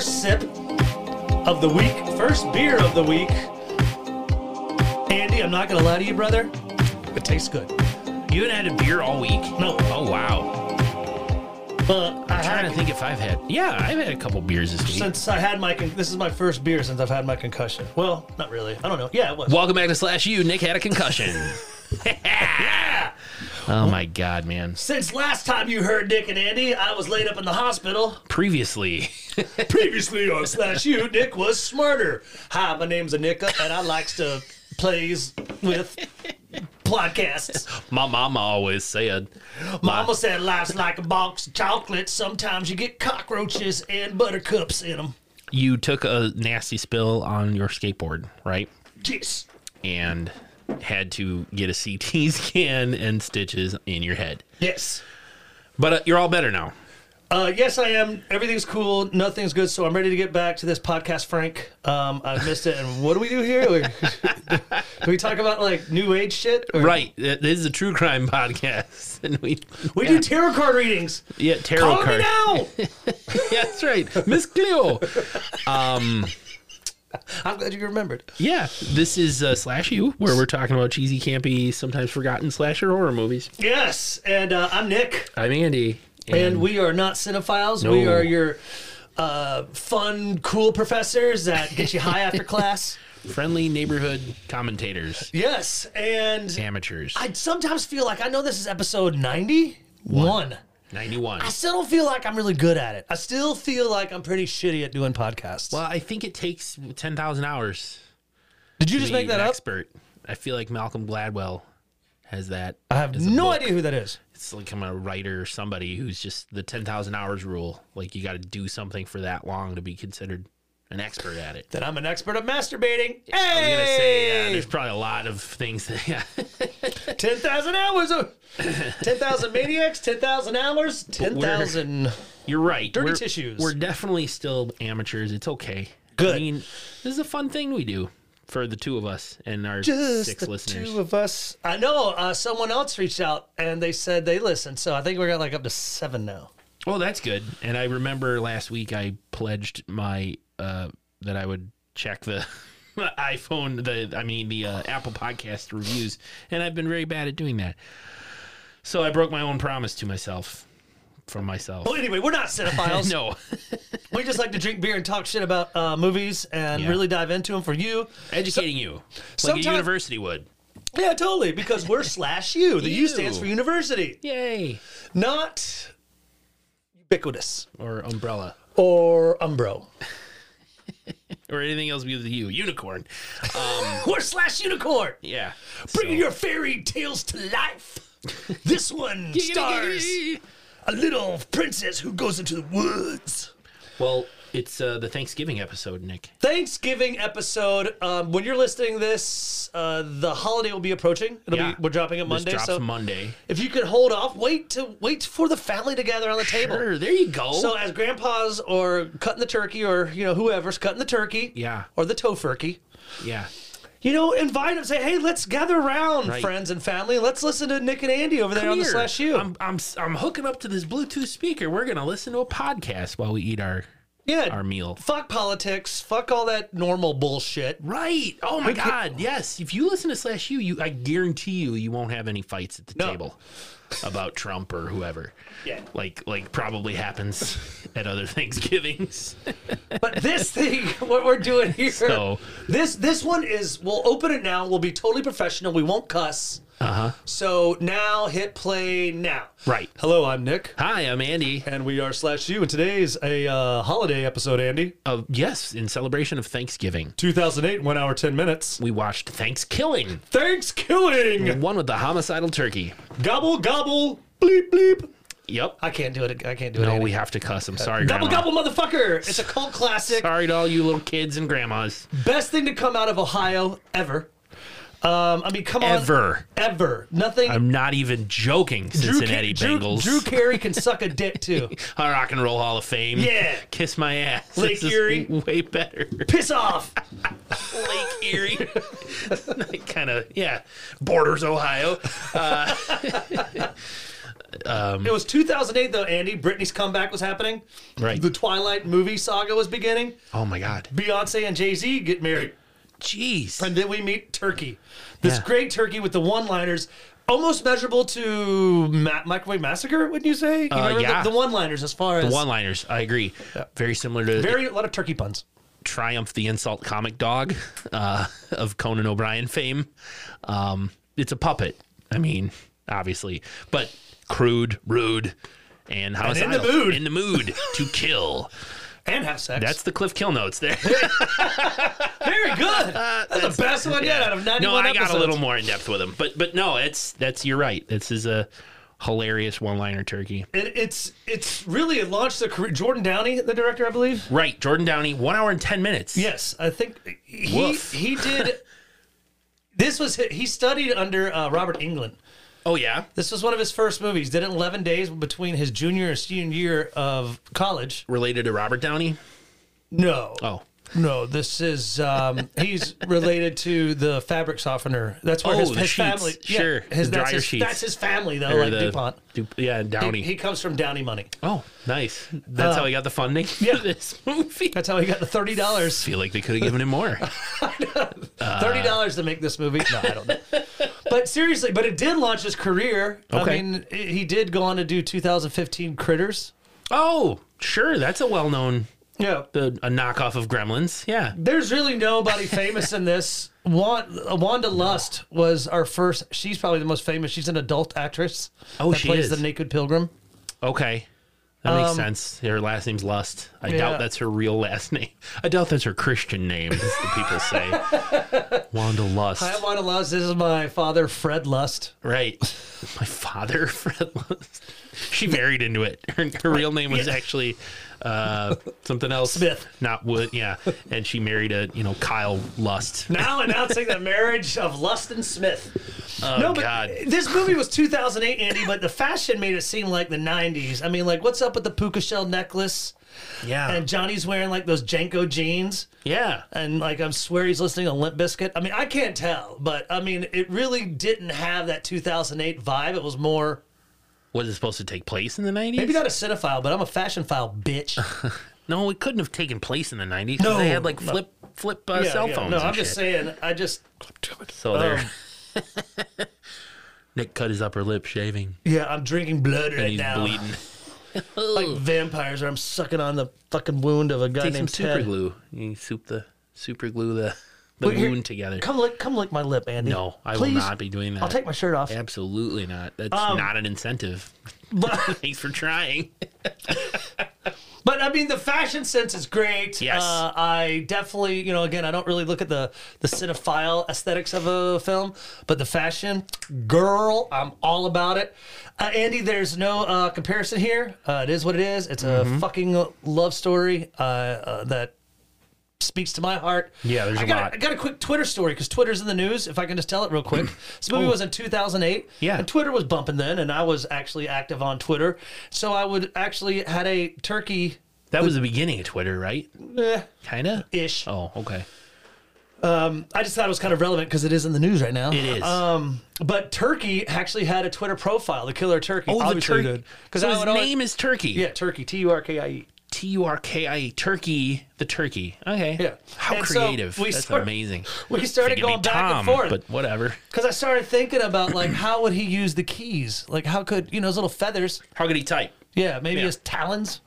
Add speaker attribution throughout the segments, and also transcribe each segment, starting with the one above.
Speaker 1: sip of the week, first beer of the week. Andy, I'm not gonna lie to you, brother. It tastes good.
Speaker 2: You haven't had a beer all week.
Speaker 1: No,
Speaker 2: Oh wow.
Speaker 1: but I
Speaker 2: I'm trying to
Speaker 1: had
Speaker 2: think if I've had. Yeah, I've had a couple beers this week.
Speaker 1: since I had my. Con- this is my first beer since I've had my concussion. Well, not really. I don't know. Yeah, it was.
Speaker 2: Welcome back to Slash U. Nick had a concussion. oh my god, man.
Speaker 1: Since last time you heard Nick and Andy, I was laid up in the hospital.
Speaker 2: Previously,
Speaker 1: Previously on Slash You, Nick was smarter. Hi, my name's Anika, and I likes to plays with podcasts.
Speaker 2: my mama always said,
Speaker 1: Mama said life's like a box of chocolates. Sometimes you get cockroaches and buttercups in them.
Speaker 2: you took a nasty spill on your skateboard, right?
Speaker 1: Yes.
Speaker 2: And had to get a CT scan and stitches in your head.
Speaker 1: Yes.
Speaker 2: But uh, you're all better now.
Speaker 1: Uh, yes, I am. Everything's cool. Nothing's good. So I'm ready to get back to this podcast, Frank. Um, I missed it. And what do we do here? Like, do we talk about like new age shit? Or-
Speaker 2: Right. th- This is a true crime podcast. And we
Speaker 1: We do tarot card readings.
Speaker 2: yeah, tarot
Speaker 1: Call me
Speaker 2: card.
Speaker 1: now.
Speaker 2: Yeah, that's right. Miss Cleo.
Speaker 1: I'm glad you remembered.
Speaker 2: Yeah, this is uh, Slash U, where we're talking about cheesy, campy, sometimes forgotten slasher horror movies.
Speaker 1: Yes, and uh, I'm Nick,
Speaker 2: I'm Andy.
Speaker 1: and we are not cinephiles. We
Speaker 2: No.
Speaker 1: are your uh, fun, cool professors that get you high after class.
Speaker 2: friendly neighborhood commentators,
Speaker 1: Yes, and
Speaker 2: amateurs.
Speaker 1: I sometimes feel like I know this is episode 91.
Speaker 2: 91.
Speaker 1: I still don't feel like I'm really good at it. I still feel like I'm pretty shitty at doing podcasts.
Speaker 2: Well, Uh, I think it takes 10,000 hours.
Speaker 1: Did you
Speaker 2: to
Speaker 1: just
Speaker 2: be
Speaker 1: make that
Speaker 2: an
Speaker 1: up?
Speaker 2: Expert. I feel like Malcolm Gladwell has that.
Speaker 1: Uh, I have
Speaker 2: as a
Speaker 1: no
Speaker 2: book.
Speaker 1: idea who that is.
Speaker 2: It's like I'm a writer or somebody who's just the 10,000 hours rule. Like you got to do something for that long to be considered an expert at it.
Speaker 1: That I'm an expert at masturbating.
Speaker 2: I was gonna say, yeah,
Speaker 1: Hey,
Speaker 2: there's probably a lot of things that, yeah.
Speaker 1: ten thousand hours of ten thousand maniacs, ten thousand hours, ten thousand.
Speaker 2: You're right.
Speaker 1: Dirty
Speaker 2: We're-
Speaker 1: tissues.
Speaker 2: We're definitely still amateurs. It's okay.
Speaker 1: Good.
Speaker 2: I mean, this is a fun thing we do for the two of us and our
Speaker 1: just
Speaker 2: six
Speaker 1: the
Speaker 2: listeners.
Speaker 1: two of us. I know uh, someone else reached out and they said they listened, so I think we're got like up to seven now.
Speaker 2: oh, that's good. And I remember last week I pledged my uh that I would check the iPhone, the I mean the uh, Apple Podcast reviews, and I've been very bad at doing that. So I broke my own promise to myself from myself.
Speaker 1: Well, anyway, we're not cinephiles.
Speaker 2: No,
Speaker 1: We just like to drink beer and talk shit about uh, movies and
Speaker 2: Yeah.
Speaker 1: really dive into them for you.
Speaker 2: educating you like
Speaker 1: sometime-
Speaker 2: a university would.
Speaker 1: Yeah, totally, because we're slash you. The U
Speaker 2: You.
Speaker 1: stands for university,
Speaker 2: Yay!
Speaker 1: not ubiquitous
Speaker 2: Or umbrella.
Speaker 1: or umbro.
Speaker 2: or anything else with you. Unicorn.
Speaker 1: we're slash unicorn,
Speaker 2: Yeah.
Speaker 1: bringing your fairy tales to life. This one stars a little princess who goes into the woods.
Speaker 2: Well, it's uh, the Thanksgiving episode, Nick.
Speaker 1: Thanksgiving episode. Um, when you're listening to this, uh, the holiday will be approaching. It'll
Speaker 2: Yeah.
Speaker 1: be, we're dropping it Monday.
Speaker 2: this drops
Speaker 1: so
Speaker 2: Monday.
Speaker 1: if you could hold off, wait to wait for the family to gather on the table.
Speaker 2: Sure, there you go.
Speaker 1: So as grandpas or cutting the turkey or you know whoever's cutting the turkey,
Speaker 2: Yeah.
Speaker 1: or the tofurkey,
Speaker 2: yeah.
Speaker 1: you know, invite them. Say, hey, let's gather around,
Speaker 2: Right.
Speaker 1: friends and family. Let's listen to Nick and Andy over there on the
Speaker 2: Here,
Speaker 1: slash you.
Speaker 2: I'm, I'm, I'm hooking up to this Bluetooth speaker. We're going to listen to a podcast while we eat our,
Speaker 1: yeah,
Speaker 2: our meal.
Speaker 1: fuck politics, fuck all that normal bullshit.
Speaker 2: Right. Oh my God. Yes. If you listen to slash you, you I guarantee you you won't have any fights at the
Speaker 1: No.
Speaker 2: table about Trump or whoever.
Speaker 1: Yeah.
Speaker 2: Like like probably happens at other Thanksgivings.
Speaker 1: But this thing, what we're doing here,
Speaker 2: So-
Speaker 1: this this one is. We'll open it now. We'll be totally professional. We won't cuss. Uh huh. So now hit play now.
Speaker 2: uh-huh. Right.
Speaker 1: Hello, I'm Nick,
Speaker 2: Hi, I'm Andy.
Speaker 1: and we are slash you. And today's a uh, holiday episode, Andy.
Speaker 2: Of Uh, yes, in celebration of Thanksgiving,
Speaker 1: 2008, one hour, ten minutes.
Speaker 2: we watched Thanksgiving,
Speaker 1: Thanksgiving.
Speaker 2: one with the homicidal turkey.
Speaker 1: Gobble gobble. Bleep bleep.
Speaker 2: Yep.
Speaker 1: I Uh, can't do it. I can't do it.
Speaker 2: No,
Speaker 1: Andy.
Speaker 2: Oh, we have to cuss. I'm sorry,
Speaker 1: Gobble
Speaker 2: Grandma.
Speaker 1: gobble, motherfucker! It's a cult classic.
Speaker 2: Sorry to all you little kids and grandmas.
Speaker 1: Best thing to come out of Ohio ever. Um, I mean, come on,
Speaker 2: Ever.
Speaker 1: ever. Nothing.
Speaker 2: I'm not even joking. Cincinnati
Speaker 1: Drew, Ca-
Speaker 2: Bengals,
Speaker 1: Drew, Drew Carey can suck a dick too.
Speaker 2: Our rock and roll Hall of Fame.
Speaker 1: Yeah.
Speaker 2: Kiss my ass.
Speaker 1: Lake
Speaker 2: This is
Speaker 1: Erie.
Speaker 2: way better.
Speaker 1: Piss off.
Speaker 2: Lake Erie. kind of yeah. Borders Ohio. Uh, Um,
Speaker 1: It was 2008 though, Andy. Britney's comeback was happening.
Speaker 2: Right.
Speaker 1: The Twilight movie saga was beginning.
Speaker 2: oh my God.
Speaker 1: Beyonce and Jay Z get married,
Speaker 2: Jeez.
Speaker 1: and then we meet Turkey. This
Speaker 2: Yeah.
Speaker 1: great Turkey with the one-liners, almost measurable to Ma- Microwave Massacre. Wouldn't you say? You remember
Speaker 2: Uh, yeah.
Speaker 1: The, the one-liners, as far as
Speaker 2: One liners. I agree. Very similar to
Speaker 1: very a lot of turkey puns.
Speaker 2: Triumph the Insult Comic Dog uh, of Conan O'Brien fame. Um, it's a puppet. I mean, obviously, but crude, rude, and homicidal.
Speaker 1: in the mood.
Speaker 2: In the mood to kill.
Speaker 1: and have sex.
Speaker 2: That's the Cliff Kill notes there.
Speaker 1: very good. that's the best one yet out of 91
Speaker 2: no, I got a
Speaker 1: episodes.
Speaker 2: little more in depth with him, but but no, it's that's you're right. This is a hilarious one liner turkey.
Speaker 1: It, it's it's really it launched the career. Jordan Downey, the director, I believe.
Speaker 2: Right, Jordan Downey, one hour and ten minutes.
Speaker 1: Yes, I think he
Speaker 2: Woof.
Speaker 1: he did. this was hi- he studied under uh, Robert England.
Speaker 2: Oh yeah.
Speaker 1: This was one of his first movies. Did it in eleven days between his junior and senior year of college.
Speaker 2: Related to Robert Downey.
Speaker 1: No,
Speaker 2: Oh.
Speaker 1: no, this is um, he's related to the fabric softener. That's where
Speaker 2: Oh,
Speaker 1: his,
Speaker 2: the
Speaker 1: his
Speaker 2: sheets.
Speaker 1: family.
Speaker 2: Sure,
Speaker 1: his,
Speaker 2: the
Speaker 1: that's,
Speaker 2: dryer
Speaker 1: his,
Speaker 2: sheets.
Speaker 1: that's his family though,
Speaker 2: Or
Speaker 1: like
Speaker 2: the-
Speaker 1: Dupont.
Speaker 2: Dup- yeah, Downey.
Speaker 1: He comes from Downey money.
Speaker 2: Oh, nice. That's how he got the funding
Speaker 1: yeah.
Speaker 2: for this movie. I
Speaker 1: That's how he got the thirty dollars.
Speaker 2: feel like they could have given him more.
Speaker 1: Thirty dollars to make this movie? No, I don't know. but seriously, but it did launch his career.
Speaker 2: Okay.
Speaker 1: I mean, i- he did go on to do 2015 Critters.
Speaker 2: oh, sure. That's a well known
Speaker 1: Yeah.
Speaker 2: the a knockoff of Gremlins. Yeah.
Speaker 1: There's really nobody famous in this. Wanda, Wanda Lust was our first. She's probably the most famous. She's an adult actress.
Speaker 2: Oh,
Speaker 1: that
Speaker 2: she
Speaker 1: plays
Speaker 2: is.
Speaker 1: the Naked Pilgrim.
Speaker 2: Okay. That makes sense. Her last name's Lust. I doubt
Speaker 1: Yeah.
Speaker 2: that's her real last name. I doubt that's her Christian name, as the people say. Wanda Lust.
Speaker 1: I am Wanda Lust. This is my father, Fred Lust.
Speaker 2: right. My father, Fred Lust. She varied into it. Her, her real name was actually uh, something else.
Speaker 1: Smith.
Speaker 2: Not Wood. Yeah. And she married a, you know, Kyle Lust.
Speaker 1: Now announcing the marriage of Lust and Smith.
Speaker 2: Oh,
Speaker 1: No, but
Speaker 2: God.
Speaker 1: this movie was 2008, Andy, but the fashion made it seem like the 90s. I mean, like, what's up with the puka shell necklace?
Speaker 2: Yeah.
Speaker 1: And Johnny's wearing like those Janko jeans.
Speaker 2: yeah.
Speaker 1: And like, I am swear he's listening to Limp Biscuit. I mean, I can't tell, but I mean, it really didn't have that 2008 vibe. It was more,
Speaker 2: Was it supposed to take place in the 90s?
Speaker 1: maybe not a cinephile, but I'm a fashion file bitch.
Speaker 2: No, it couldn't have taken place in the 90s. 'cause
Speaker 1: No,
Speaker 2: They had like
Speaker 1: no.
Speaker 2: flip flip uh,
Speaker 1: Yeah,
Speaker 2: cell
Speaker 1: yeah.
Speaker 2: phones.
Speaker 1: No,
Speaker 2: and
Speaker 1: I'm just Um,
Speaker 2: shit.
Speaker 1: saying, I just,
Speaker 2: So there. Nick cut his upper lip shaving.
Speaker 1: yeah, I'm drinking blood right
Speaker 2: He's
Speaker 1: now. uh,
Speaker 2: bleeding.
Speaker 1: Like vampires, or I'm sucking on the fucking wound of a guy
Speaker 2: Take some
Speaker 1: named
Speaker 2: super
Speaker 1: Ted.
Speaker 2: glue. You soup the super glue the the
Speaker 1: Wait, here-
Speaker 2: wound together.
Speaker 1: Come lick, come lick my lip, Andy.
Speaker 2: no, I
Speaker 1: Please.
Speaker 2: will not be doing that.
Speaker 1: I'll take my shirt off. Um,
Speaker 2: Absolutely not. That's not an incentive.
Speaker 1: But,
Speaker 2: Thanks for trying.
Speaker 1: but I mean, the fashion sense is great.
Speaker 2: Yes.
Speaker 1: Uh, I definitely, you know, again, I don't really look at the the cinephile aesthetics of a film, but the fashion, girl, I'm all about it. Uh, Andy, there's no uh, comparison here. Uh, it is what it is. It's
Speaker 2: Mm-hmm.
Speaker 1: a fucking love story uh, uh, that speaks to my heart.
Speaker 2: Yeah, there's
Speaker 1: I
Speaker 2: a
Speaker 1: got
Speaker 2: lot.
Speaker 1: I got a quick Twitter story because Twitter's in the news. If I can just tell it real quick, this movie was in 2008.
Speaker 2: Oh. Yeah.
Speaker 1: and Twitter was bumping then, and I was actually active on Twitter, so I would actually had a turkey
Speaker 2: That was the beginning of Twitter, right?
Speaker 1: eh,
Speaker 2: Kinda.
Speaker 1: ish.
Speaker 2: Oh, okay.
Speaker 1: I just thought it was kind of relevant because it is in the news right now.
Speaker 2: It is.
Speaker 1: Um, but Turkey actually had a Twitter profile, the Killer Turkey. obviously
Speaker 2: Oh, turkey.
Speaker 1: Because
Speaker 2: so
Speaker 1: I
Speaker 2: his
Speaker 1: would always-
Speaker 2: name is Turkey.
Speaker 1: yeah, Turkey, T U R K I E.
Speaker 2: T U R K I E Turkey, the Turkey. Okay.
Speaker 1: Yeah.
Speaker 2: How
Speaker 1: And so
Speaker 2: creative.
Speaker 1: we
Speaker 2: That's
Speaker 1: start-
Speaker 2: amazing.
Speaker 1: We started
Speaker 2: It could be
Speaker 1: going back
Speaker 2: Tom,
Speaker 1: and forth.
Speaker 2: But whatever.
Speaker 1: Because I started thinking about like how would he use the keys? Like how could you know his little feathers?
Speaker 2: How could he type?
Speaker 1: Yeah, maybe
Speaker 2: Yeah.
Speaker 1: his talons,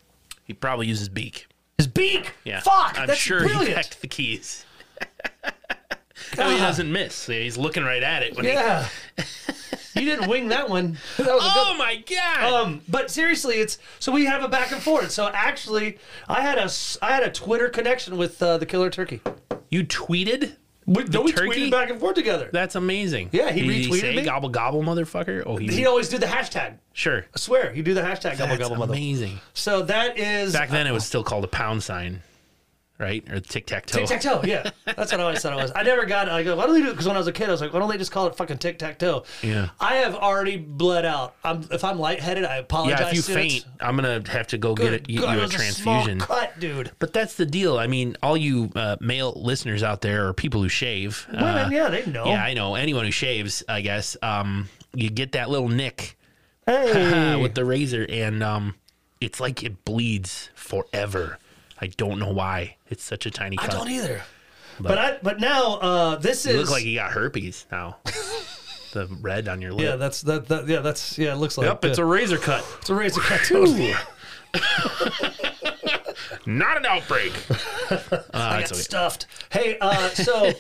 Speaker 2: He probably uses beak.
Speaker 1: his beak.
Speaker 2: Yeah.
Speaker 1: Fuck,
Speaker 2: I'm
Speaker 1: that's
Speaker 2: sure he
Speaker 1: brilliant.
Speaker 2: cracked the keys. no, he doesn't miss. He's looking right at it. When he,
Speaker 1: yeah, you didn't wing that one. That was a good.
Speaker 2: oh my god.
Speaker 1: Um, but seriously, it's so we have a back and forth. So actually, I had a s- I had a Twitter connection with uh, the Killer Turkey.
Speaker 2: you tweeted?
Speaker 1: We, no, we
Speaker 2: turkey?
Speaker 1: tweeted back and forth together.
Speaker 2: That's amazing.
Speaker 1: Yeah, he
Speaker 2: Did
Speaker 1: retweeted
Speaker 2: say
Speaker 1: me.
Speaker 2: gobble gobble motherfucker? Oh, he,
Speaker 1: He'd always do the hashtag.
Speaker 2: sure.
Speaker 1: I swear, he'd do the hashtag gobble
Speaker 2: That's
Speaker 1: gobble mother.
Speaker 2: amazing.
Speaker 1: So that is
Speaker 2: Back then it was still called a pound sign, right? Or tic tac toe.
Speaker 1: Tic tac toe, yeah. That's what I always thought it was. I never got it. I go, why don't they do it? Because when I was a kid, I was like, why don't they just call it fucking tic tac toe?
Speaker 2: Yeah.
Speaker 1: I have already bled out. I'm, if I'm lightheaded, I apologize.
Speaker 2: Yeah, if you
Speaker 1: students.
Speaker 2: faint, I'm gonna have to go
Speaker 1: Good
Speaker 2: get, it, get
Speaker 1: God,
Speaker 2: you
Speaker 1: it
Speaker 2: a
Speaker 1: was
Speaker 2: transfusion.
Speaker 1: small cut, dude.
Speaker 2: But that's the deal. I mean, all you uh, male listeners out there, or people who shave, uh,
Speaker 1: Oh. Women, yeah, they know.
Speaker 2: yeah, I know anyone who shaves. I guess um, you get that little nick
Speaker 1: Hey.
Speaker 2: with the razor, and um, it's like it bleeds forever. I don't know why. It's such a tiny
Speaker 1: I
Speaker 2: cut.
Speaker 1: don't either. But, I but now uh, this
Speaker 2: you
Speaker 1: is
Speaker 2: look like you got herpes now. the red on your lip.
Speaker 1: yeah that's that, that yeah that's yeah it looks like
Speaker 2: Yep, it's a razor cut.
Speaker 1: it's a razor cut too.
Speaker 2: Not an outbreak.
Speaker 1: I got stuffed. Hey, uh, so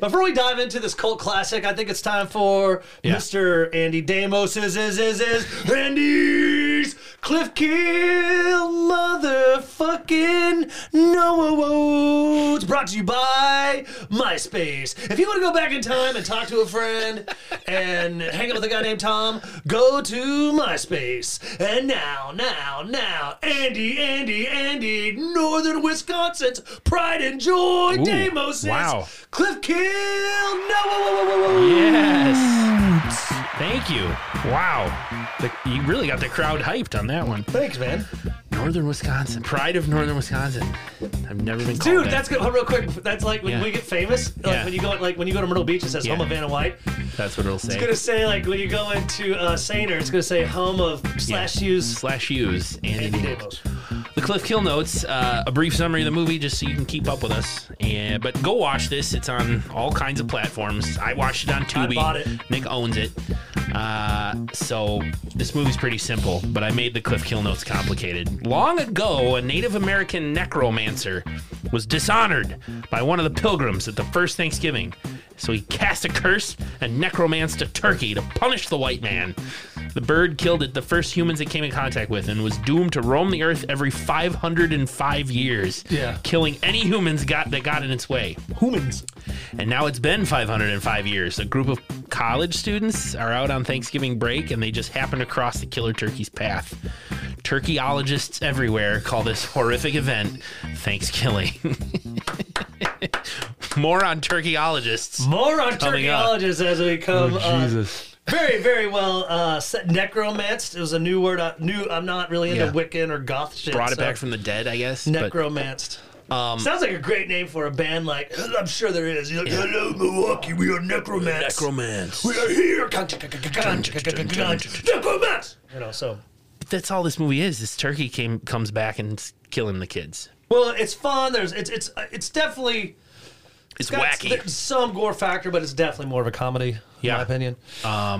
Speaker 1: before we dive into this cult classic, I think it's time for Mr. Andy Damos is is is is Andy's Cliff Kill motherfucking Noah Woods. Brought to you by MySpace. If you want to go back in time and talk to a friend and hang out with a guy named Tom, go to MySpace. And now, now, now, Andy, Andy, Andy, Northern Wisconsin's pride and joy, Damos.
Speaker 2: wow.
Speaker 1: Cliff Kill, no,
Speaker 2: Yes. Thank you. Wow. The, you really got the crowd hyped on that one.
Speaker 1: Thanks, man.
Speaker 2: Northern Wisconsin. Pride of Northern Wisconsin. I've never been called
Speaker 1: Dude,
Speaker 2: that.
Speaker 1: that's good. Hold on real quick. That's like when
Speaker 2: Yeah.
Speaker 1: we get famous. Like
Speaker 2: Yeah.
Speaker 1: when you go, like when you go to Myrtle Beach, it says home
Speaker 2: Yeah.
Speaker 1: of Vanna White.
Speaker 2: That's what it'll say.
Speaker 1: It's gonna say like when you go into uh, Saner, it's gonna say home of slash use
Speaker 2: Slash use Andy,
Speaker 1: Andy
Speaker 2: Damos.
Speaker 1: Damos.
Speaker 2: The Cliff Kill notes, uh, a brief summary of the movie, just so you can keep up with us. And but go watch this; it's on all kinds of platforms. I watched it on Tubi.
Speaker 1: bought it.
Speaker 2: Nick owns it. Uh, so this movie's pretty simple, but I made the Cliff Kill notes complicated. Long ago, a Native American necromancer was dishonored by one of the pilgrims at the first Thanksgiving. So he cast a curse and necromanced a turkey to punish the white man. The bird killed it the first humans it came in contact with and was doomed to roam the earth every 505 years,
Speaker 1: Yeah.
Speaker 2: killing any humans got that got in its way.
Speaker 1: humans.
Speaker 2: And now it's been 505 years. A group of college students are out on Thanksgiving break and they just happen to cross the killer turkey's path. Turkeyologists everywhere call this horrific event Thanksgiving. More on turkeyologists.
Speaker 1: More on
Speaker 2: Coming up.
Speaker 1: turkeyologists as we come. uh, very, very well uh, set. Necromanced is a new word. I, new. I'm not really into
Speaker 2: Yeah.
Speaker 1: Wiccan or goth shit.
Speaker 2: Brought it
Speaker 1: so
Speaker 2: back from the dead, I guess. but-
Speaker 1: necromanced. Sounds like a great name for a band. Like I'm sure there is. You're like, Hello, Milwaukee. We are necromanced.
Speaker 2: Necromance.
Speaker 1: we are here. Necromanced. You know. So
Speaker 2: But that's all this movie is. This turkey came comes back and is killing the kids.
Speaker 1: well, it's fun. There's it's it's it's definitely.
Speaker 2: It's
Speaker 1: got
Speaker 2: wacky.
Speaker 1: s- some gore factor, but it's definitely more of a comedy, in
Speaker 2: Yeah.
Speaker 1: my opinion.
Speaker 2: a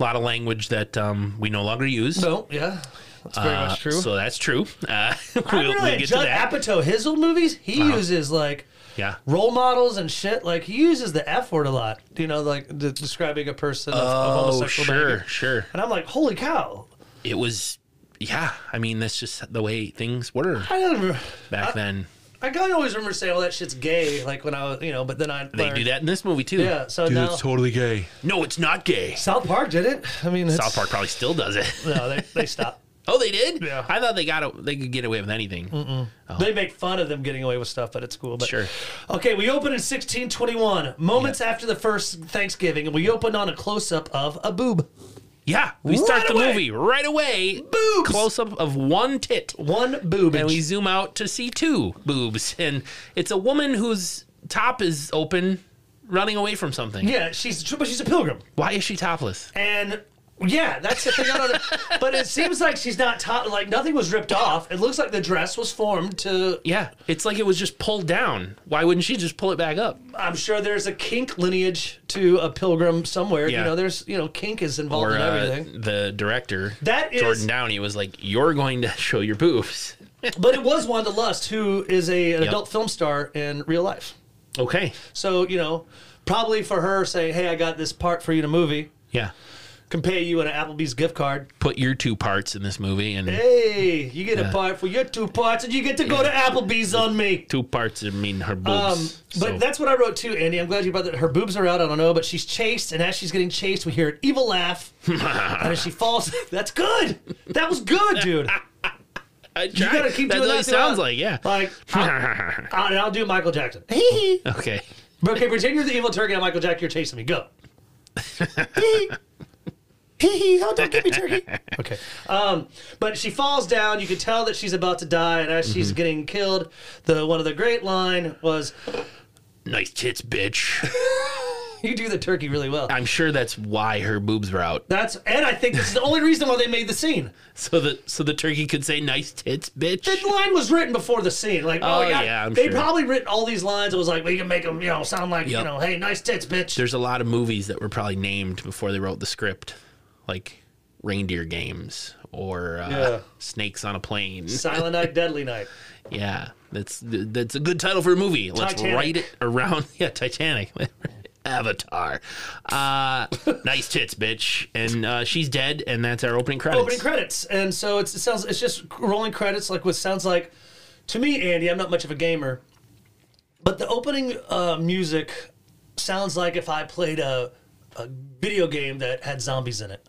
Speaker 2: lot of language that um, we no longer use.
Speaker 1: So yeah, that's very
Speaker 2: Uh,
Speaker 1: much true.
Speaker 2: So that's true. Uh,
Speaker 1: I
Speaker 2: we'll,
Speaker 1: really
Speaker 2: we'll
Speaker 1: like
Speaker 2: get to
Speaker 1: Judd
Speaker 2: that. Uh-huh.
Speaker 1: Apatow his old movies. He uses like
Speaker 2: yeah.
Speaker 1: role models and shit. Like he uses the F word a lot. You know, like de- describing a person of, of
Speaker 2: Oh,
Speaker 1: homosexual
Speaker 2: sure,
Speaker 1: behavior.
Speaker 2: sure.
Speaker 1: And I'm like, holy cow!
Speaker 2: It was, yeah. I mean, that's just the way things were
Speaker 1: I don't. Remember,
Speaker 2: back then.
Speaker 1: I kind of always remember saying, "Well, that shit's gay." Like when I was, you know, but then I
Speaker 2: They do that in this movie too.
Speaker 1: Yeah. So now
Speaker 2: totally gay. No, it's not gay.
Speaker 1: South Park did it. I mean, it's,
Speaker 2: South Park probably still does it.
Speaker 1: No, they they stop.
Speaker 2: oh, they did.
Speaker 1: Yeah.
Speaker 2: I thought they got a, they could get away with anything.
Speaker 1: They make fun of them getting away with stuff, but it's cool. But
Speaker 2: Oh. Sure.
Speaker 1: Okay, we open in 1621, moments after the first Thanksgiving, and we open on a close up of a boob.
Speaker 2: Yeah. We start
Speaker 1: Right
Speaker 2: the
Speaker 1: away.
Speaker 2: movie right away.
Speaker 1: Boobs.
Speaker 2: Close up of one tit.
Speaker 1: One boob.
Speaker 2: and we zoom out to see two boobs, and it's a woman whose top is open, running away from something.
Speaker 1: yeah, she's but she's a pilgrim,
Speaker 2: Why is she topless?
Speaker 1: and yeah, that's the thing. I don't know. But it seems like she's not top. Like nothing was ripped off. It looks like the dress was formed to.
Speaker 2: Yeah, it's like it was just pulled down. Why wouldn't she just pull it back up?
Speaker 1: I'm sure there's a kink lineage to a pilgrim somewhere. You
Speaker 2: Yeah.
Speaker 1: know, there's you know kink is involved
Speaker 2: Or
Speaker 1: in
Speaker 2: uh,
Speaker 1: everything.
Speaker 2: the director,
Speaker 1: That is-
Speaker 2: Jordan Downey, was like, "You're going to show your boobs."
Speaker 1: But it was Wanda Lust, who is a, an adult film star in real life.
Speaker 2: Okay.
Speaker 1: So, you know, probably for her saying, hey, I got this part for you in a movie,
Speaker 2: Yeah.
Speaker 1: can pay you an Applebee's gift card.
Speaker 2: Put your two parts in this movie, and
Speaker 1: Eh. Hey, you get a part for your two parts and you get to go to Applebee's on me.
Speaker 2: two parts I mean her
Speaker 1: Um,
Speaker 2: boobs.
Speaker 1: but
Speaker 2: so-
Speaker 1: that's what I wrote too, Andy. I'm glad you brought that. Her boobs are out. I don't know, but she's chased, and as she's getting chased, we hear an evil laugh, and as she falls, that's good. That was good, dude.
Speaker 2: I
Speaker 1: You gotta keep
Speaker 2: That's
Speaker 1: doing
Speaker 2: what
Speaker 1: that.
Speaker 2: it sounds
Speaker 1: throughout.
Speaker 2: like. Yeah.
Speaker 1: Like, I'll, I'll- and I'll do Michael Jackson. okay,
Speaker 2: okay.
Speaker 1: pretend you're the evil turkey. and Michael Jackson. You're chasing me. Go. Hee hee, oh, don't give me turkey. okay. Um, but she falls down. You can tell that she's about to die, and as she's getting killed, the one of the great line was,
Speaker 2: Nice tits, bitch.
Speaker 1: You do the turkey really well.
Speaker 2: I'm sure that's why her boobs were out,
Speaker 1: That's and I think this is the only reason why they made the scene.
Speaker 2: so that so the turkey could say "nice tits, bitch."
Speaker 1: The line was written before the scene. Like, oh,
Speaker 2: Oh,
Speaker 1: yeah,
Speaker 2: yeah, I'm
Speaker 1: they
Speaker 2: sure.
Speaker 1: probably written all these lines. It was like we can make them, you know, sound like you
Speaker 2: Yep.
Speaker 1: know, hey, nice tits, bitch.
Speaker 2: There's a lot of movies that were probably named before they wrote the script, like Reindeer Games or uh,
Speaker 1: Yeah.
Speaker 2: Snakes on a Plane.
Speaker 1: Silent Night, Deadly Night.
Speaker 2: Yeah, that's that's a good title for a movie. Let's
Speaker 1: Titanic.
Speaker 2: write it around yeah, Titanic. Avatar. Uh nice tits, bitch. And uh she's dead and that's our opening credits.
Speaker 1: Opening credits, and so it's, it sounds it's just rolling credits, like what sounds like to me, Andy. I'm not much of a gamer, but the opening uh, music sounds like if I played a, a video game that had zombies in it.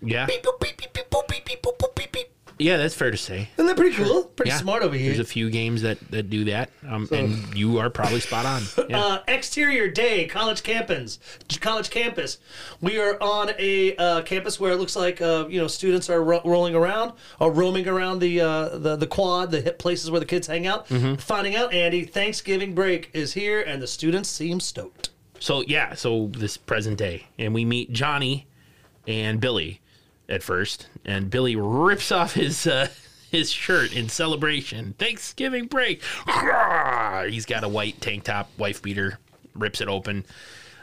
Speaker 2: yeah.
Speaker 1: Beep, beep, beep, beep, boop, beep, beep, boop, boop, beep, beep.
Speaker 2: Yeah, that's fair to say.
Speaker 1: Isn't that pretty cool? Pretty
Speaker 2: Yeah.
Speaker 1: smart over here.
Speaker 2: There's a few games that that do that. Um and you are probably spot on. Yeah.
Speaker 1: Uh, exterior day, college campus. College campus. We are on a uh, campus where it looks like uh, you know students are ro- rolling around or roaming around the uh, the the quad, the hip places where the kids hang out. Finding out, Andy, Thanksgiving break is here, and the students seem stoked.
Speaker 2: So yeah, so this present day, and we meet Johnny and Billy at first, and Billy rips off his uh, his shirt in celebration. Thanksgiving break. He's got a white tank top, wife beater, rips it open.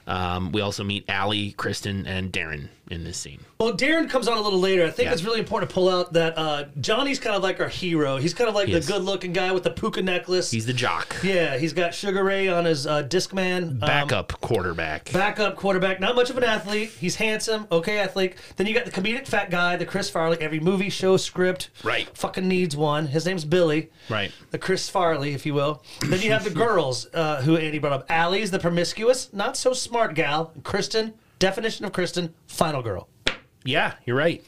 Speaker 2: Um, we also meet Allie, Kristen, and Darren in this scene.
Speaker 1: Well, Darren comes on a little later. I think it's really important to pull out that uh, Johnny's kind of like our hero. He's kind of like
Speaker 2: Yes.
Speaker 1: the good-looking guy with the puka necklace.
Speaker 2: He's the jock,
Speaker 1: yeah, he's got Sugar Ray on his uh, Discman. Um,
Speaker 2: backup quarterback.
Speaker 1: backup quarterback, not much of an athlete. He's handsome, okay athlete. Then you got the comedic fat guy, the Chris Farley. Every movie, show, script,
Speaker 2: Right.
Speaker 1: fucking needs one. His name's Billy,
Speaker 2: Right.
Speaker 1: The Chris Farley, if you will. Then you have the girls, uh, who Andy brought up. Allie's the promiscuous, not so smart gal. Kristen, definition of Kristen, final girl.
Speaker 2: yeah, you're right.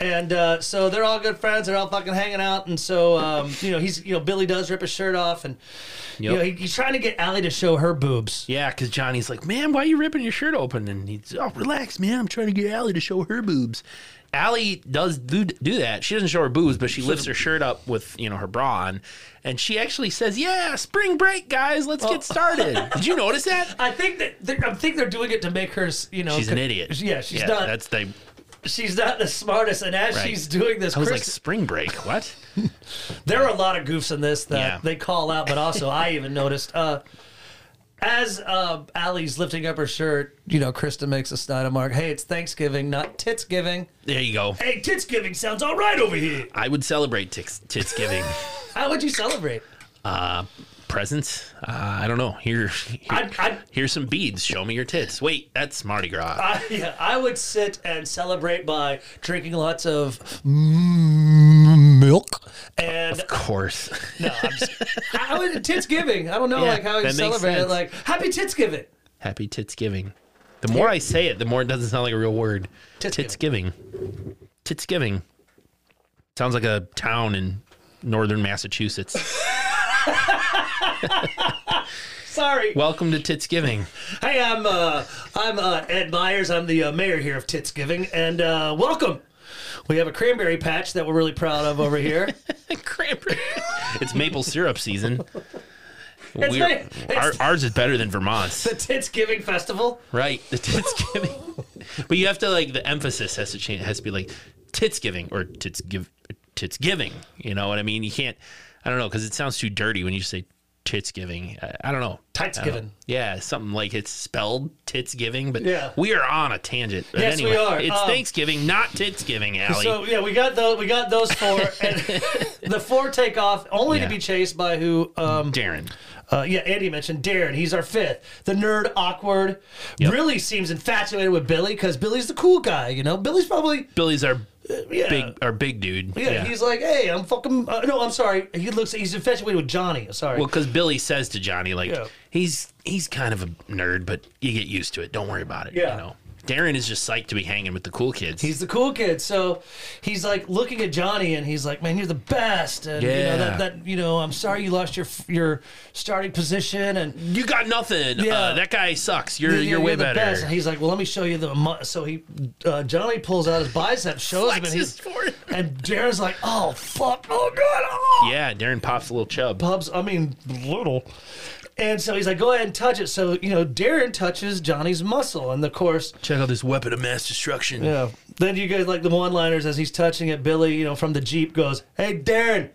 Speaker 1: And uh, so they're all good friends. They're all fucking hanging out. And so um, you know he's you know Billy does rip his shirt off, and you
Speaker 2: Yep.
Speaker 1: know he, he's trying to get Allie to show her boobs.
Speaker 2: Yeah, because Johnny's like, man, why are you ripping your shirt open? And he's, oh, relax, man. I'm trying to get Allie to show her boobs. Allie does do, do that. She doesn't show her boobs, but she lifts her shirt up with, you know, her bra on. And she actually says, yeah, spring break, guys. Let's get started. Did you notice that?
Speaker 1: I think that they're, I think they're doing it to make her, you know,
Speaker 2: She's an
Speaker 1: con-
Speaker 2: idiot.
Speaker 1: Yeah, she's not.
Speaker 2: That's the, I
Speaker 1: she's not the smartest, and as
Speaker 2: Right.
Speaker 1: she's doing this,
Speaker 2: was
Speaker 1: Chris,
Speaker 2: like, spring break? What?
Speaker 1: there are a lot of goofs in this that
Speaker 2: Yeah.
Speaker 1: they call out, but also I even noticed. Uh, as uh, Allie's lifting up her shirt, you know, Kristen makes a snide remark. Hey, it's Thanksgiving, not Titsgiving.
Speaker 2: There you go.
Speaker 1: Hey, Titsgiving sounds all right over here.
Speaker 2: I would celebrate tits, tits giving
Speaker 1: How would you celebrate?
Speaker 2: presents. Uh, I don't know. Here, here
Speaker 1: I'd, I'd,
Speaker 2: here's some beads. Show me your tits. Wait, that's Mardi Gras.
Speaker 1: I, yeah, I would sit and celebrate by drinking lots of mm, milk and
Speaker 2: of course.
Speaker 1: No, I'm just, I I would tits giving. I don't know
Speaker 2: Yeah,
Speaker 1: like how you
Speaker 2: that makes
Speaker 1: celebrate it.
Speaker 2: sense.
Speaker 1: Like happy tits giving.
Speaker 2: Happy Tits Giving. The more I say it, the more it doesn't sound like a real word. Tits
Speaker 1: Titsgiving.
Speaker 2: Giving. Tits Giving. Sounds like a town in northern Massachusetts.
Speaker 1: Sorry.
Speaker 2: Welcome to Tits Giving.
Speaker 1: hey, I'm uh, I'm uh, Ed Myers. I'm the uh, mayor here of Tits Giving, and uh, welcome. We have a cranberry patch that we're really proud of over here.
Speaker 2: Cranberry. It's maple syrup season.
Speaker 1: It's
Speaker 2: We're-
Speaker 1: like- it's-
Speaker 2: our, ours is better than Vermont's.
Speaker 1: the Tits Giving Festival.
Speaker 2: Right, the tits giving. but you have to like the emphasis has to change. It has to be like tits giving or tits give tits giving. You know what I mean? You can't. I don't know because it sounds too dirty when you say tits giving. I, I don't know.
Speaker 1: Tights
Speaker 2: I don't
Speaker 1: giving.
Speaker 2: know. Yeah, something like it's spelled tits giving. But
Speaker 1: Yeah.
Speaker 2: we are on a tangent. But
Speaker 1: Yes, we
Speaker 2: anyway,
Speaker 1: are.
Speaker 2: It's
Speaker 1: Um,
Speaker 2: Thanksgiving, not tits giving, Allie.
Speaker 1: So yeah, we got those. We got those four. And the four take off only
Speaker 2: Yeah.
Speaker 1: to be chased by who? Um,
Speaker 2: Darren.
Speaker 1: Uh, yeah, Andy mentioned Darren. He's our fifth. The nerd, awkward, really seems infatuated with Billy because Billy's the cool guy. You know, Billy's probably
Speaker 2: Billy's our
Speaker 1: yeah,
Speaker 2: big our big dude.
Speaker 1: yeah, He's like, hey, I'm fucking. Uh, no, I'm sorry. He looks. He's infatuated with Johnny. Sorry.
Speaker 2: Well, because Billy says to Johnny, like,
Speaker 1: Yeah.
Speaker 2: he's he's kind of a nerd, but you get used to it. Don't worry about it.
Speaker 1: Yeah.
Speaker 2: You know, Darren is just psyched to be hanging with the cool kids.
Speaker 1: he's the cool kid. So he's like looking at Johnny and he's like, man, you're the best. And you know
Speaker 2: Yeah.
Speaker 1: that, that you know, I'm sorry you lost your your starting position and.
Speaker 2: you got nothing.
Speaker 1: Yeah.
Speaker 2: Uh, that guy sucks. You're you're,
Speaker 1: Yeah,
Speaker 2: way
Speaker 1: the
Speaker 2: better.
Speaker 1: best." And he's like, well, let me show you the. mu-" So he, uh, Johnny pulls out his bicep, shows him, and
Speaker 2: Flexes
Speaker 1: he's
Speaker 2: for it.
Speaker 1: And Darren's like, oh fuck, oh god, oh.
Speaker 2: Yeah, Darren pops a little chub.
Speaker 1: Pubs, I mean, little. And so he's like, go ahead and touch it. So, you know, Darren touches Johnny's muscle. And of course,
Speaker 2: Check out this weapon of mass destruction.
Speaker 1: yeah. Then you guys like the one liners as he's touching it. Billy, you know, from the Jeep goes, Hey, Darren,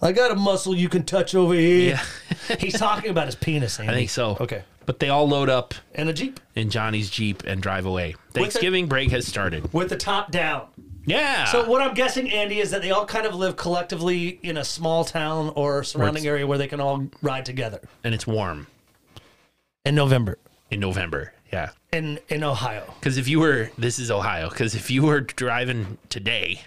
Speaker 1: I got a muscle you can touch over here. he's talking about his penis. Andy.
Speaker 2: I think so.
Speaker 1: Okay.
Speaker 2: But they all load up
Speaker 1: And a Jeep
Speaker 2: in Johnny's Jeep and drive away. Thanksgiving break has started.
Speaker 1: with the top down.
Speaker 2: Ah. Yeah.
Speaker 1: So, what I'm guessing, Andy, is that they all kind of live collectively in a small town or surrounding area where they can all ride together
Speaker 2: and it's warm
Speaker 1: in November
Speaker 2: in November. Yeah.
Speaker 1: in, in Ohio.
Speaker 2: Because if you were, this is Ohio. Because if you were driving today,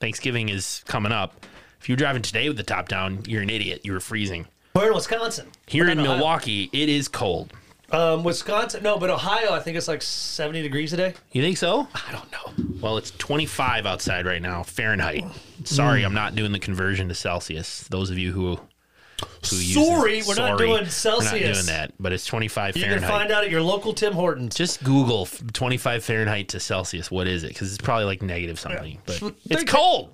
Speaker 2: Thanksgiving is coming up. If you're driving today with the top down, you're an idiot. You were freezing.
Speaker 1: We're in Wisconsin.
Speaker 2: Here
Speaker 1: We're
Speaker 2: in
Speaker 1: not Ohio.
Speaker 2: Milwaukee, it is cold.
Speaker 1: Um, Wisconsin, no, but Ohio, I think it's like 70 degrees today.
Speaker 2: You think so?
Speaker 1: I don't know.
Speaker 2: Well, it's 25 outside right now, Fahrenheit. Sorry, I'm not doing the conversion to Celsius. Those of you who, who use this-
Speaker 1: Sorry, we're not doing
Speaker 2: we're
Speaker 1: Celsius.
Speaker 2: doing that, but it's 25
Speaker 1: You can
Speaker 2: Fahrenheit.
Speaker 1: find out at your local Tim Hortons.
Speaker 2: Just Google f- 25 Fahrenheit to Celsius. What is it? Because it's probably like negative something. But
Speaker 1: Well,
Speaker 2: it's
Speaker 1: thank-
Speaker 2: cold.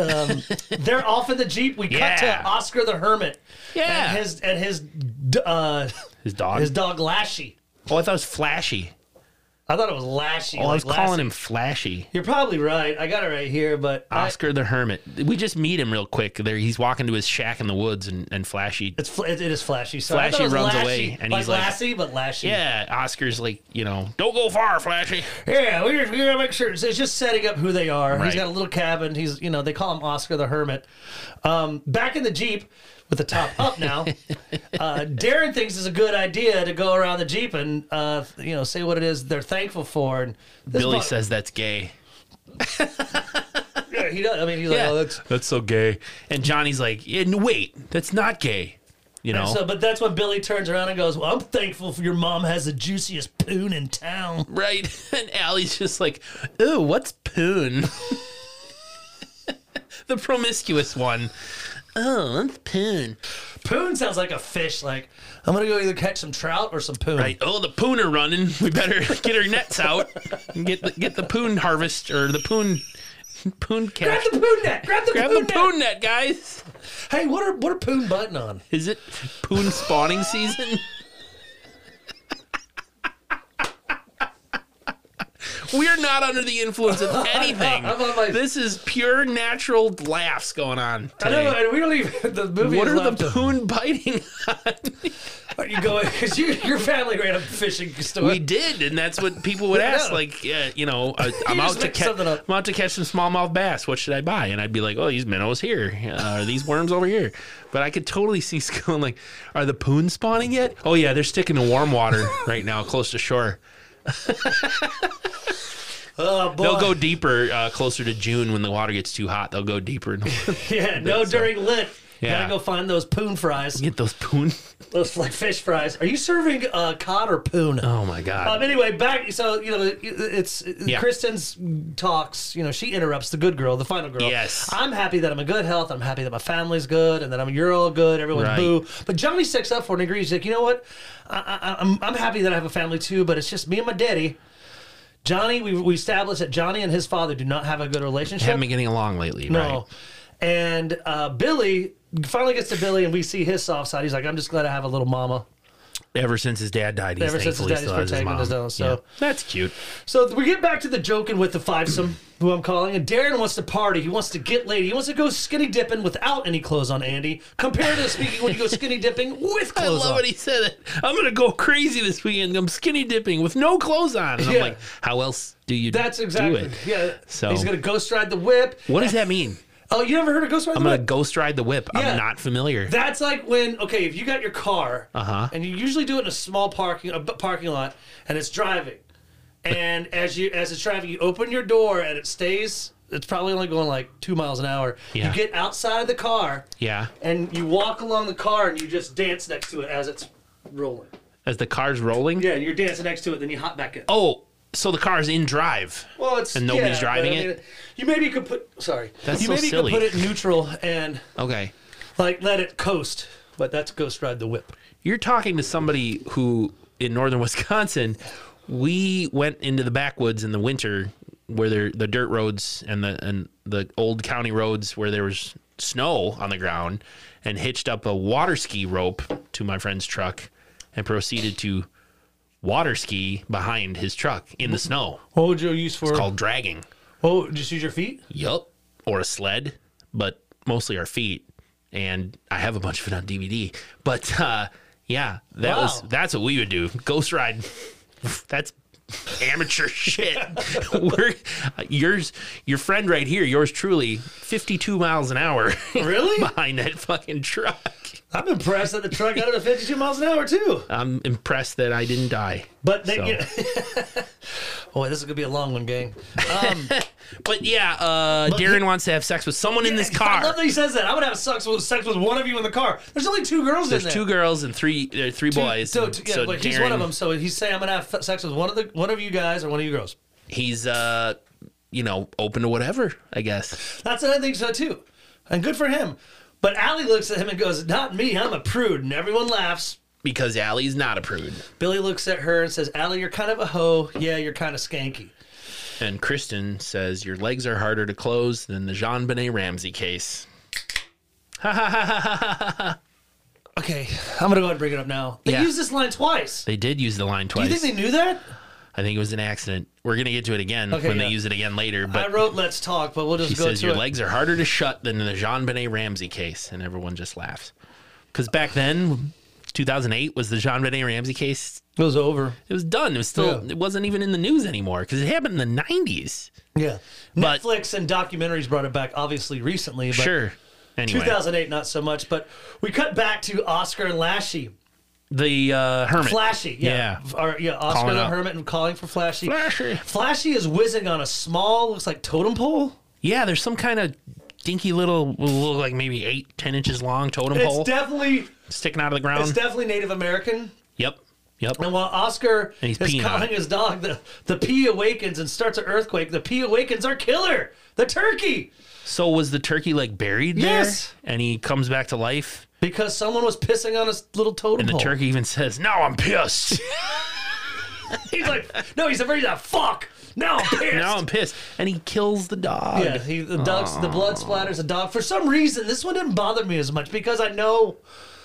Speaker 1: They're off in the jeep. We cut
Speaker 2: Yeah.
Speaker 1: to Oscar the Hermit.
Speaker 2: Yeah.
Speaker 1: And his and his d- uh,
Speaker 2: His dog.
Speaker 1: his dog Lashy.
Speaker 2: oh, I thought it was flashy.
Speaker 1: I thought it was Lashy.
Speaker 2: Well, Oh,
Speaker 1: like
Speaker 2: I was
Speaker 1: Lassie.
Speaker 2: calling him Uh, Flashy.
Speaker 1: You're probably right. I got it right here, but uh, I,
Speaker 2: Oscar the Hermit. We just meet him real quick. There, he's walking to his shack in the woods, and, and Flashy.
Speaker 1: it's fl- it, it is Flashy. So I
Speaker 2: Flashy
Speaker 1: thought it was
Speaker 2: runs
Speaker 1: Lashy,
Speaker 2: away, and
Speaker 1: like
Speaker 2: he's like-
Speaker 1: Lassie, but Lashy.
Speaker 2: Yeah, Oscar's like, you know, don't go far, Flashy.
Speaker 1: yeah. We just we gotta make sure it's, it's just setting up who they are. He's
Speaker 2: Right.
Speaker 1: got a little cabin. He's you know they call him Oscar the Hermit. Um, back in the jeep with the top up now. uh, Darren thinks it's a good idea to go around the jeep and uh, you know say what it is they're thankful for. And this
Speaker 2: Billy
Speaker 1: mo-
Speaker 2: says that's gay.
Speaker 1: Yeah, he does. I mean, he's like, oh, that's.
Speaker 2: that's so gay. And Johnny's like, yeah, no, wait, that's not gay. You know,
Speaker 1: So, but that's when Billy turns around and goes, "Well, I'm thankful for your mom has the juiciest poon in town."
Speaker 2: right? And Allie's just like, ooh, what's poon? the promiscuous one. Oh, that's poon.
Speaker 1: Poon sounds like a fish. Like I'm gonna go either catch some trout or some poon.
Speaker 2: Right. Oh, the pooner running. We better get our nets out and get the, get the poon harvest or the poon poon
Speaker 1: Grab
Speaker 2: catch.
Speaker 1: the poon net. Grab the
Speaker 2: Grab
Speaker 1: poon
Speaker 2: the
Speaker 1: net.
Speaker 2: poon net, guys.
Speaker 1: Hey, what are what are poon biting on?
Speaker 2: Is it poon spawning season? We're not under the influence of anything.
Speaker 1: I'm on my-
Speaker 2: This is pure natural laughs going on
Speaker 1: I don't
Speaker 2: today.
Speaker 1: know. And we don't even the movie.
Speaker 2: What
Speaker 1: is
Speaker 2: are
Speaker 1: left
Speaker 2: the poon biting?
Speaker 1: Are you going? Because you, your family ran a fishing store.
Speaker 2: We did, and that's what people would ask. Like, uh, you know, uh, I'm
Speaker 1: just
Speaker 2: out to
Speaker 1: mixed
Speaker 2: catch.
Speaker 1: something
Speaker 2: I'm
Speaker 1: up.
Speaker 2: out to catch some smallmouth bass. What should I buy? And I'd be like, Oh, these minnows here. Uh, are these worms over here? But I could totally see us going like, Are the poons spawning yet? Oh yeah, they're sticking to warm water right now, close to shore.
Speaker 1: oh boy.
Speaker 2: They'll go deeper uh, closer to June when the water gets too hot. They'll go deeper and
Speaker 1: yeah. No during lit.
Speaker 2: Yeah.
Speaker 1: Gotta go find those poon fries.
Speaker 2: get those poon.
Speaker 1: Those like fish fries. Are you serving uh, cod or poon?
Speaker 2: Oh my god.
Speaker 1: Um, anyway, back. So you know, it- it's
Speaker 2: Yeah.
Speaker 1: Kristen's talks. You know, she interrupts the good girl, the final girl.
Speaker 2: Yes.
Speaker 1: I'm happy that I'm in good health. I'm happy that my family's good, and that I'm you're all good. Everyone's
Speaker 2: Right.
Speaker 1: boo. But Johnny sticks up for it and agrees. He's like, you know what? I, I, I'm I'm happy that I have a family too, but it's just me and my daddy. Johnny, we we established that Johnny and his father do not have a good relationship.
Speaker 2: Haven't been getting along lately, right?
Speaker 1: No. And uh, Billy finally gets to Billy, and we see his soft side. He's like, I'm just glad I have a little mama.
Speaker 2: Ever since his dad died, he's
Speaker 1: Ever since his
Speaker 2: thankful
Speaker 1: dad,
Speaker 2: he
Speaker 1: he's
Speaker 2: still has his mom.
Speaker 1: protagonist, though, so-
Speaker 2: Yeah. That's cute.
Speaker 1: So we get back to the joking with the fivesome, who I'm calling, and Darren wants to party. He wants to get laid. He wants to go skinny dipping without any clothes on, Andy. Compared to speaking when you go skinny dipping with
Speaker 2: I
Speaker 1: clothes
Speaker 2: love
Speaker 1: on.
Speaker 2: when he said it. I'm gonna go crazy this weekend. I'm skinny dipping with no clothes on. And
Speaker 1: Yeah.
Speaker 2: I'm like, how else do you
Speaker 1: That's
Speaker 2: do
Speaker 1: exactly.
Speaker 2: it?
Speaker 1: Yeah.
Speaker 2: So-
Speaker 1: he's gonna ghost ride the whip.
Speaker 2: What does that mean?
Speaker 1: Oh, you never heard of ghost ride
Speaker 2: I'm
Speaker 1: the
Speaker 2: gonna
Speaker 1: whip?
Speaker 2: ghost ride the whip.
Speaker 1: Yeah.
Speaker 2: I'm not familiar.
Speaker 1: That's like when okay, if you got your car,
Speaker 2: Uh-huh.
Speaker 1: and you usually do it in a small parking a b- parking lot, and it's driving, and as you as it's driving, you open your door and it stays. It's probably only going like two miles an hour.
Speaker 2: Yeah.
Speaker 1: You get outside of the car.
Speaker 2: yeah.
Speaker 1: and you walk along the car and you just dance next to it as it's rolling.
Speaker 2: As the car's rolling.
Speaker 1: Yeah, you're dancing next to it, then you hop back in.
Speaker 2: Oh, so the car's in drive.
Speaker 1: well, it's
Speaker 2: and nobody's
Speaker 1: yeah, but
Speaker 2: driving
Speaker 1: I mean,
Speaker 2: it?
Speaker 1: You maybe could put sorry.
Speaker 2: That's
Speaker 1: you
Speaker 2: so
Speaker 1: maybe
Speaker 2: silly.
Speaker 1: could put it neutral and
Speaker 2: Okay.
Speaker 1: like let it coast, but that's Ghost Ride the Whip.
Speaker 2: You're talking to somebody who in northern Wisconsin, we went into the backwoods in the winter where there the dirt roads and the and the old county roads where there was snow on the ground and hitched up a water ski rope to my friend's truck and proceeded to water ski behind his truck in the snow
Speaker 1: What would you use for?
Speaker 2: called dragging.
Speaker 1: Oh, just use your feet.
Speaker 2: Yup. Or a sled, but mostly our feet. And I have a bunch of it on DVD. But uh, yeah, that
Speaker 1: Wow.
Speaker 2: was that's what we would do. Ghost ride. that's amateur shit. We're, yours, your friend right here, yours truly, fifty-two miles an hour
Speaker 1: Really?
Speaker 2: behind that fucking truck.
Speaker 1: I'm impressed that the truck got it at 52 miles an hour too.
Speaker 2: I'm impressed that I didn't die.
Speaker 1: But they,
Speaker 2: So.
Speaker 1: boy, this is gonna be a long one, gang. Um,
Speaker 2: But yeah, uh, Darren wants to have sex with someone in this car.
Speaker 1: I love that he says that. I would have sex with sex with one of you in the car. There's only two girls in
Speaker 2: There's
Speaker 1: there.
Speaker 2: two girls and three uh, three boys.
Speaker 1: So, yeah, but he's one of them. So he's saying I'm gonna have sex with one of the one of you guys or one of you girls.
Speaker 2: he's uh you know open to whatever i guess
Speaker 1: That's what I think so too, and good for him. But Allie looks at him and goes, "Not me. I'm a prude," and everyone laughs.
Speaker 2: because Allie's not a prude
Speaker 1: Billy looks at her and says, "Allie, you're kind of a hoe. Yeah, you're kind of skanky."
Speaker 2: and kristen says your legs are harder to close than the jean benet ramsey case
Speaker 1: Okay, I'm gonna go ahead and bring it up now. They
Speaker 2: Yeah.
Speaker 1: used this line twice.
Speaker 2: they did use the line
Speaker 1: Do
Speaker 2: twice
Speaker 1: you think they knew that?
Speaker 2: i think it was an accident we're gonna get to it again
Speaker 1: Okay,
Speaker 2: when
Speaker 1: yeah.
Speaker 2: they use it again later
Speaker 1: I
Speaker 2: but
Speaker 1: wrote "Let's talk," but we'll just
Speaker 2: he
Speaker 1: go
Speaker 2: says
Speaker 1: to
Speaker 2: your
Speaker 1: it.
Speaker 2: legs are harder to shut than the jean benet ramsey case and everyone just laughs because back then 2008 was the jean benet ramsey case
Speaker 1: it was over.
Speaker 2: it was done it was still
Speaker 1: Yeah.
Speaker 2: it wasn't even in the news anymore because it happened in the 90s
Speaker 1: Yeah,
Speaker 2: But-
Speaker 1: Netflix and documentaries brought it back, obviously recently. But
Speaker 2: sure anyway
Speaker 1: 2008, not so much. But we cut back to Oscar and Lashy.
Speaker 2: the uh, hermit.
Speaker 1: Flashy, yeah.
Speaker 2: Yeah.
Speaker 1: Or, yeah Oscar
Speaker 2: Calling
Speaker 1: the
Speaker 2: out.
Speaker 1: Hermit and calling for Flashy.
Speaker 2: Flashy.
Speaker 1: Flashy is whizzing on a small, looks like totem pole.
Speaker 2: Yeah, there's some kind of dinky little, little, like maybe eight, ten inches long totem
Speaker 1: It's
Speaker 2: pole Um,
Speaker 1: definitely
Speaker 2: sticking out of the
Speaker 1: it's
Speaker 2: ground.
Speaker 1: definitely Native American.
Speaker 2: yep, yep.
Speaker 1: And while Oscar
Speaker 2: he's
Speaker 1: is
Speaker 2: peeing on
Speaker 1: calling
Speaker 2: it.
Speaker 1: his dog, the, the pea awakens and starts an earthquake. The pea awakens our killer, the turkey,
Speaker 2: So was the turkey like buried there?
Speaker 1: Yes.
Speaker 2: And he comes back to life,
Speaker 1: because someone was pissing on his little totem
Speaker 2: and the
Speaker 1: pole.
Speaker 2: turkey even says, "Now I'm pissed.
Speaker 1: He's like, no, he's a very like, fuck. Now I'm pissed.
Speaker 2: now I'm pissed." And he kills the dog.
Speaker 1: Yeah, he, the dogs, the blood splatters the dog. For some reason, this one didn't bother me as much because I know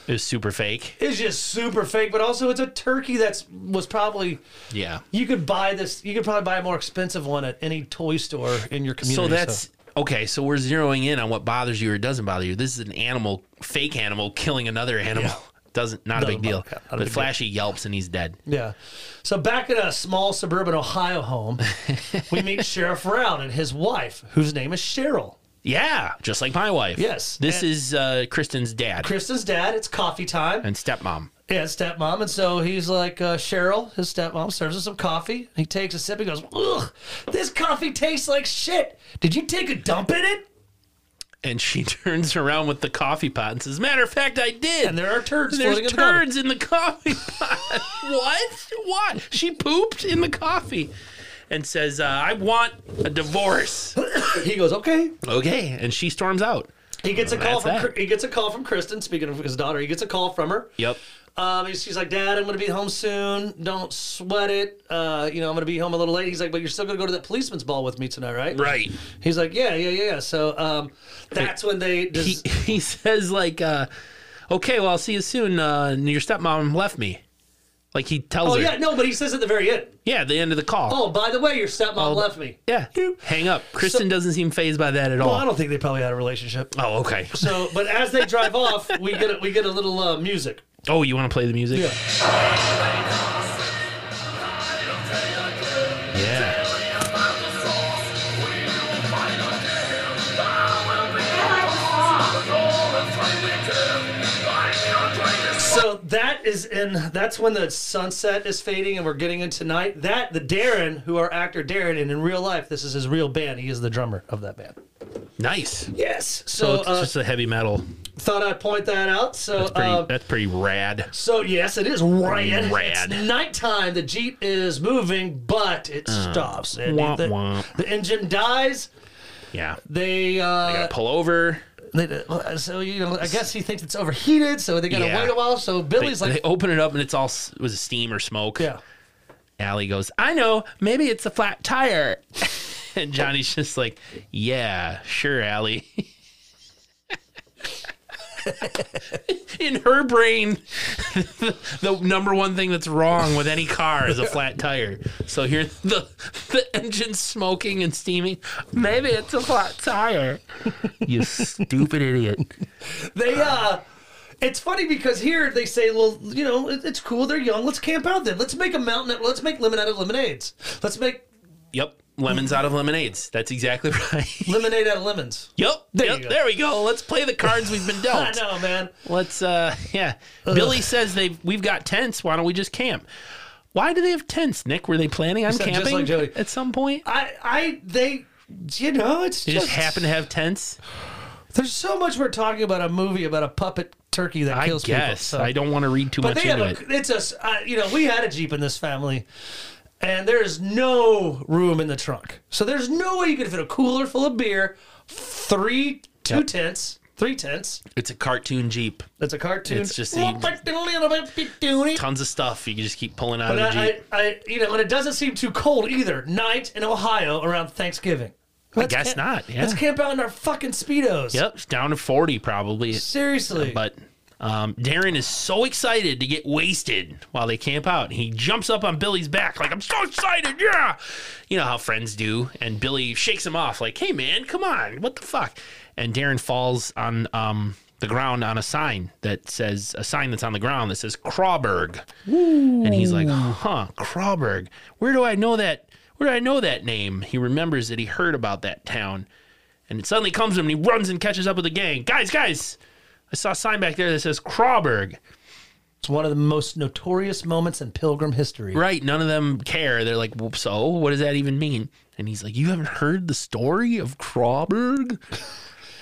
Speaker 2: It was super fake.
Speaker 1: it's just super fake. But also, it's a turkey that's was probably
Speaker 2: Yeah.
Speaker 1: you could buy this. You could probably buy a more expensive one at any toy store in your community.
Speaker 2: So that's okay. So we're zeroing in on what bothers you or doesn't bother you. This is an animal, fake animal, killing another animal. Doesn't not a big deal.
Speaker 1: bother- not a big
Speaker 2: But
Speaker 1: deal.
Speaker 2: Flashy yelps and he's dead.
Speaker 1: yeah. So back at a small suburban Ohio home, we meet Sheriff Round and his wife, whose name is Cheryl.
Speaker 2: Yeah, just like my wife.
Speaker 1: Yes,
Speaker 2: This
Speaker 1: and-
Speaker 2: is uh, Kristen's dad
Speaker 1: Kristen's dad. It's coffee time.
Speaker 2: and stepmom.
Speaker 1: Yeah, stepmom. And so he's like, uh, Cheryl, his stepmom, serves him some coffee. He takes a sip and goes, Ugh, this coffee tastes like shit. Did you take a dump in it?
Speaker 2: And she turns around with the coffee pot and says, Matter of fact, I did.
Speaker 1: And there are turds
Speaker 2: There's
Speaker 1: floating in the garbage.
Speaker 2: turds in the coffee pot. what? What? She pooped in the coffee and says, uh, I want a divorce.
Speaker 1: He goes, okay.
Speaker 2: okay. And she storms out.
Speaker 1: He gets a call
Speaker 2: that's
Speaker 1: from
Speaker 2: that.
Speaker 1: Kr- he gets a call from Kristen. Speaking of his daughter, he gets a call from her.
Speaker 2: Yep.
Speaker 1: Um, he's- she's like, Dad, I'm gonna be home soon. Don't sweat it. Uh, you know, I'm gonna be home a little late. He's like, But you're still gonna go to that policeman's ball with me tonight, right?
Speaker 2: Right.
Speaker 1: He's like, Yeah, yeah, yeah. yeah." So um, that's when they. Des-
Speaker 2: He, he says, like, uh, okay, well, I'll see you soon. Uh, and your stepmom left me. Like he tells
Speaker 1: oh
Speaker 2: her.
Speaker 1: yeah, no, but he says at the very end.
Speaker 2: yeah, the end of the call.
Speaker 1: Oh, by the way, your stepmom left me.
Speaker 2: Yeah. Hang up. Kristen doesn't seem phased by that at all.
Speaker 1: Well, I don't think they probably had a relationship.
Speaker 2: Oh, okay.
Speaker 1: So, but as they drive off, we get a, we get a little uh, music.
Speaker 2: Oh, you want to play the music?
Speaker 1: Yeah.
Speaker 2: Yeah.
Speaker 1: So that is in that's when the sunset is fading and we're getting into night. That the Darren, who our actor Darren, and in real life this is his real band. He is the drummer of that band.
Speaker 2: Nice.
Speaker 1: Yes. So,
Speaker 2: So it's
Speaker 1: uh,
Speaker 2: just a heavy metal.
Speaker 1: thought I'd point that out. So
Speaker 2: That's pretty.
Speaker 1: uh,
Speaker 2: that's pretty rad.
Speaker 1: So yes, it is rad.
Speaker 2: Rad.
Speaker 1: It's nighttime. The jeep is moving, but it
Speaker 2: Uh,
Speaker 1: stops. And
Speaker 2: womp
Speaker 1: the,
Speaker 2: womp.
Speaker 1: the engine dies.
Speaker 2: Yeah.
Speaker 1: They, uh,
Speaker 2: Pull over.
Speaker 1: they- uh, so you know, I guess he thinks it's overheated. So they gotta
Speaker 2: Yeah.
Speaker 1: wait a while. So Billy's
Speaker 2: they
Speaker 1: like,
Speaker 2: open it up and it's all s- was it steam or smoke.
Speaker 1: yeah.
Speaker 2: Allie goes, I know. Maybe it's a flat tire. And Johnny's just like, yeah, sure, Allie. In her brain, the, the number one thing that's wrong with any car is a flat tire. So here, the the engine's smoking and steaming. Maybe it's a flat tire. You stupid idiot.
Speaker 1: They uh it's funny because here they say, well, you know, it, it's cool. They're young. Let's camp out then. Let's make a mountain. Let's make lemon out of lemonades. Let's make
Speaker 2: Yep, lemons out of lemonades. That's exactly right.
Speaker 1: lemonade out of lemons.
Speaker 2: Yep, there, yep,
Speaker 1: you go.
Speaker 2: there we go. Let's play the cards we've been dealt.
Speaker 1: I know, man.
Speaker 2: Let's uh yeah. Billy says they have we've got tents. Why don't we just camp? Why do they have tents, Nick? Were they planning on
Speaker 1: said
Speaker 2: camping
Speaker 1: just like Joey.
Speaker 2: at some point?
Speaker 1: I, I, they, you know, it's
Speaker 2: They
Speaker 1: just,
Speaker 2: just happen to have tents.
Speaker 1: There's so much we're talking about a movie about a puppet turkey that
Speaker 2: I
Speaker 1: kills people.
Speaker 2: guess
Speaker 1: So.
Speaker 2: I don't want to read too
Speaker 1: but
Speaker 2: much
Speaker 1: they have
Speaker 2: into
Speaker 1: a,
Speaker 2: it.
Speaker 1: it's a, s- uh, you know, we had a jeep in this family, and there is no room in the trunk, so there's no way you could fit a cooler full of beer, three, two tents, three tents.
Speaker 2: It's a cartoon jeep.
Speaker 1: That's a cartoon.
Speaker 2: It's just the-
Speaker 1: the,
Speaker 2: Tons of stuff you can just keep pulling out
Speaker 1: And
Speaker 2: of the jeep.
Speaker 1: I, I, I, you know, and it doesn't seem too cold either. Night in Ohio around Thanksgiving. Let's
Speaker 2: guess
Speaker 1: camp-
Speaker 2: not, yeah.
Speaker 1: Let's camp out in our fucking speedos.
Speaker 2: yep, it's down to forty probably.
Speaker 1: Seriously.
Speaker 2: But um, Darren is so excited to get wasted while they camp out. He jumps up on Billy's back like, I'm so excited, yeah! You know how friends do. And Billy shakes him off like, hey, man, come on, what the fuck? And Darren falls on um, the ground on a sign that says, a sign that's on the ground that says Crawberg. And he's like, huh, Crawberg. Where do I know that? Where do I know that name? He remembers that he heard about that town. And it suddenly comes to him and he runs and catches up with the gang. Guys, guys, I saw a sign back there that says Crawberg.
Speaker 1: it's one of the most notorious moments in pilgrim history.
Speaker 2: Right. None of them care. They're like, "Whoop, so what does that even mean? And he's like, you haven't heard the story of Crawberg?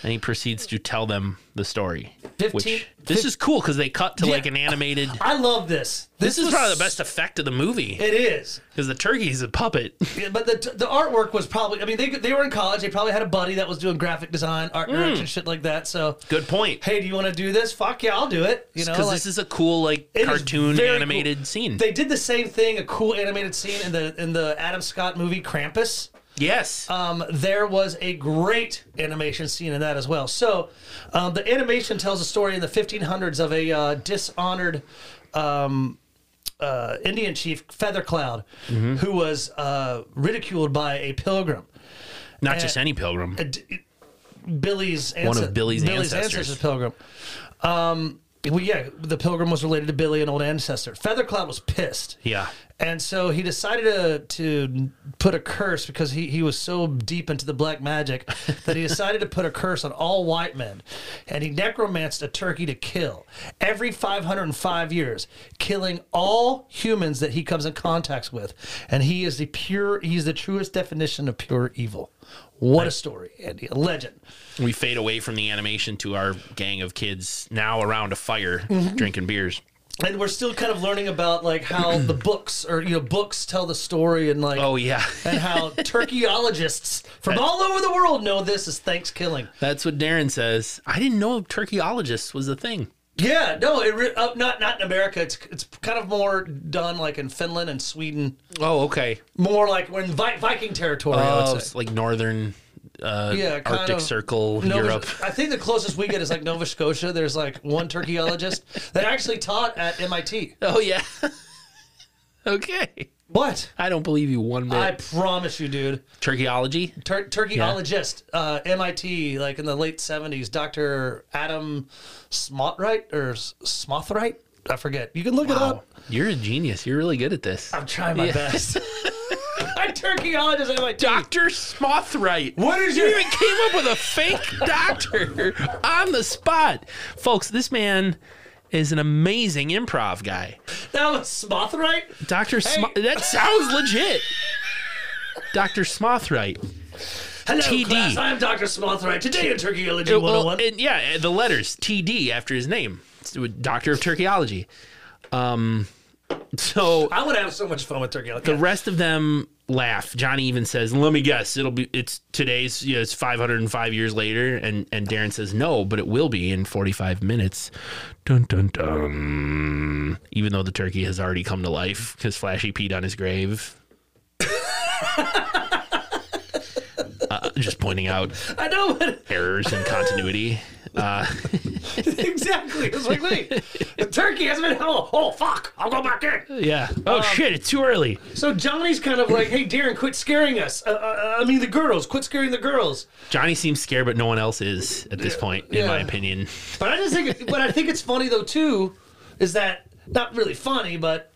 Speaker 2: and he proceeds to tell them the story.
Speaker 1: 15
Speaker 2: which this is cool because they cut to like
Speaker 1: Yeah.
Speaker 2: an animated.
Speaker 1: I love this.
Speaker 2: This is
Speaker 1: was-
Speaker 2: probably the best effect of the movie
Speaker 1: It is.
Speaker 2: because the turkey's a puppet.
Speaker 1: Yeah, But the, the artwork was probably, I mean, they, they were in college. They probably had a buddy that was doing graphic design,
Speaker 2: Hmm.
Speaker 1: art direction, shit like that. So,
Speaker 2: Good point.
Speaker 1: hey, do you want to do this? Fuck yeah, I'll do it. You know,
Speaker 2: Because
Speaker 1: like-
Speaker 2: this is a cool like
Speaker 1: It is
Speaker 2: cartoon
Speaker 1: very
Speaker 2: animated scene.
Speaker 1: they did the same thing, a cool animated scene in the in the Adam Scott movie Krampus.
Speaker 2: yes.
Speaker 1: Um, there was a great animation scene in that as well. So, um, the animation tells a story in the 1500s of a uh, dishonored um, uh, Indian chief, Feathercloud,
Speaker 2: Mm-hmm.
Speaker 1: who was uh, ridiculed by a pilgrim.
Speaker 2: Not
Speaker 1: uh,
Speaker 2: just any pilgrim.
Speaker 1: A d- Billy's
Speaker 2: of
Speaker 1: ancest-
Speaker 2: Billy's ancestors.
Speaker 1: ancestors pilgrim. Um, well, yeah, the pilgrim was related to Billy, an old ancestor. Feathercloud was pissed.
Speaker 2: yeah.
Speaker 1: And so he decided to, to put a curse because he, he was so deep into the black magic that he decided to put a curse on all white men. And he necromanced a turkey to kill every 505 years, killing all humans that he comes in contact with. And he is the pure, he's the truest definition of pure evil. What a story, Andy. A legend.
Speaker 2: we fade away from the animation to our gang of kids now around a fire
Speaker 1: Mm-hmm.
Speaker 2: drinking beers.
Speaker 1: And we're still kind of learning about like how the books or, you know, books tell the story and like,
Speaker 2: Oh yeah.
Speaker 1: and how turkeyologists from all over the world know this is Thanksgiving.
Speaker 2: That's what Darren says. I didn't know turkeyologist was a thing.
Speaker 1: Yeah, no, it re- uh, not not in America. It's it's kind of more done like in Finland and Sweden,
Speaker 2: Oh, okay.
Speaker 1: more like we're in Vi- Viking territory. I
Speaker 2: Oh,
Speaker 1: would
Speaker 2: it's
Speaker 1: say.
Speaker 2: like northern uh,
Speaker 1: Yeah, kind
Speaker 2: Arctic
Speaker 1: of.
Speaker 2: Circle,
Speaker 1: Nova-
Speaker 2: Europe.
Speaker 1: I think the closest we get is like Nova Scotia. There's like one turkeyologist that actually taught at MIT.
Speaker 2: Oh yeah. okay.
Speaker 1: What?
Speaker 2: I don't believe you one bit.
Speaker 1: I promise you, dude.
Speaker 2: Turkeyology.
Speaker 1: Tur- turkeyologist, uh, MIT, like in the late '70s, Dr. Adam Smotright or S- Smothright, I forget. You can look it
Speaker 2: Wow.
Speaker 1: up.
Speaker 2: You're a genius. You're really good at this.
Speaker 1: I'm trying my best. I'm turkeyologist at MIT.
Speaker 2: Doctor Smothright.
Speaker 1: What is
Speaker 2: You even came up with a fake doctor on the spot. Folks, this man is an amazing improv guy.
Speaker 1: That was Smothright?
Speaker 2: Dr. Smoth that sounds legit. Dr. Smothright.
Speaker 1: Hello,
Speaker 2: TD.
Speaker 1: class. I'm Dr. Smothright. Today in Turkeyology
Speaker 2: Well,
Speaker 1: 101.
Speaker 2: and yeah, the letters TD after his name. It's Doctor of Turkeyology. Um so
Speaker 1: I would have so much fun with Turkeyology.
Speaker 2: the rest of them laugh. Johnny even says, "Let me guess, it'll be it's today's. You know, it's 505 years later." And and Darren says, "No, but it will be in 45 minutes." Dun dun dun. Even though the turkey has already come to life because Flashy peed on his grave. Uh, just pointing out
Speaker 1: I know, but
Speaker 2: errors in continuity. Uh,
Speaker 1: exactly. It's like, wait, the turkey hasn't been held. Oh, fuck. I'll go back in.
Speaker 2: yeah. Oh
Speaker 1: Um,
Speaker 2: shit! It's too early.
Speaker 1: So Johnny's kind of like, hey, Darren, quit scaring us. Uh, uh, I mean, the girls. Quit scaring the girls.
Speaker 2: Johnny seems scared, but no one else is at this point, in my
Speaker 1: yeah.
Speaker 2: opinion.
Speaker 1: But I just think, but I think it's funny though too, is that not really funny, but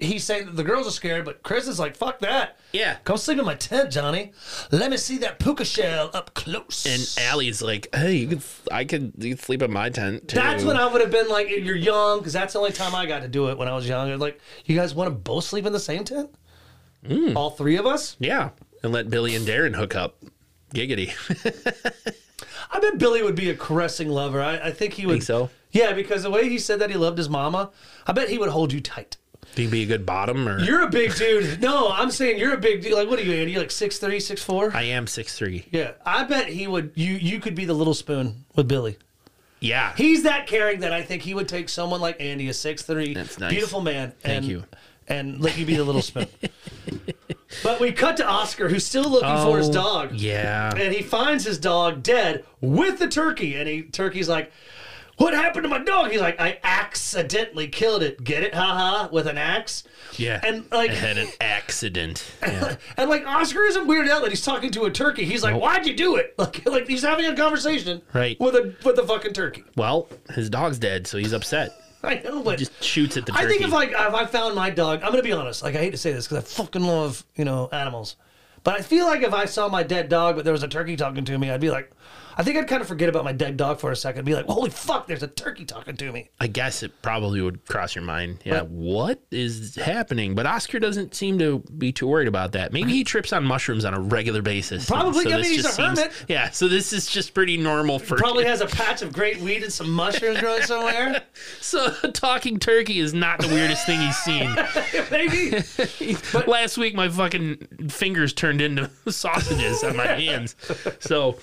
Speaker 1: he's saying that the girls are scared, but Chris is like, fuck that.
Speaker 2: Yeah.
Speaker 1: Come sleep in my tent, Johnny. Let me see that puka shell up close.
Speaker 2: And Allie's like, "Hey, you could, I could, you could sleep in my tent too."
Speaker 1: that's when I would have been like, you're young, because that's the only time I got to do it when I was young. Like, you guys want to both sleep in the same tent?
Speaker 2: Hmm.
Speaker 1: All three of us?
Speaker 2: yeah, and let Billy and Darren hook up. Giggity.
Speaker 1: I bet Billy would be a caressing lover. I, I think he would.
Speaker 2: Think so?
Speaker 1: Yeah, because the way he said that he loved his mama, I bet he would hold you tight.
Speaker 2: Do you be a good bottom or?
Speaker 1: You're a big dude. No, I'm saying you're a big dude. Like, what are you, Andy? You're like 6'3", 6'4"?
Speaker 2: I am six three.
Speaker 1: yeah, I bet he would. You you could be the little spoon with Billy.
Speaker 2: Yeah.
Speaker 1: He's that caring that I think he would take someone like Andy, a 6'3",
Speaker 2: That's nice.
Speaker 1: beautiful man. and,
Speaker 2: you.
Speaker 1: And let you be the little spoon. but we cut to Oscar, who's still looking for his
Speaker 2: Oh,
Speaker 1: dog.
Speaker 2: Yeah.
Speaker 1: And he finds his dog dead with the turkey. And he turkey's like, What happened to my dog? He's like, I accidentally killed it. Get it? Haha. With an axe.
Speaker 2: Yeah.
Speaker 1: And like
Speaker 2: I had an accident. Yeah.
Speaker 1: and like Oscar isn't weirded out that he's talking to a turkey. He's like, Why'd you do it? Like like he's having a conversation
Speaker 2: Right.
Speaker 1: with a with a fucking turkey.
Speaker 2: Well, his dog's dead, so he's upset.
Speaker 1: I know, but
Speaker 2: Just shoots at the turkey.
Speaker 1: I think if like if I found my dog, I'm gonna be honest. Like I hate to say this because I fucking love you know animals, but I feel like if I saw my dead dog, but there was a turkey talking to me, I'd be like, I think I'd kind of forget about my dead dog for a second. Be like, holy fuck, there's a turkey talking to me.
Speaker 2: I guess it probably would cross your mind. Yeah, what is happening? But Oscar doesn't seem to be too worried about that. Maybe he trips on mushrooms on a regular basis. and
Speaker 1: Probably, I mean,
Speaker 2: this
Speaker 1: he's
Speaker 2: just
Speaker 1: a hermit.
Speaker 2: yeah, so this is just pretty normal for
Speaker 1: Probably has a patch of great weed and some mushrooms growing somewhere.
Speaker 2: So a talking turkey is not the weirdest thing he's seen.
Speaker 1: Maybe.
Speaker 2: Last week, my fucking fingers turned into sausages on my hands. So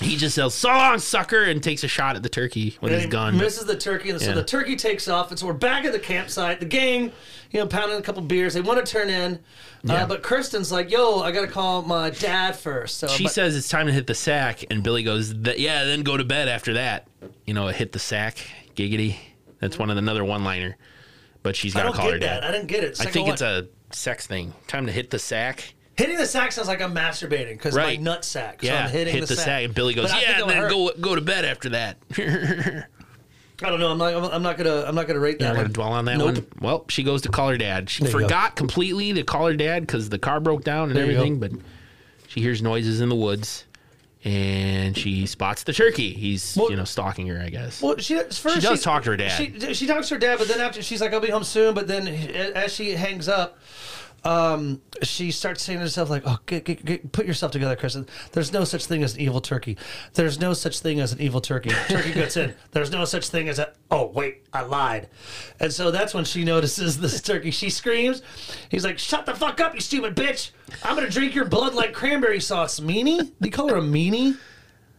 Speaker 2: he just yells, "So long, sucker!" and takes a shot at the turkey with his
Speaker 1: And
Speaker 2: gun.
Speaker 1: Misses the turkey, and so
Speaker 2: Yeah.
Speaker 1: the turkey takes off. And so we're back at the campsite. The gang, you know, pounding a couple beers. They want to turn in, uh, but Kristen's like, "Yo, I gotta call my dad first. So
Speaker 2: She
Speaker 1: but-
Speaker 2: says it's time to hit the sack, and Billy goes, "Th- "Yeah, then go to bed after that." You know, hit the sack, giggity. That's one of the, another one-liner. But she's
Speaker 1: I
Speaker 2: got to
Speaker 1: don't
Speaker 2: call her
Speaker 1: get
Speaker 2: dad.
Speaker 1: that. I didn't get it.
Speaker 2: I
Speaker 1: like,
Speaker 2: think
Speaker 1: what?
Speaker 2: it's a sex thing. Time to hit the sack.
Speaker 1: hitting the sack sounds like I'm masturbating because
Speaker 2: Right.
Speaker 1: my nut sack. So
Speaker 2: Yeah,
Speaker 1: I'm hitting
Speaker 2: hit the, sack. And Billy goes,
Speaker 1: But I think
Speaker 2: "Yeah,
Speaker 1: it'll
Speaker 2: then
Speaker 1: hurt.
Speaker 2: go go to bed after that."
Speaker 1: I don't know. I'm not. I'm, I'm not gonna. I'm not gonna rate that.
Speaker 2: I'm
Speaker 1: one.
Speaker 2: gonna dwell on that
Speaker 1: Nope.
Speaker 2: one. Well, she goes to call her dad. She
Speaker 1: you go.
Speaker 2: forgot completely to call her dad because the car broke down and
Speaker 1: you go.
Speaker 2: everything, but she hears noises in the woods, and she spots the turkey. He's
Speaker 1: Well-
Speaker 2: you know stalking her, I guess.
Speaker 1: Well, she first
Speaker 2: She does talk to her dad.
Speaker 1: She, she talks to her dad, but then after she's like, "I'll be home soon." But then as she hangs up, um, she starts saying to herself, "Like, oh, get, get, get, put yourself together, Kristen. There's no such thing as an evil turkey. There's no such thing as an evil turkey. Turkey gets in. There's no such thing as a. Oh wait, I lied." And so that's when she notices this turkey. She screams. He's like, "Shut the fuck up, you stupid bitch! I'm gonna drink your blood like cranberry sauce, meanie." Do you call her a meanie?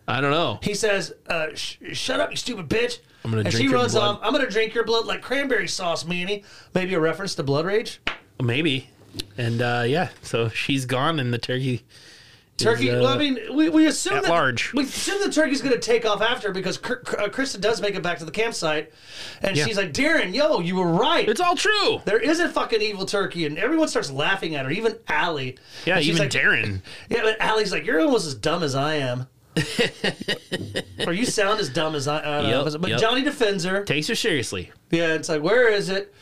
Speaker 2: I don't know.
Speaker 1: He says, uh, sh- "Shut up, you stupid bitch!" I'm
Speaker 2: gonna
Speaker 1: and
Speaker 2: drink
Speaker 1: she
Speaker 2: your
Speaker 1: runs
Speaker 2: blood.
Speaker 1: off. I'm gonna drink your blood like cranberry sauce, Manny. Maybe a reference to Blood Rage.
Speaker 2: Maybe. And uh, yeah, so she's gone, and the turkey.
Speaker 1: Turkey.
Speaker 2: uh,
Speaker 1: well, I mean, we, we assume
Speaker 2: at
Speaker 1: that
Speaker 2: large.
Speaker 1: we assume the turkey's gonna take off after her because Kr- Kr- uh, Kristen does make it back to the campsite, and she's like, "Darren, yo, you were right."
Speaker 2: It's all true.
Speaker 1: there is a fucking evil turkey, and everyone starts laughing at her, even Allie.
Speaker 2: Yeah,
Speaker 1: And she's
Speaker 2: even
Speaker 1: like,
Speaker 2: Darren.
Speaker 1: Yeah, but Allie's like, "You're almost as dumb as I am." or you sound as dumb as I, I don't know.
Speaker 2: Yep,
Speaker 1: But
Speaker 2: yep.
Speaker 1: Johnny defends her.
Speaker 2: Takes her seriously.
Speaker 1: Yeah, it's like, where is it?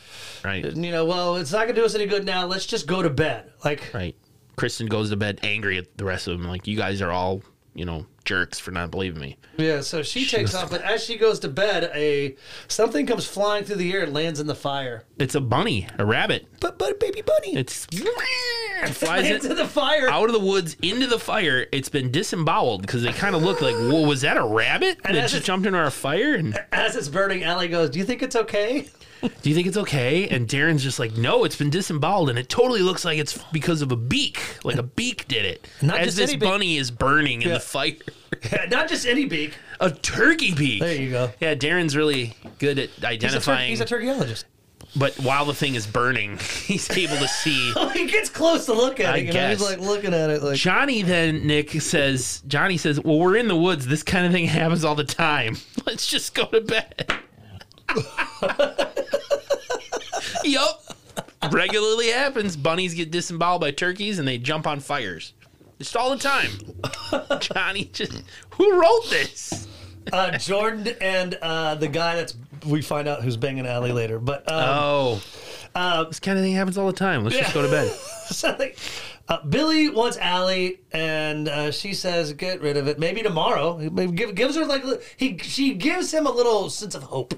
Speaker 2: Right.
Speaker 1: And, you know, well, it's not gonna do us any good now. Let's just go to bed. Like,
Speaker 2: Right. Kristen goes to bed angry at the rest of them. Like, you guys are all, you know, jerks for not believing me.
Speaker 1: yeah. So she takes off, but as she goes to bed, a something comes flying through the air and lands in the fire.
Speaker 2: It's a bunny, a rabbit.
Speaker 1: But, but, baby bunny,
Speaker 2: It's it flies
Speaker 1: lands
Speaker 2: it
Speaker 1: in the fire,
Speaker 2: out of the woods into the fire. It's been disemboweled because they kind of look like, whoa, was that a rabbit? And it
Speaker 1: as
Speaker 2: just
Speaker 1: it-
Speaker 2: jumped into our fire. And
Speaker 1: as it's burning. Allie goes, "Do you think it's okay?"
Speaker 2: do you think it's okay? And Darren's just like, no, it's been disemboweled, and it totally looks like it's because of a beak, like a beak did it.
Speaker 1: Not
Speaker 2: As
Speaker 1: just
Speaker 2: this
Speaker 1: any beak.
Speaker 2: bunny is burning in
Speaker 1: Yeah.
Speaker 2: the fire,
Speaker 1: not just any beak.
Speaker 2: a turkey beak.
Speaker 1: There you go.
Speaker 2: Yeah, Darren's really good at
Speaker 1: He's a, tur-
Speaker 2: identifying.
Speaker 1: he's a turkeyologist.
Speaker 2: But while the thing is burning, he's able to see.
Speaker 1: he gets close to look at
Speaker 2: I
Speaker 1: it. You know, he's
Speaker 2: guess.
Speaker 1: like looking at it, like
Speaker 2: Johnny then Nick says Johnny says, "Well, we're in the woods. This kind of thing happens all the time. Let's just go to bed." yup. Regularly happens. Bunnies get disemboweled by turkeys and they jump on fires. Just all the time. Johnny just Who wrote this?
Speaker 1: uh, Jordan and uh, the guy that's we find out who's banging Allie later. But uh,
Speaker 2: Oh. this kind of thing happens all the time. Let's just
Speaker 1: Yeah.
Speaker 2: go to bed.
Speaker 1: so they- uh, Billy wants Allie, and uh, she says, "Get rid of it. Maybe tomorrow." He maybe give, gives her like li- he she gives him a little sense of hope.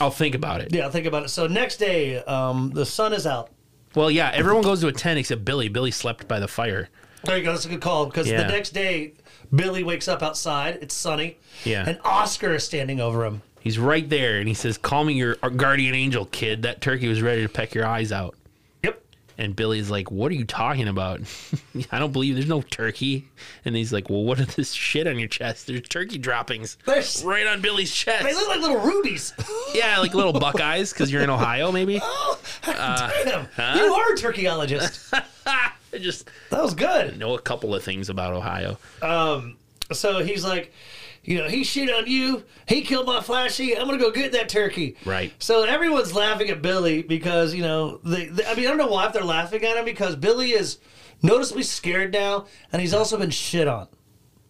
Speaker 2: I'll think about it.
Speaker 1: Yeah, think about it. So next day, um, the sun is out.
Speaker 2: Well, yeah, everyone goes to a 10 except Billy. Billy slept by the fire.
Speaker 1: There you go. That's a good call because
Speaker 2: Yeah.
Speaker 1: the next day, Billy wakes up outside. It's sunny.
Speaker 2: Yeah.
Speaker 1: And Oscar is standing over him.
Speaker 2: He's right there, and he says, "Call me your guardian angel, kid. That turkey was ready to peck your eyes out."
Speaker 1: Yep.
Speaker 2: And Billy's like, "What are you talking about? I don't believe there's no turkey." And he's like, "Well, what is this shit on your chest? There's turkey droppings
Speaker 1: There's-
Speaker 2: right on Billy's chest.
Speaker 1: They look like little rubies.
Speaker 2: yeah, like little buckeyes because you're in Ohio, maybe.
Speaker 1: Oh,
Speaker 2: Uh,
Speaker 1: Damn. You are a turkeyologist.
Speaker 2: I just
Speaker 1: that was good.
Speaker 2: know a couple of things about Ohio.
Speaker 1: So he's like, you know, he shit on you. He killed my flashy. I'm gonna go get that turkey.
Speaker 2: Right.
Speaker 1: So everyone's laughing at Billy because you know they, they- I mean, I don't know why if they're laughing at him because Billy is noticeably scared now, and he's also been shit on.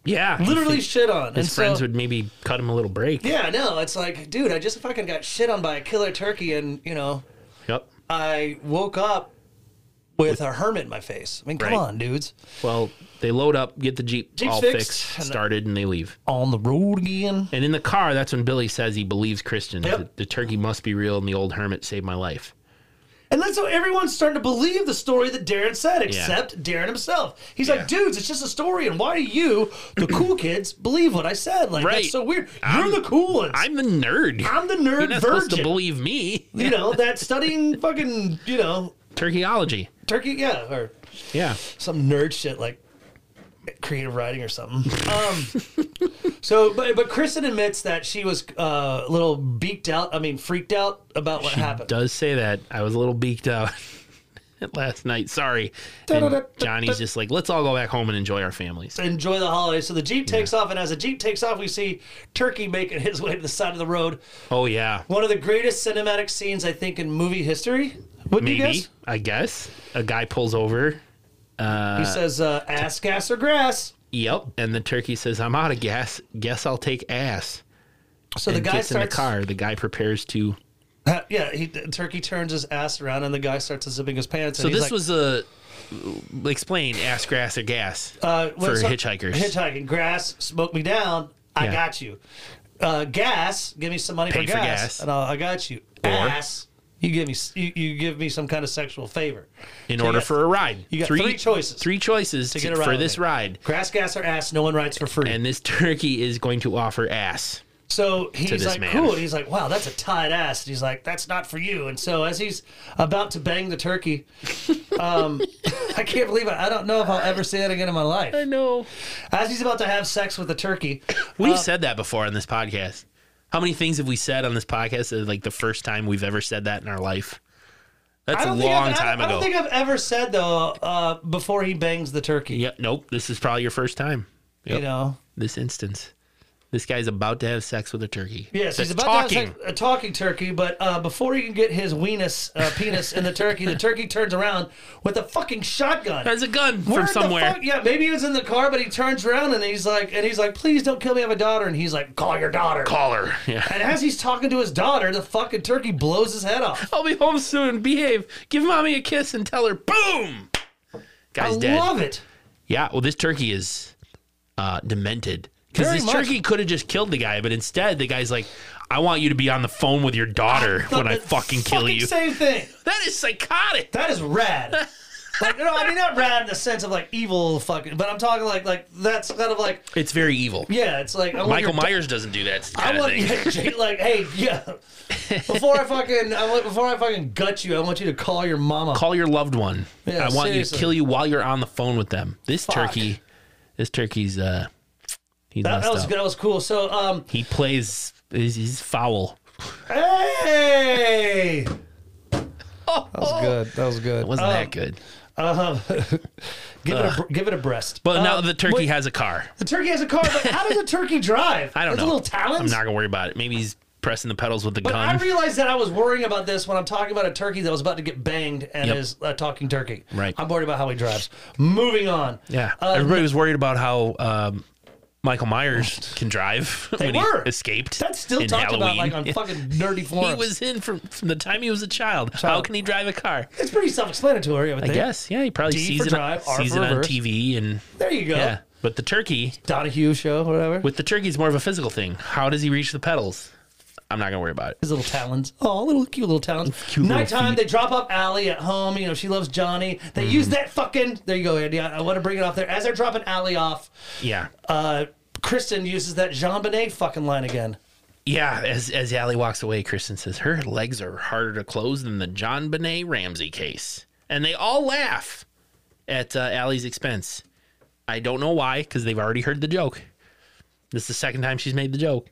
Speaker 2: Yeah, you
Speaker 1: Literally
Speaker 2: think
Speaker 1: shit on.
Speaker 2: his friends would maybe cut him a little break.
Speaker 1: Yeah, no, it's like, dude, I just fucking got shit on by a killer turkey, and you know,
Speaker 2: Yep.
Speaker 1: I woke up with a hermit in my face. I mean, come
Speaker 2: Right.
Speaker 1: on, dudes,
Speaker 2: Well, they load up, get the jeep
Speaker 1: Jeep's
Speaker 2: all
Speaker 1: fixed,
Speaker 2: fixed,
Speaker 1: and-
Speaker 2: started, and they leave.
Speaker 1: on the road again.
Speaker 2: And in the car, that's when Billy says he believes Christian.
Speaker 1: Yep.
Speaker 2: The, the turkey must be real, and the old hermit saved my life.
Speaker 1: And that's how everyone's starting to believe the story that Darren said, except Darren himself. He's
Speaker 2: Yeah.
Speaker 1: like, dudes, it's just a story, and why do you, the cool kids, believe what I said? Like,
Speaker 2: Right.
Speaker 1: that's so weird. You're
Speaker 2: I'm-
Speaker 1: the cool ones. I'm,
Speaker 2: I'm the nerd. You're
Speaker 1: the nerd
Speaker 2: not supposed to
Speaker 1: virgin.
Speaker 2: believe me.
Speaker 1: you know, that's studying fucking, you know,
Speaker 2: Turkeyology.
Speaker 1: turkey, yeah, or
Speaker 2: Yeah.
Speaker 1: some nerd shit like creative writing or something. Um, so, but but Kristen admits that she was uh, a little beaked out. I mean, freaked out about what happened.
Speaker 2: Does say that. I was a little beaked out last night. Sorry. And Johnny's just like, let's all go back home and enjoy our families.
Speaker 1: Enjoy the holidays. So the jeep takes off, and as the jeep takes off, we see Turkey making his way to the side of the road.
Speaker 2: Oh, yeah.
Speaker 1: One of the greatest cinematic scenes I think in movie history. Wouldn't you
Speaker 2: Maybe.
Speaker 1: guess?
Speaker 2: I guess. A guy pulls over.
Speaker 1: He says, uh, "Ass, gas, or grass."
Speaker 2: Yep. And the turkey says, I'm out of gas. Guess I'll take ass.
Speaker 1: So the
Speaker 2: and
Speaker 1: guy
Speaker 2: gets in the
Speaker 1: starts.
Speaker 2: car. The guy prepares to
Speaker 1: Yeah, he, Turkey turns his ass around, and the guy starts zipping his pants.
Speaker 2: So this was a uh, explain ass grass or gas.
Speaker 1: Uh, when-
Speaker 2: For hitchhikers.
Speaker 1: Hitchhiking. Grass, smoke me down. I
Speaker 2: Yeah.
Speaker 1: got you. Uh, gas, give me some money
Speaker 2: Pay
Speaker 1: for,
Speaker 2: for
Speaker 1: gas,
Speaker 2: gas.
Speaker 1: and I'll, I got you.
Speaker 2: Or-
Speaker 1: Ass, you give me s- you, you give me some kind of sexual favor.
Speaker 2: in
Speaker 1: you
Speaker 2: order
Speaker 1: got-
Speaker 2: for a ride,
Speaker 1: you got three choices
Speaker 2: Three choices to
Speaker 1: get a ride
Speaker 2: for
Speaker 1: with
Speaker 2: this
Speaker 1: me.
Speaker 2: ride,
Speaker 1: Grass, gas, or ass. No one rides for free.
Speaker 2: and this turkey is going to offer ass.
Speaker 1: so
Speaker 2: this
Speaker 1: he's like,
Speaker 2: man.
Speaker 1: cool. And he's like, wow, that's a tight ass. And he's like, that's not for you. And so as he's about to bang the turkey, um, I can't believe it. I don't know if I'll ever see that again in my life.
Speaker 2: know
Speaker 1: As he's about to have sex with the turkey, Uh,
Speaker 2: we've said that before on this podcast. How many things have we said on this podcast? That, like the first time we've ever said that in our life. That's
Speaker 1: I
Speaker 2: a
Speaker 1: don't
Speaker 2: long
Speaker 1: think I've- I don't-
Speaker 2: time
Speaker 1: I don't
Speaker 2: ago.
Speaker 1: think I've ever said though uh, before he bangs the turkey.
Speaker 2: Yep. Nope. This is probably your first time. Yep.
Speaker 1: You know.
Speaker 2: This instance, this guy's about to have sex with a turkey.
Speaker 1: Yes, he's
Speaker 2: That's
Speaker 1: about to have sex- a talking turkey, but uh, before he can get his weenus uh, penis in the turkey, the turkey turns around with a fucking shotgun.
Speaker 2: There's a gun
Speaker 1: Where the
Speaker 2: from somewhere.
Speaker 1: fuck- Yeah, maybe he was in the car, but he turns around and he's like, and he's like, please don't kill me. I have a daughter. And he's like, call your daughter.
Speaker 2: Caller. Yeah.
Speaker 1: And as he's talking to his daughter, the fucking turkey blows his head off.
Speaker 2: I'll be home soon. Behave. Give mommy a kiss and tell her, boom. Guy's
Speaker 1: I
Speaker 2: dead.
Speaker 1: love it.
Speaker 2: yeah. Well, this turkey is uh, demented. Because
Speaker 1: Very
Speaker 2: this
Speaker 1: much.
Speaker 2: turkey could have just killed the guy, but instead the guy's like, I want you to be on the phone with your daughter when I
Speaker 1: The
Speaker 2: fucking kill you.
Speaker 1: Same thing.
Speaker 2: that is psychotic.
Speaker 1: That is rad. like, no, I mean not rad in the sense of like evil fucking, but I'm talking like like that's kind of like
Speaker 2: It's very evil.
Speaker 1: yeah, it's like I want
Speaker 2: Michael
Speaker 1: your-
Speaker 2: Myers doesn't do that kind
Speaker 1: I
Speaker 2: of
Speaker 1: want
Speaker 2: thing.
Speaker 1: yeah, like hey yeah. Before I fucking I want, before I fucking gut you, I want you to call your mama.
Speaker 2: Call your loved one.
Speaker 1: Yeah,
Speaker 2: I want you to
Speaker 1: seriously.
Speaker 2: kill you while you're on the phone with them. This turkey, this turkey's, uh, he's
Speaker 1: that,
Speaker 2: messed
Speaker 1: that was
Speaker 2: up.
Speaker 1: good. That was cool. So um
Speaker 2: He plays, he's, he's foul.
Speaker 1: hey. That was good. That was good.
Speaker 2: It wasn't that good.
Speaker 1: Uh, give it a br- give it a breast.
Speaker 2: But now
Speaker 1: Uh,
Speaker 2: the turkey
Speaker 1: wait,
Speaker 2: has a car.
Speaker 1: the turkey has a car. But how does a turkey drive?
Speaker 2: I don't
Speaker 1: With
Speaker 2: know.
Speaker 1: Little talons.
Speaker 2: I'm not gonna worry about it. Maybe he's pressing the pedals with the
Speaker 1: But I
Speaker 2: gun.
Speaker 1: realized that I was worrying about this when I'm talking about a turkey that was about to get banged and
Speaker 2: Yep.
Speaker 1: is a talking turkey.
Speaker 2: Right.
Speaker 1: I'm worried about how he drives. Moving on.
Speaker 2: yeah.
Speaker 1: Uh,
Speaker 2: Everybody was worried about how um, Michael Myers can drive
Speaker 1: They
Speaker 2: when
Speaker 1: were.
Speaker 2: he escaped.
Speaker 1: That's still
Speaker 2: in
Speaker 1: talked about like on
Speaker 2: Halloween.
Speaker 1: fucking nerdy forums.
Speaker 2: He was in from, from the time he was a child. How
Speaker 1: Child.
Speaker 2: can he drive a car?
Speaker 1: it's pretty self-explanatory, I would
Speaker 2: I
Speaker 1: think.
Speaker 2: guess. Yeah, he
Speaker 1: D
Speaker 2: probably sees
Speaker 1: for
Speaker 2: it,
Speaker 1: drive,
Speaker 2: on,
Speaker 1: R
Speaker 2: sees
Speaker 1: for
Speaker 2: it on
Speaker 1: reverse. Oh.
Speaker 2: TV and
Speaker 1: There you go.
Speaker 2: yeah. But the turkey
Speaker 1: Donahue show, whatever. With
Speaker 2: with the turkey is more of a physical thing. How does he reach the pedals? I'm not gonna worry about it.
Speaker 1: his little talons. Oh, little cute little talons.
Speaker 2: cute little
Speaker 1: Nighttime, they drop up Allie at home. You know, she loves Johnny. They use
Speaker 2: Mm-hmm.
Speaker 1: that fucking. There you go, Andy. I, I want to bring it off there. As they're dropping Allie off,
Speaker 2: Yeah.
Speaker 1: uh, Kristen uses that Jean Bonnet fucking line again.
Speaker 2: Yeah, as as Allie walks away, Kristen says her legs are harder to close than the John Benet Ramsey case, and they all laugh at uh, Allie's expense. I don't know why, because they've already heard the joke. This is the second time she's made the joke.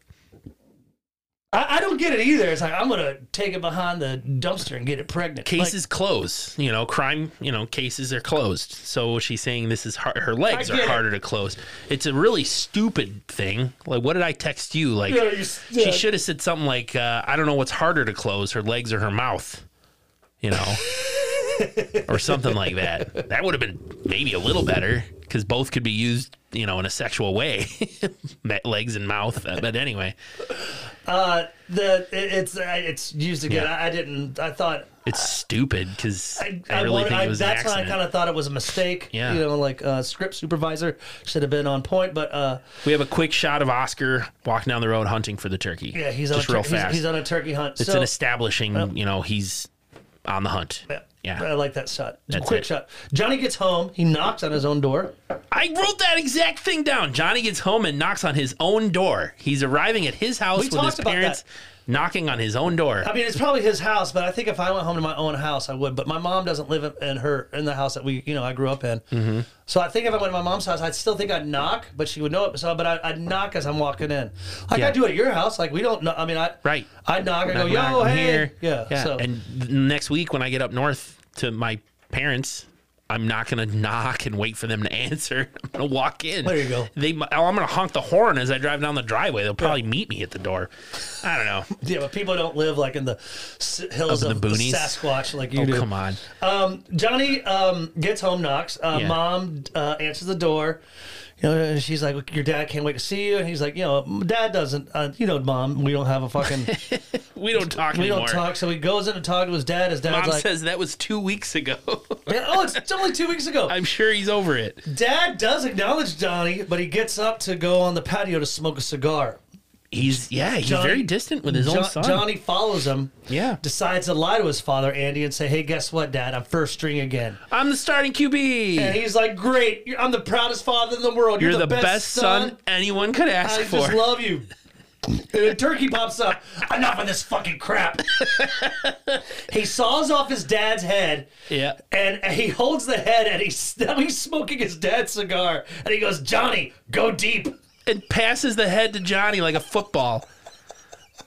Speaker 1: I, I don't get it either. It's like I'm gonna take it behind the dumpster and get it pregnant. Like,
Speaker 2: Cases close, you know, crime, you know, cases are closed. So she's saying this is hard, her legs
Speaker 1: I
Speaker 2: are
Speaker 1: get it.
Speaker 2: harder to close. It's a really stupid thing. Like, what did I text you? Like,
Speaker 1: Yeah, you s- yeah.
Speaker 2: she should have said something like, uh, "I don't know what's harder to close, her legs or her mouth," you know, or something like that. That would have been maybe a little better because both could be used, you know, in a sexual way, Me- legs and mouth. Uh, But anyway,
Speaker 1: uh, the it, it's uh, it's used again.
Speaker 2: Yeah.
Speaker 1: I, I didn't. I thought.
Speaker 2: it's stupid because I,
Speaker 1: I, I
Speaker 2: really
Speaker 1: wanted-
Speaker 2: think
Speaker 1: I-
Speaker 2: it was an
Speaker 1: that's when I
Speaker 2: accident.
Speaker 1: kind of thought it was a mistake.
Speaker 2: Yeah.
Speaker 1: You know, like uh, script supervisor should have been on point, but uh,
Speaker 2: We have a quick shot of Oscar walking down the road hunting for the turkey.
Speaker 1: yeah, he's on
Speaker 2: just
Speaker 1: a tur-
Speaker 2: real
Speaker 1: he's-
Speaker 2: fast.
Speaker 1: He's, on a turkey hunt.
Speaker 2: it's
Speaker 1: so,
Speaker 2: an establishing, you know, he's on the hunt.
Speaker 1: yeah, I like that shot. It's a
Speaker 2: That's
Speaker 1: quick
Speaker 2: it.
Speaker 1: shot. Johnny gets home. He knocks on his own door.
Speaker 2: I wrote that exact thing down. Johnny gets home and knocks on his own door. He's arriving at his house
Speaker 1: We
Speaker 2: with his
Speaker 1: talked about
Speaker 2: parents, knocking on his own door.
Speaker 1: I mean, it's probably his house, but I think if I went home to my own house, I would. But my mom doesn't live in- in her in the house that we, you know, I grew up in.
Speaker 2: Mm-hmm.
Speaker 1: So I think if I went to my mom's house, I'd still think I'd knock, but she would know it. So, but I, I'd knock as I'm walking in, like
Speaker 2: Yeah.
Speaker 1: I do at your house. Like we don't know. I mean, I
Speaker 2: Right.
Speaker 1: I knock. I go,
Speaker 2: Knock,
Speaker 1: yo,
Speaker 2: knock, I'm
Speaker 1: hey, yeah. So
Speaker 2: And th- next week when I get up north to my parents. I'm not gonna knock and wait for them to answer. I'm gonna walk in.
Speaker 1: There you go.
Speaker 2: They, mi- oh, I'm gonna honk the horn as I drive down the driveway. They'll probably meet me at the door. I don't know.
Speaker 1: yeah, but people don't live like in the s- hills
Speaker 2: Up in
Speaker 1: of
Speaker 2: the boonies?
Speaker 1: Sasquatch like you
Speaker 2: Oh,
Speaker 1: do.
Speaker 2: come on.
Speaker 1: Um, Johnny um, gets home, knocks. Uh,
Speaker 2: Yeah.
Speaker 1: Mom uh, answers the door. You know, and she's like, "Your dad can't wait to see you," and he's like, "You know, Dad doesn't. Uh, you know, Mom, we don't have a fucking.
Speaker 2: We don't talk
Speaker 1: we
Speaker 2: anymore.
Speaker 1: don't talk." So he goes in to talk to his dad. His dad's
Speaker 2: Mom
Speaker 1: like,
Speaker 2: says that was two weeks ago.
Speaker 1: "Yeah, "Oh, it's only two weeks ago."
Speaker 2: I'm sure he's over it.
Speaker 1: dad does acknowledge Johnny, but he gets up to go on the patio to smoke a cigar.
Speaker 2: He's yeah, he's
Speaker 1: Johnny-
Speaker 2: very distant with his
Speaker 1: Jo-
Speaker 2: own son.
Speaker 1: Johnny follows him.
Speaker 2: Yeah.
Speaker 1: Decides to lie to his father, Andy, and say, "Hey, guess what, Dad? I'm first string again."
Speaker 2: I'm the starting QB.
Speaker 1: And he's like, "Great! You're- I'm the proudest father in the world. You're,
Speaker 2: You're the, best, son, anyone could ask
Speaker 1: I
Speaker 2: for.
Speaker 1: just love you. And a turkey pops up. Enough of this fucking crap. he saws off his dad's head.
Speaker 2: yeah.
Speaker 1: And he holds the head, and he's now he's smoking his dad's cigar, and he goes, "Johnny, go deep."
Speaker 2: And passes the head to Johnny like a football.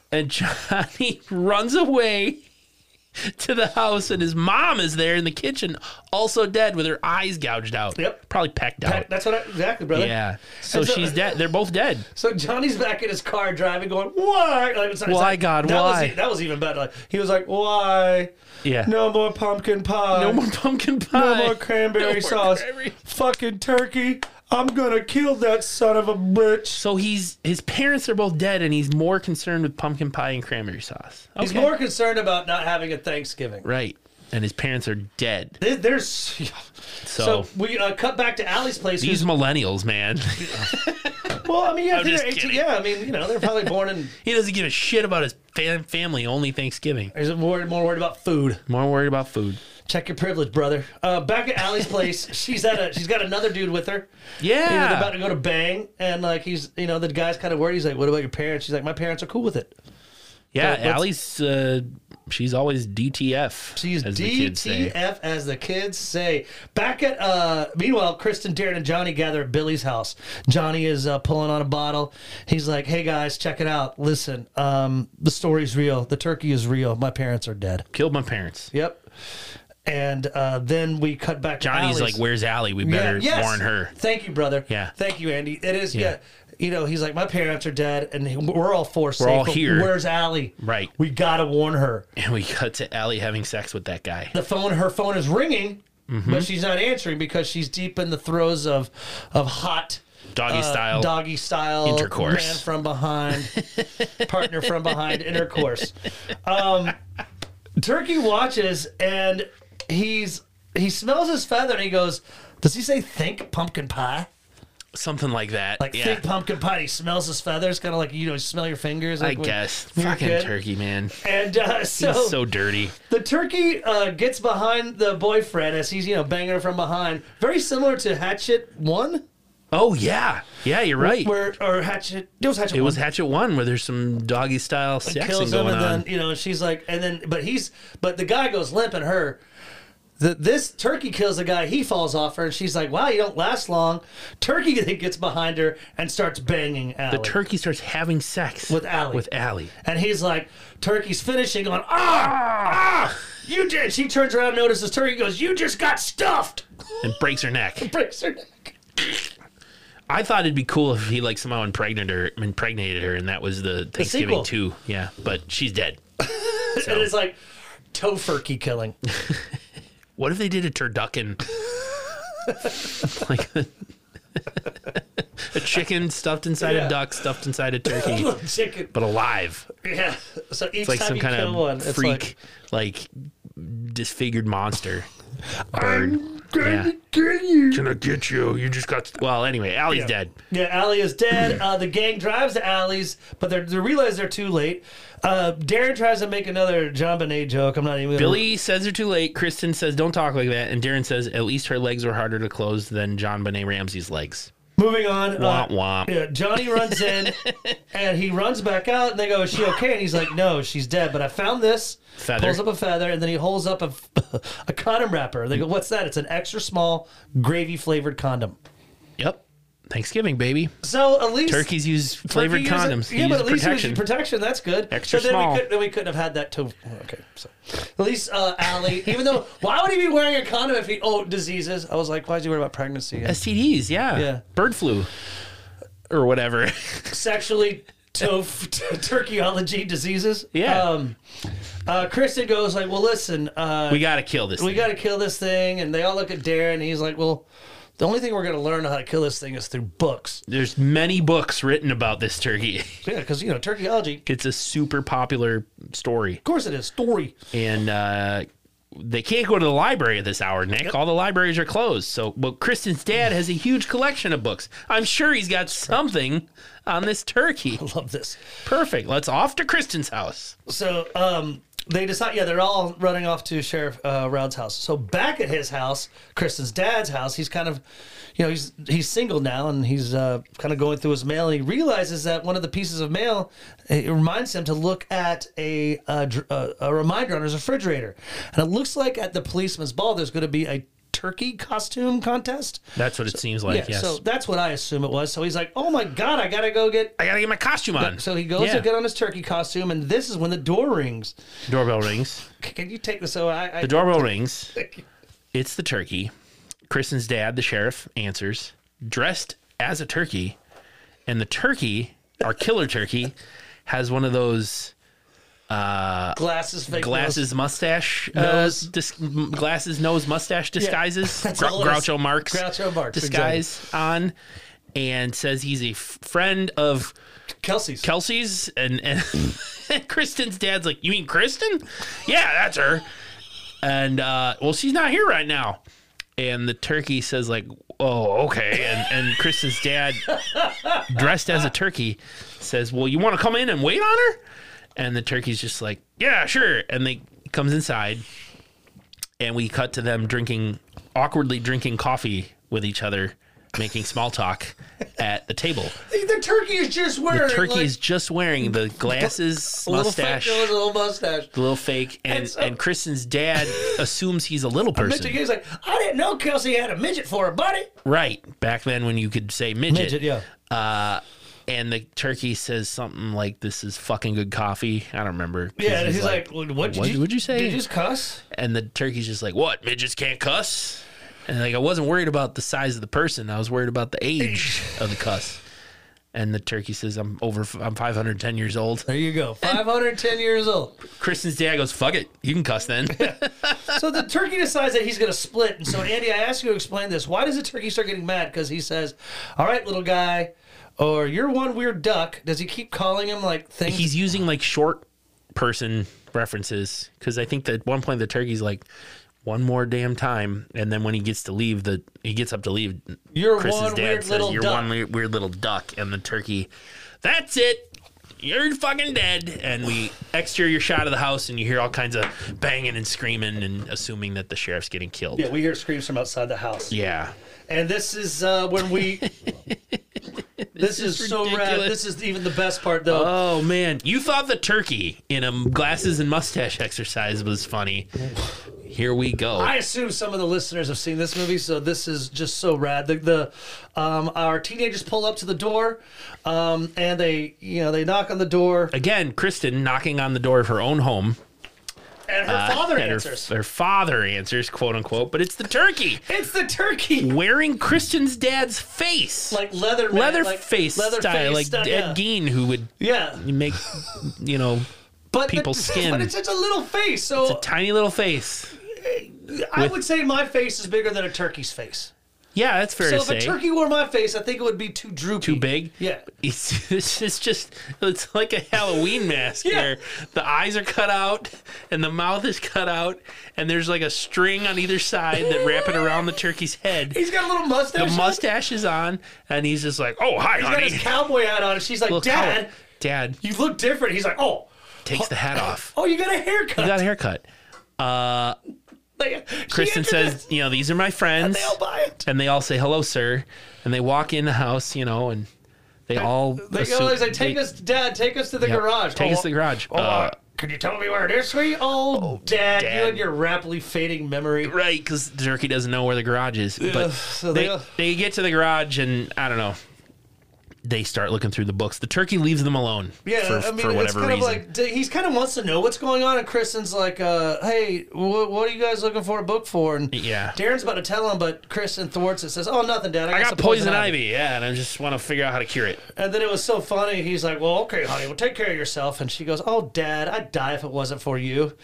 Speaker 2: And Johnny runs away to the house and his mom is there in the kitchen, also dead with her eyes gouged out.
Speaker 1: Yep.
Speaker 2: Probably pecked out.
Speaker 1: That's what I, exactly, brother.
Speaker 2: yeah. So,
Speaker 1: so-
Speaker 2: she's dead. They're both dead.
Speaker 1: So Johnny's back in his car driving, going, "Why? Like, it's- it's
Speaker 2: Why,
Speaker 1: like-
Speaker 2: God,
Speaker 1: that
Speaker 2: why?
Speaker 1: Was, e-, that was even better. Like, he was like, "Why?
Speaker 2: Yeah.
Speaker 1: No more pumpkin pie.
Speaker 2: No more pumpkin pie.
Speaker 1: No more cranberry
Speaker 2: more
Speaker 1: sauce.
Speaker 2: cranberry.
Speaker 1: Fucking turkey. I'm gonna kill that son of a bitch.
Speaker 2: So he's his parents are both dead, and he's more concerned with pumpkin pie and cranberry sauce.
Speaker 1: He's
Speaker 2: Okay.
Speaker 1: more concerned about not having a Thanksgiving.
Speaker 2: right, and his parents are dead.
Speaker 1: There- There's
Speaker 2: So,
Speaker 1: so we uh, cut back to Allie's place.
Speaker 2: these
Speaker 1: who's-
Speaker 2: millennials, man,
Speaker 1: well, I mean, yeah,
Speaker 2: I'm
Speaker 1: they're
Speaker 2: just
Speaker 1: 18,
Speaker 2: kidding.
Speaker 1: yeah, I mean, you know, they're probably born in.
Speaker 2: he doesn't give a shit about his fam- family. Only Thanksgiving.
Speaker 1: He's more, more worried about food.
Speaker 2: More worried about food.
Speaker 1: Check your privilege, brother. Uh, back at Allie's place, she's at a she's got another dude with her.
Speaker 2: Yeah,
Speaker 1: You know, they're about to go to bang, and like he's, you know, the guy's kind of worried. He's like, "What about your parents?" She's like, "My parents are cool with it."
Speaker 2: Yeah,
Speaker 1: But let's-
Speaker 2: Allie's uh, she's always DTF.
Speaker 1: She's
Speaker 2: as the kids say.
Speaker 1: DTF, as the kids say. Back at, uh, meanwhile, Kristen, Darren, and Johnny gather at Billy's house. Johnny is uh, pulling on a bottle. He's like, hey guys, check it out. Listen, um, the story's real. The turkey is real. My parents are dead.
Speaker 2: Killed my parents.
Speaker 1: Yep. And uh, then we cut back to
Speaker 2: Johnny's
Speaker 1: Allie's.
Speaker 2: like, "Where's Allie? We better
Speaker 1: yes.
Speaker 2: warn her."
Speaker 1: Thank you, brother.
Speaker 2: Yeah.
Speaker 1: Thank you, Andy. It is, yeah.
Speaker 2: Yeah.
Speaker 1: You know, he's like, my parents are dead, and he- we're all four safe.
Speaker 2: all
Speaker 1: but
Speaker 2: here.
Speaker 1: Where's Allie?
Speaker 2: Right.
Speaker 1: We got to warn her.
Speaker 2: And we cut to Allie having sex with that guy.
Speaker 1: the phone her phone is ringing
Speaker 2: Mm-hmm.
Speaker 1: but she's not answering because she's deep in the throes of of hot
Speaker 2: Doggy
Speaker 1: uh,
Speaker 2: style.
Speaker 1: doggy style
Speaker 2: intercourse.
Speaker 1: man from behind partner from behind intercourse um turkey watches and he's he smells his feather and he goes does he say think pumpkin pie
Speaker 2: Something like that.
Speaker 1: like
Speaker 2: yeah.
Speaker 1: think pumpkin pie he smells his feathers kind of like you know you smell your fingers
Speaker 2: I
Speaker 1: like when
Speaker 2: guess.
Speaker 1: you're a
Speaker 2: Fucking
Speaker 1: kid.
Speaker 2: turkey, man.
Speaker 1: and uh,
Speaker 2: He's so dirty.
Speaker 1: the turkey uh, gets behind the boyfriend as he's you know banging her from behind. Very similar to Hatchet One,
Speaker 2: Oh yeah, yeah. You're right.
Speaker 1: where or Hatchet it was Hatchet
Speaker 2: it
Speaker 1: One.
Speaker 2: was Hatchet One where there's some doggy style sexing
Speaker 1: kills him,
Speaker 2: going
Speaker 1: and
Speaker 2: on.
Speaker 1: then you know she's like, and then but he's but the guy goes limp, and her. The, this turkey kills the guy. He falls off her, and she's like, "Wow, you don't last long." Turkey then gets behind her and starts banging Allie.
Speaker 2: Turkey starts having sex
Speaker 1: With Allie.
Speaker 2: With Allie.
Speaker 1: And he's like, Turkey's finishing on, ah, ah, you did. She turns around, and notices Turkey, goes, you just got stuffed.
Speaker 2: and breaks her neck.
Speaker 1: Breaks her neck.
Speaker 2: I thought it'd be cool if he like somehow impregnated her, impregnated her, and that was the
Speaker 1: sequel.
Speaker 2: Thanksgiving two. Yeah, but she's dead.
Speaker 1: And it's like tofurkey killing.
Speaker 2: What if they did a turducken? like a, chicken stuffed inside
Speaker 1: Yeah.
Speaker 2: a duck, stuffed inside a turkey,
Speaker 1: Chicken.
Speaker 2: but alive.
Speaker 1: Yeah. So each
Speaker 2: It's like
Speaker 1: time
Speaker 2: some
Speaker 1: you
Speaker 2: kind
Speaker 1: kill
Speaker 2: of
Speaker 1: one, it's
Speaker 2: freak, like, disfigured monster. Bird.
Speaker 1: like,
Speaker 2: Yeah.
Speaker 1: kill you.
Speaker 2: Gonna get you. You just got. Well, anyway, Allie's dead.
Speaker 1: Yeah, Allie is dead. Uh, the gang drives to Allie's, but they're, they realize they're too late. Uh, Darren tries to make another John Bonet joke. I'm not even. Gonna,
Speaker 2: Billy says they're too late. Kristen says don't talk like that, and Darren says at least her legs were harder to close than John Bonet Ramsey's legs.
Speaker 1: Moving on. uh,
Speaker 2: Womp womp.
Speaker 1: Yeah, Johnny runs in and he runs back out and they go, Is she okay? And he's like, No, she's dead. But I found this.
Speaker 2: Feather.
Speaker 1: Pulls up a feather and then he holds up a, a condom wrapper. They go, What's that? It's an extra small gravy flavored condom.
Speaker 2: Yep. Thanksgiving, baby.
Speaker 1: So at least.
Speaker 2: Turkeys use flavored
Speaker 1: turkey uses-
Speaker 2: condoms. They
Speaker 1: yeah,
Speaker 2: use
Speaker 1: but at least he was
Speaker 2: protection.
Speaker 1: using protection. That's good.
Speaker 2: Extra
Speaker 1: so then
Speaker 2: small.
Speaker 1: We could, then we couldn't have had that to. Okay, so at least uh, Allie, even though why would he be wearing a condom if he oh diseases? I was like, why is he worried about pregnancy? And
Speaker 2: STDs, yeah.
Speaker 1: Yeah.
Speaker 2: Bird flu or whatever.
Speaker 1: sexually tof- turkeyology diseases.
Speaker 2: Yeah.
Speaker 1: Um, uh, Kristen goes like, "Well, listen, uh,
Speaker 2: we got to kill this.
Speaker 1: we got to kill this thing," and they all look at Darren. And he's like, "Well, the only thing we're going to learn how to kill this thing is through books."
Speaker 2: There's many books written about this turkey.
Speaker 1: Yeah, because you know turkeyology. Of
Speaker 2: It's a super popular story.
Speaker 1: course, it is story.
Speaker 2: And uh they can't go to the library at this hour, Nick. All the libraries are closed. So, well, Kristen's dad has a huge collection of books. I'm sure he's got something on this turkey.
Speaker 1: Love this.
Speaker 2: Perfect. Let's off to Kristen's house.
Speaker 1: So um, they decide, yeah, they're all running off to Sheriff uh, Round's house. So back at his house, Kristen's dad's house, he's kind of, you know, he's he's single now and he's uh, kind of going through his mail and he realizes that one of the pieces of mail it reminds him to look at a a, dr- a, a reminder on his refrigerator, and it looks like at the policeman's ball there's going to be a turkey costume contest.
Speaker 2: That's what it seems like.
Speaker 1: Yeah,
Speaker 2: yes.
Speaker 1: so that's what I assume it was. So he's like, "Oh my god, I gotta go get."
Speaker 2: I gotta get my costume on.
Speaker 1: So he goes
Speaker 2: Yeah.
Speaker 1: to get on his turkey costume, and this is when the door rings.
Speaker 2: Doorbell rings.
Speaker 1: Can you take this? So I, I
Speaker 2: The doorbell rings. It's the turkey. Kristen's dad, the sheriff, answers, dressed as a turkey. And the turkey, our killer turkey, has one of those
Speaker 1: glasses, fake
Speaker 2: glasses mustache uh,
Speaker 1: Nose.
Speaker 2: dis- m- glasses nose mustache disguises
Speaker 1: that's
Speaker 2: Gr-
Speaker 1: all it is.
Speaker 2: Groucho Marx
Speaker 1: Groucho Marx,
Speaker 2: disguise on and says he's a f- friend
Speaker 1: nose.
Speaker 2: of
Speaker 1: Kelsey's.
Speaker 2: Kelsey's and, and Kristen's dad's like, You mean Kristen? Yeah, that's her. And uh, well, she's not here right now. And the turkey says, like, oh, okay. And and Kristen's dad, dressed as a turkey, says, Well, you want to come in and wait on her? And the turkey's just like, Yeah, sure. And they comes inside and we cut to them drinking awkwardly drinking coffee with each other making small talk at the table.
Speaker 1: The turkey is just wearing
Speaker 2: The turkey
Speaker 1: like,
Speaker 2: is just wearing the glasses,
Speaker 1: a little
Speaker 2: mustache,
Speaker 1: fake nose, a little mustache.
Speaker 2: the little fake, and,
Speaker 1: so-
Speaker 2: and Kristen's dad assumes he's a little
Speaker 1: Mr.
Speaker 2: person.
Speaker 1: Game's like, I didn't know Kelsey had a midget for her buddy.
Speaker 2: Right. Back then when you could say midget.
Speaker 1: yeah.
Speaker 2: Uh, and the turkey says something like, This is fucking good coffee. I don't remember. 'Cause
Speaker 1: Yeah, and he's like, what did
Speaker 2: "What
Speaker 1: you,
Speaker 2: would you say?"
Speaker 1: Did you just cuss?
Speaker 2: And the turkey's just like, What? Midgets can't cuss? And like, I wasn't worried about the size of the person. I was worried about the age of the cuss. And the turkey says, I'm over, I'm 510 years old.
Speaker 1: There you go. 510 years old.
Speaker 2: Kristen's dad goes, Fuck it. You can cuss then.
Speaker 1: So the turkey decides that he's going to split. And so, Andy, I ask you to explain this. Why does the turkey start getting mad? Because he says, All right, little guy, or you're one weird duck. Does he keep calling him like things?
Speaker 2: he's using like short person references because I think that at one point the turkey's like one more damn time, and then when he gets to leave, the he gets up to leave.
Speaker 1: You're one weird little
Speaker 2: "You're
Speaker 1: duck."
Speaker 2: one le- weird little duck," and the turkey, "That's it." You're fucking dead, and we exterior shot of the house, and you hear all kinds of banging and screaming, and assuming that the sheriff's getting killed.
Speaker 1: yeah, we hear screams from outside the house.
Speaker 2: yeah.
Speaker 1: And this is uh, when we. this is,
Speaker 2: is
Speaker 1: so rad.
Speaker 2: ridiculous.
Speaker 1: This is even the best part, though.
Speaker 2: Oh man, you thought the turkey in a glasses and mustache exercise was funny. Here we go.
Speaker 1: I assume some of the listeners have seen this movie, so this is just so rad. The, the um, our teenagers pull up to the door, um, and they you know they knock on the door,
Speaker 2: again, Kristen knocking on the door of her own home. Uh,
Speaker 1: and her father
Speaker 2: and her-
Speaker 1: answers.
Speaker 2: Her, father answers, quote unquote, but it's the turkey
Speaker 1: it's the turkey,
Speaker 2: wearing Kristen's dad's face.
Speaker 1: like leather
Speaker 2: leather
Speaker 1: like,
Speaker 2: face style, like
Speaker 1: style, yeah.
Speaker 2: Ed Gein, who would
Speaker 1: Yeah,
Speaker 2: make, you know,
Speaker 1: but the-
Speaker 2: people's skin.
Speaker 1: But it's such a little face, so
Speaker 2: tiny little face.
Speaker 1: I would say my face is bigger than a turkey's face.
Speaker 2: Yeah, that's fair
Speaker 1: So
Speaker 2: to
Speaker 1: if
Speaker 2: say.
Speaker 1: a turkey wore my face, I think it would be too droopy,
Speaker 2: Too big.
Speaker 1: Yeah,
Speaker 2: It's, it's just- just it's like a Halloween mask
Speaker 1: Yeah.
Speaker 2: where the eyes are cut out and the mouth is cut out and there's like a string on either side that wrap it around the turkey's head.
Speaker 1: he's got a little mustache.
Speaker 2: the mustache is on, and he's just like, "Oh, hi,
Speaker 1: He's got
Speaker 2: honey."
Speaker 1: his cowboy hat on, and she's like,
Speaker 2: Little
Speaker 1: "Dad,
Speaker 2: cow- Dad
Speaker 1: you look different." He's like, "Oh."
Speaker 2: takes the hat off.
Speaker 1: Oh, you got a haircut.
Speaker 2: He got a haircut.
Speaker 1: Like,
Speaker 2: Kristen
Speaker 1: she
Speaker 2: says, "You know, these are my friends,"
Speaker 1: they all buy it.
Speaker 2: and they all say, "Hello, sir," and they walk in the house, you know, and they all
Speaker 1: They go,
Speaker 2: assume-
Speaker 1: they say, take
Speaker 2: they-
Speaker 1: us, Dad, take us to the
Speaker 2: Yep.
Speaker 1: garage.
Speaker 2: Take
Speaker 1: "Oh,
Speaker 2: us to the garage.
Speaker 1: Oh,
Speaker 2: Uh,
Speaker 1: can you tell me where it is, sweet? Oh, Dad, you
Speaker 2: Dad.
Speaker 1: and your rapidly fading memory.
Speaker 2: Right, because Turkey doesn't know where the garage is. But
Speaker 1: so
Speaker 2: they,
Speaker 1: they-
Speaker 2: they, get to the garage, and I don't know. They start looking through the books. The turkey leaves them alone
Speaker 1: Yeah,
Speaker 2: for,
Speaker 1: I mean,
Speaker 2: for
Speaker 1: it's
Speaker 2: whatever
Speaker 1: kind
Speaker 2: reason.
Speaker 1: of like d- he's kind of wants to know what's going on, and Kristen's like, uh, "Hey, wh- what are you guys looking for a book for?" And
Speaker 2: Yeah.
Speaker 1: Darren's about to tell him, but Kristen thwarts it, says, "Oh, nothing, Dad. I got,
Speaker 2: I got
Speaker 1: some
Speaker 2: poison ivy, yeah, and I just want to figure out how to cure it.
Speaker 1: And then it was so funny. He's like, "Well, okay, honey, well, take care of yourself." And she goes, "Oh, Dad, I'd die if it wasn't for you."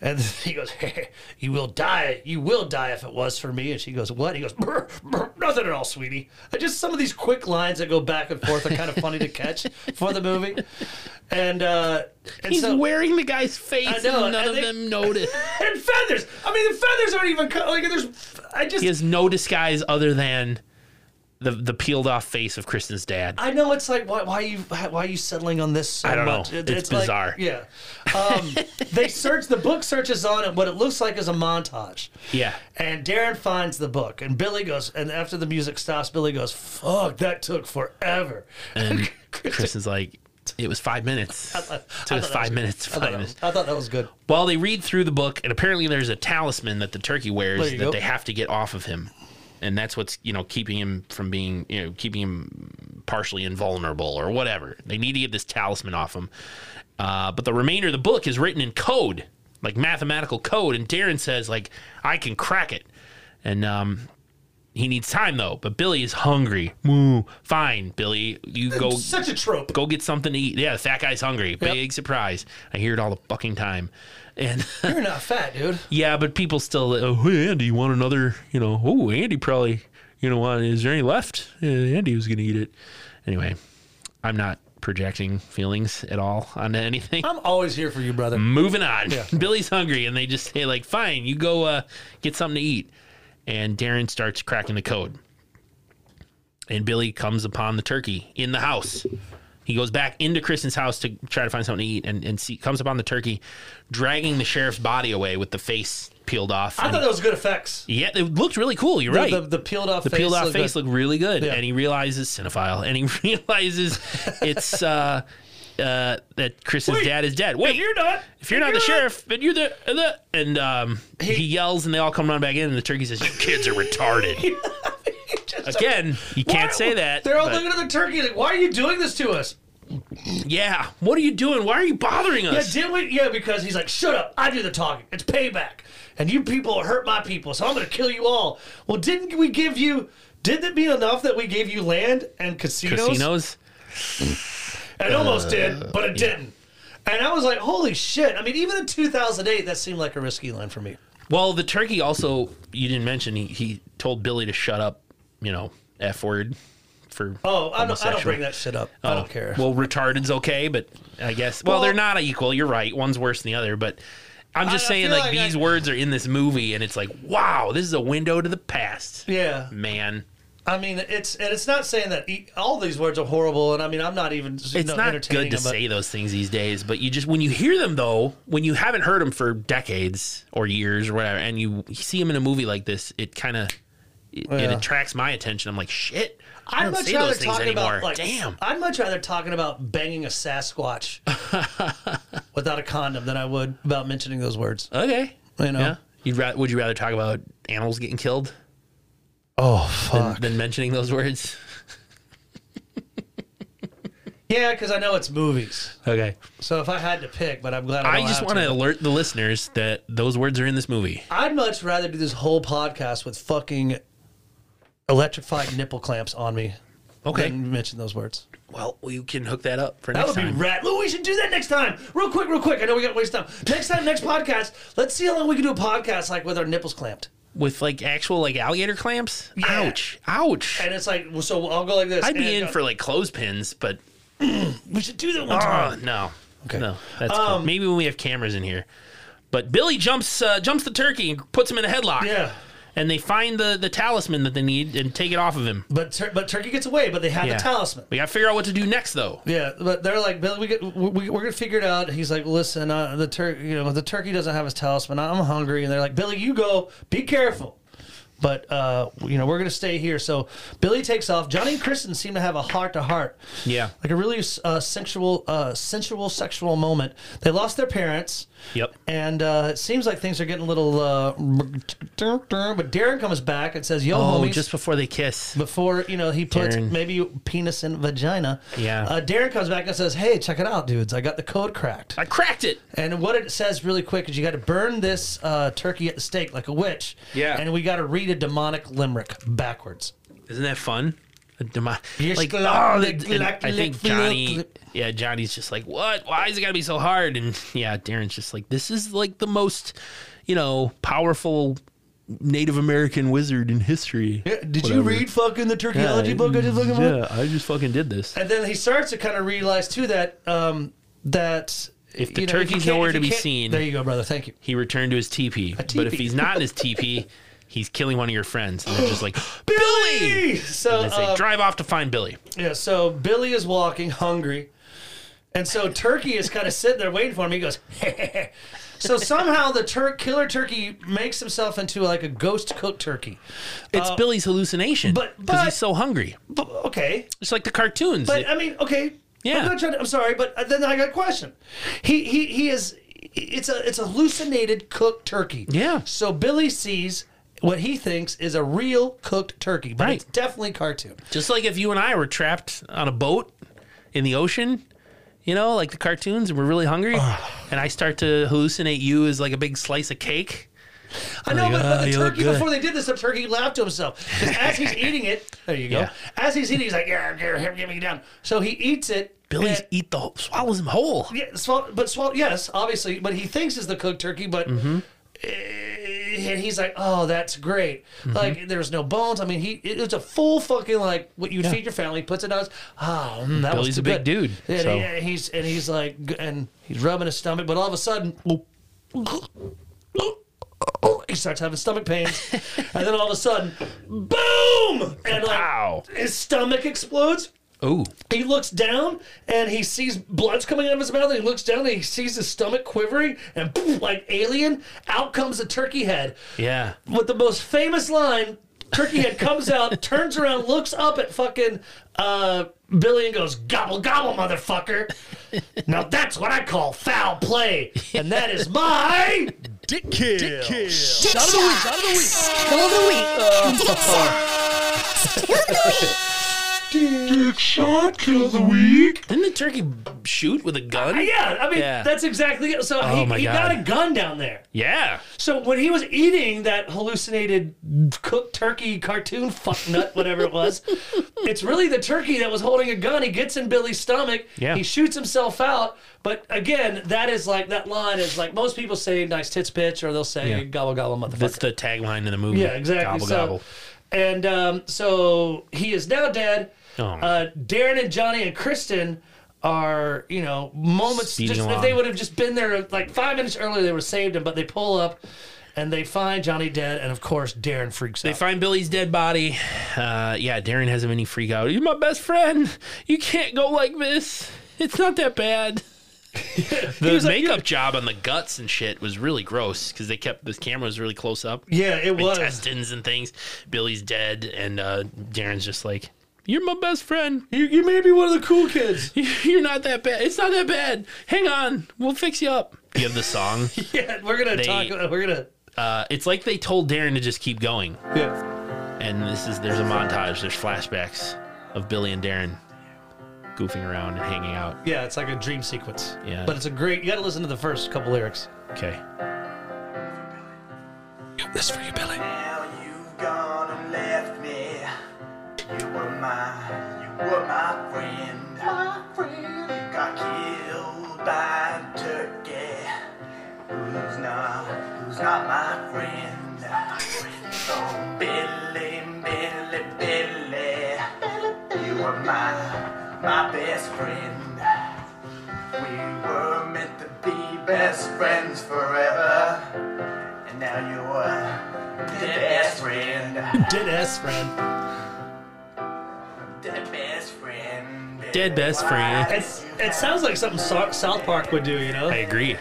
Speaker 1: And he goes, hey, "You will die. You will die if it was for me." And she goes, "What?" He goes, brr, brr, "Nothing at all, sweetie." And just some of these quick lines that go back and forth are kind of funny to catch for the movie. And uh, and
Speaker 2: He's
Speaker 1: so
Speaker 2: wearing the guy's face,
Speaker 1: I know,
Speaker 2: and
Speaker 1: and
Speaker 2: none of
Speaker 1: they-
Speaker 2: them notice.
Speaker 1: and feathers. I mean, the feathers aren't even co- like there's. I just
Speaker 2: he has no disguise other than the the peeled off face of Kristen's dad.
Speaker 1: I know it's like why why you why are you settling on this so
Speaker 2: I don't know.
Speaker 1: much?
Speaker 2: It's
Speaker 1: like-
Speaker 2: bizarre.
Speaker 1: yeah, um, they search the book searches on it. What it looks like is a montage.
Speaker 2: Yeah,
Speaker 1: And Darren finds the book, and Billy goes. And after the music stops, Billy goes, "Fuck, that took forever."
Speaker 2: and Kristen's like, it was five minutes.
Speaker 1: I
Speaker 2: Took us
Speaker 1: thought that
Speaker 2: five
Speaker 1: was-
Speaker 2: minutes.
Speaker 1: I thought,
Speaker 2: Five
Speaker 1: that was,
Speaker 2: minutes.
Speaker 1: I thought that was good.
Speaker 2: Well, they read through the book, and apparently there's a talisman that the turkey
Speaker 1: There
Speaker 2: wears
Speaker 1: you
Speaker 2: that
Speaker 1: go.
Speaker 2: they have to get off of him, and that's what's you know keeping him from being you know keeping him partially invulnerable or whatever. They need to get this talisman off him. Uh, but the remainder of the book is written in code, like mathematical code, and Darren says like I can crack it, and um. He needs time though, but Billy is hungry. Moo. Fine, Billy, you go
Speaker 1: Such a trope.
Speaker 2: Oh, go get something to eat. Yeah, fat guy's hungry. Big surprise. I hear it all the fucking time. And
Speaker 1: You're not fat, dude.
Speaker 2: yeah, but people still, oh, hey, Andy, you want another, you know, oh, Andy probably, you know, want, is there any left? Uh, Andy was going to eat it. Anyway, I'm not projecting feelings at all onto anything.
Speaker 1: I'm always here for you, brother.
Speaker 2: Moving on. Billy's hungry, and they just say, like, fine, you go uh, get something to eat. And Darren starts cracking the code. And Billy comes upon the turkey in the house. He goes back into Kristen's house to try to find something to eat and, and see, comes upon the turkey, dragging the sheriff's body away with the face peeled off.
Speaker 1: I
Speaker 2: And-
Speaker 1: thought that was good effects.
Speaker 2: yeah, it looked really cool. You're right.
Speaker 1: The, the, the peeled off
Speaker 2: the
Speaker 1: face.
Speaker 2: peeled off
Speaker 1: looked
Speaker 2: face
Speaker 1: good.
Speaker 2: looked really good
Speaker 1: Yeah.
Speaker 2: and he realizes cinephile and he realizes it's uh uh that Kristen's
Speaker 1: Wait,
Speaker 2: dad is dead wait
Speaker 1: You're not.
Speaker 2: if you're not the sheriff but you're the, the and um he, yells and they all come run back in and the turkey says you kids are retarded
Speaker 1: Just-
Speaker 2: again you can't
Speaker 1: Why-
Speaker 2: say that
Speaker 1: They're all
Speaker 2: but
Speaker 1: looking at the turkey like, why are you doing this to us?
Speaker 2: yeah what are you doing why are you bothering
Speaker 1: Yeah,
Speaker 2: us
Speaker 1: did we? Yeah, because he's like, shut up. I do the talking. It's payback. And you people hurt my people, so I'm going to kill you all. Well, didn't we give you. Didn't it be enough that we gave you land and casinos?
Speaker 2: casinos Uh,
Speaker 1: It almost did, but it didn't. And I was like, holy shit. I mean, even in 2008, that seemed like a risky line for me.
Speaker 2: well the turkey also you didn't mention he, he told Billy to shut up you know f word for
Speaker 1: Oh, I don't, I don't
Speaker 2: Homosexual. Oh,
Speaker 1: bring that shit up. I don't care.
Speaker 2: Well, retarded's okay, but I guess well,
Speaker 1: Well-
Speaker 2: they're not equal. You're right. One's worse than the other, but I'm just
Speaker 1: I
Speaker 2: saying
Speaker 1: feel
Speaker 2: like,
Speaker 1: like I-
Speaker 2: these words are in this movie, and it's like wow, this is a window to the past.
Speaker 1: yeah.
Speaker 2: Man,
Speaker 1: I mean, it's and it's not saying that e- all these words are horrible, and I mean, I'm not even. you
Speaker 2: it's
Speaker 1: know,
Speaker 2: not
Speaker 1: entertaining
Speaker 2: good to
Speaker 1: them, but-
Speaker 2: say those things these days, but you just when you hear them though, when you haven't heard them for decades or years or whatever, and you see them in a movie like this, it kind of it, it
Speaker 1: Yeah.
Speaker 2: attracts my attention. I'm like shit. I
Speaker 1: I'd
Speaker 2: don't
Speaker 1: much
Speaker 2: say
Speaker 1: rather
Speaker 2: those things
Speaker 1: talking
Speaker 2: anymore.
Speaker 1: about like
Speaker 2: Damn.
Speaker 1: I'd much rather talking about banging a Sasquatch without a condom than I would about mentioning those words.
Speaker 2: Okay.
Speaker 1: You know?
Speaker 2: Yeah. You'd ra- would you rather talk about animals getting killed?
Speaker 1: Oh
Speaker 2: than, than mentioning those words.
Speaker 1: Yeah, because I know it's movies.
Speaker 2: Okay.
Speaker 1: So if I had to pick, but I'm glad I,
Speaker 2: I
Speaker 1: don't
Speaker 2: just
Speaker 1: have
Speaker 2: want to alert the listeners that those words are in this movie.
Speaker 1: I'd much rather do this whole podcast with fucking electrified nipple clamps on me.
Speaker 2: Okay.
Speaker 1: Than mention those words.
Speaker 2: Well, you can hook that up for
Speaker 1: That
Speaker 2: next
Speaker 1: would be
Speaker 2: time.
Speaker 1: rad. Lou, we should do that next time. Real quick, real quick. I know we got waste time. Next time, next podcast. Let's see how long we can do a podcast like with our nipples clamped.
Speaker 2: With like actual like alligator clamps. Ouch. Ouch.
Speaker 1: And it's like, so I'll Ah. go like this.
Speaker 2: I'd
Speaker 1: And
Speaker 2: be in
Speaker 1: go-
Speaker 2: for like clothespins, but
Speaker 1: We should do that one
Speaker 2: oh,
Speaker 1: time.
Speaker 2: no.
Speaker 1: Okay.
Speaker 2: No, that's cool.
Speaker 1: Um,
Speaker 2: Maybe when we have cameras in here. But Billy jumps uh, jumps the turkey and puts him in a headlock.
Speaker 1: Yeah.
Speaker 2: And they find the, the talisman that they need and take it off of him.
Speaker 1: But tur- but Turkey gets away, but they have
Speaker 2: Yeah.
Speaker 1: the talisman.
Speaker 2: We got to figure out what to do next, though.
Speaker 1: Yeah, but they're like, Bill, we get, we, we're gonna figure it out. He's like, listen, uh, the tur- you know, the turkey doesn't have his talisman. I'm hungry, and they're like, Billy, you go, be careful. But uh, you know, we're gonna stay here. So Billy takes off. Johnny and Kristen seem to have a heart to heart.
Speaker 2: Yeah.
Speaker 1: like a really uh, sensual, uh, sensual, sexual moment. They lost their parents.
Speaker 2: Yep.
Speaker 1: And uh, it seems like things are getting a little. Uh, but Darren comes back and says, "Yo,
Speaker 2: Oh,
Speaker 1: homies."
Speaker 2: just before they kiss.
Speaker 1: before you know he puts
Speaker 2: Darren.
Speaker 1: maybe penis in vagina.
Speaker 2: Yeah.
Speaker 1: Uh, Darren comes back and says, "Hey, check it out, dudes! I got the code cracked."
Speaker 2: I cracked it.
Speaker 1: And what it says really quick is you got to burn this uh, turkey at the stake like a witch.
Speaker 2: Yeah.
Speaker 1: And we got to read a demonic limerick backwards.
Speaker 2: Isn't that fun? A demo-
Speaker 1: Yes,
Speaker 2: like,
Speaker 1: glock,
Speaker 2: oh,
Speaker 1: lick,
Speaker 2: the- and
Speaker 1: glock,
Speaker 2: I think
Speaker 1: lick, glock,
Speaker 2: Johnny,
Speaker 1: lick.
Speaker 2: yeah, Johnny's just like, what? Why is it gotta be so hard? And yeah, Darren's just like, this is like the most, you know, powerful Native American wizard in history.
Speaker 1: Did
Speaker 2: Whatever.
Speaker 1: you read fucking the turkeyology
Speaker 2: Yeah,
Speaker 1: book I just looking at?
Speaker 2: yeah, I just fucking did this.
Speaker 1: And then he starts to kind of realize too that um, that
Speaker 2: If the
Speaker 1: you know, you
Speaker 2: turkey's
Speaker 1: can't-
Speaker 2: nowhere
Speaker 1: if
Speaker 2: to
Speaker 1: you
Speaker 2: be
Speaker 1: can't-
Speaker 2: seen-
Speaker 1: there you go, brother. Thank you.
Speaker 2: He returned to his teepee, but if
Speaker 1: teepee.
Speaker 2: he's not in his teepee, he's killing one of your friends. And they're just like, Billy.
Speaker 1: So
Speaker 2: And they say,
Speaker 1: uh,
Speaker 2: drive off to find Billy.
Speaker 1: Yeah, so Billy is walking hungry. And so Turkey is kind of sitting there waiting for him. He goes, so somehow the tur- killer turkey makes himself into like a ghost cooked turkey.
Speaker 2: It's Billy's hallucination,
Speaker 1: uh, but-
Speaker 2: because
Speaker 1: but-
Speaker 2: he's so hungry,
Speaker 1: But, okay,
Speaker 2: just like the cartoons.
Speaker 1: but I mean, okay,
Speaker 2: Yeah.
Speaker 1: I'm, not trying to, I'm sorry, but uh, then I got a question. He he he is. It's a it's a hallucinated cooked turkey.
Speaker 2: Yeah.
Speaker 1: So Billy sees what he thinks is a real cooked turkey, but
Speaker 2: Right.
Speaker 1: it's definitely cartoon.
Speaker 2: Just like if you and I were trapped on a boat in the ocean, you know, like the cartoons, and we're really hungry, and I start to hallucinate you as like a big slice of cake.
Speaker 1: I know, but, but
Speaker 2: "Ah,
Speaker 1: the
Speaker 2: you look
Speaker 1: turkey
Speaker 2: good."
Speaker 1: before they did this, the turkey laughed to himself 'Cause as he's eating it. There you go.
Speaker 2: Yeah.
Speaker 1: As he's eating, he's like, "Yeah, yeah, yeah, give me down." So he eats it.
Speaker 2: Billy's
Speaker 1: and-
Speaker 2: eat the whole, swallows him whole.
Speaker 1: yeah, swall- but swall- yes, obviously, but he thinks it's the cooked turkey, but.
Speaker 2: Mm-hmm.
Speaker 1: eh, and he's like, "Oh, that's great!
Speaker 2: Mm-hmm.
Speaker 1: Like, there's no bones. I mean, he it, it's a full fucking like what you would feed your family. Puts it on. Oh, mm, that was
Speaker 2: Billy's
Speaker 1: too
Speaker 2: a
Speaker 1: good.
Speaker 2: big dude,
Speaker 1: And,
Speaker 2: so-
Speaker 1: he- and he's and he's like, g- and he's rubbing his stomach, but all of a sudden, he starts having stomach pains, and then all of a sudden, boom! And like
Speaker 2: Wow.
Speaker 1: his stomach explodes.
Speaker 2: Oh,
Speaker 1: he looks down and he sees blood's coming out of his mouth and he looks down and he sees his stomach quivering and poof, like alien out comes a turkey head
Speaker 2: yeah.
Speaker 1: with the most famous line turkey head comes out turns around looks up at fucking uh, billy and goes gobble gobble motherfucker now that's what i call foul play and that is my
Speaker 3: Dick kill. Dick kill.
Speaker 4: Dick shot.
Speaker 3: Out of the week.
Speaker 4: Kill of the week. Dick shot. Kill of the week.
Speaker 2: Didn't the turkey shoot with a gun?
Speaker 1: yeah i mean
Speaker 2: Yeah.
Speaker 1: that's exactly it so
Speaker 2: Oh my
Speaker 1: he, he
Speaker 2: God.
Speaker 1: got a gun down there
Speaker 2: yeah.
Speaker 1: So when he was eating that hallucinated cooked turkey cartoon fuck nut, whatever it was, it's really the turkey that was holding a gun. He gets in Billy's stomach.
Speaker 2: Yeah.
Speaker 1: He shoots himself out. But again, that is like that line is like most people say nice tits bitch or they'll say
Speaker 2: Yeah.
Speaker 1: gobble gobble motherfucker.
Speaker 2: That's the tagline in the movie.
Speaker 1: yeah, exactly.
Speaker 2: Gobble
Speaker 1: so,
Speaker 2: gobble.
Speaker 1: And um, so he is now dead.
Speaker 2: Oh.
Speaker 1: Uh, Darren and Johnny and Kristen are, you know, moments.
Speaker 2: Speeding
Speaker 1: just
Speaker 2: along.
Speaker 1: if they would have just been there like five minutes earlier, they would have saved him. But they pull up and they find Johnny dead, and of course Darren freaks
Speaker 2: They
Speaker 1: out.
Speaker 2: find Billy's dead body. Uh, yeah, Darren has a mini freak out. You're my best friend. You can't go like this. It's not that bad. the makeup job on the guts and shit was really gross because they kept this camera was really close up.
Speaker 1: yeah, it was.
Speaker 2: Intestines and things. Billy's dead, and uh, Darren's just like, "You're my best friend.
Speaker 1: You, you may be one of the cool kids.
Speaker 2: You're not that bad. It's not that bad. Hang on, we'll fix you up." You have the song.
Speaker 1: yeah, we're gonna
Speaker 2: They-
Speaker 1: talk. We're gonna.
Speaker 2: Uh, it's like they told Darren to just keep going.
Speaker 1: Yeah.
Speaker 2: And this is there's a montage, there's flashbacks of Billy and Darren goofing around and hanging out.
Speaker 1: Yeah, it's like a dream sequence.
Speaker 2: Yeah.
Speaker 1: But it's a great. You got to listen to the first couple lyrics.
Speaker 2: Okay.
Speaker 1: This for you, Billy.
Speaker 5: Now you've gone and left me. You were my, you were my friend. My friend. You got killed by a turkey. Who's not, who's not my friend? My friend. Oh, Billy, Billy, Billy. You were my, my best friend. We were meant to be best friends forever. And now you're the best friend.
Speaker 1: Dead ass friend.
Speaker 5: The best friend.
Speaker 2: Dead best friend.
Speaker 1: It's, it sounds like something Sou- South Park would do. You know.
Speaker 2: I agree.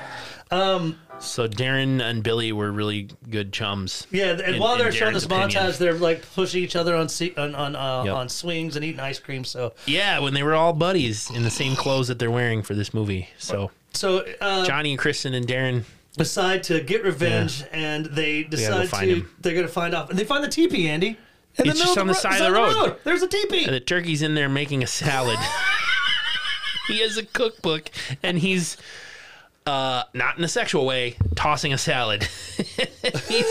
Speaker 2: Um so Darren and Billy were really good chums.
Speaker 1: Yeah, and
Speaker 2: in-
Speaker 1: while
Speaker 2: in
Speaker 1: they're showing
Speaker 2: Darren's
Speaker 1: this
Speaker 2: opinion.
Speaker 1: montage, they're like pushing each other on se- on on, uh,
Speaker 2: Yep.
Speaker 1: on swings and eating ice cream. So
Speaker 2: Yeah, when they were all buddies in the same clothes that they're wearing for this movie. So
Speaker 1: so uh,
Speaker 2: Johnny and Kristen and Darren.
Speaker 1: decide to get revenge, and they decide
Speaker 2: find
Speaker 1: to
Speaker 2: him.
Speaker 1: they're gonna find off, and they find the teepee, Andy. In
Speaker 2: It's just
Speaker 1: middle
Speaker 2: on the
Speaker 1: ro-
Speaker 2: side of
Speaker 1: side
Speaker 2: the road.
Speaker 1: There's a teepee.
Speaker 2: The turkey's in there making a salad. he has a cookbook and he's uh, not in a sexual way, tossing a salad. he's,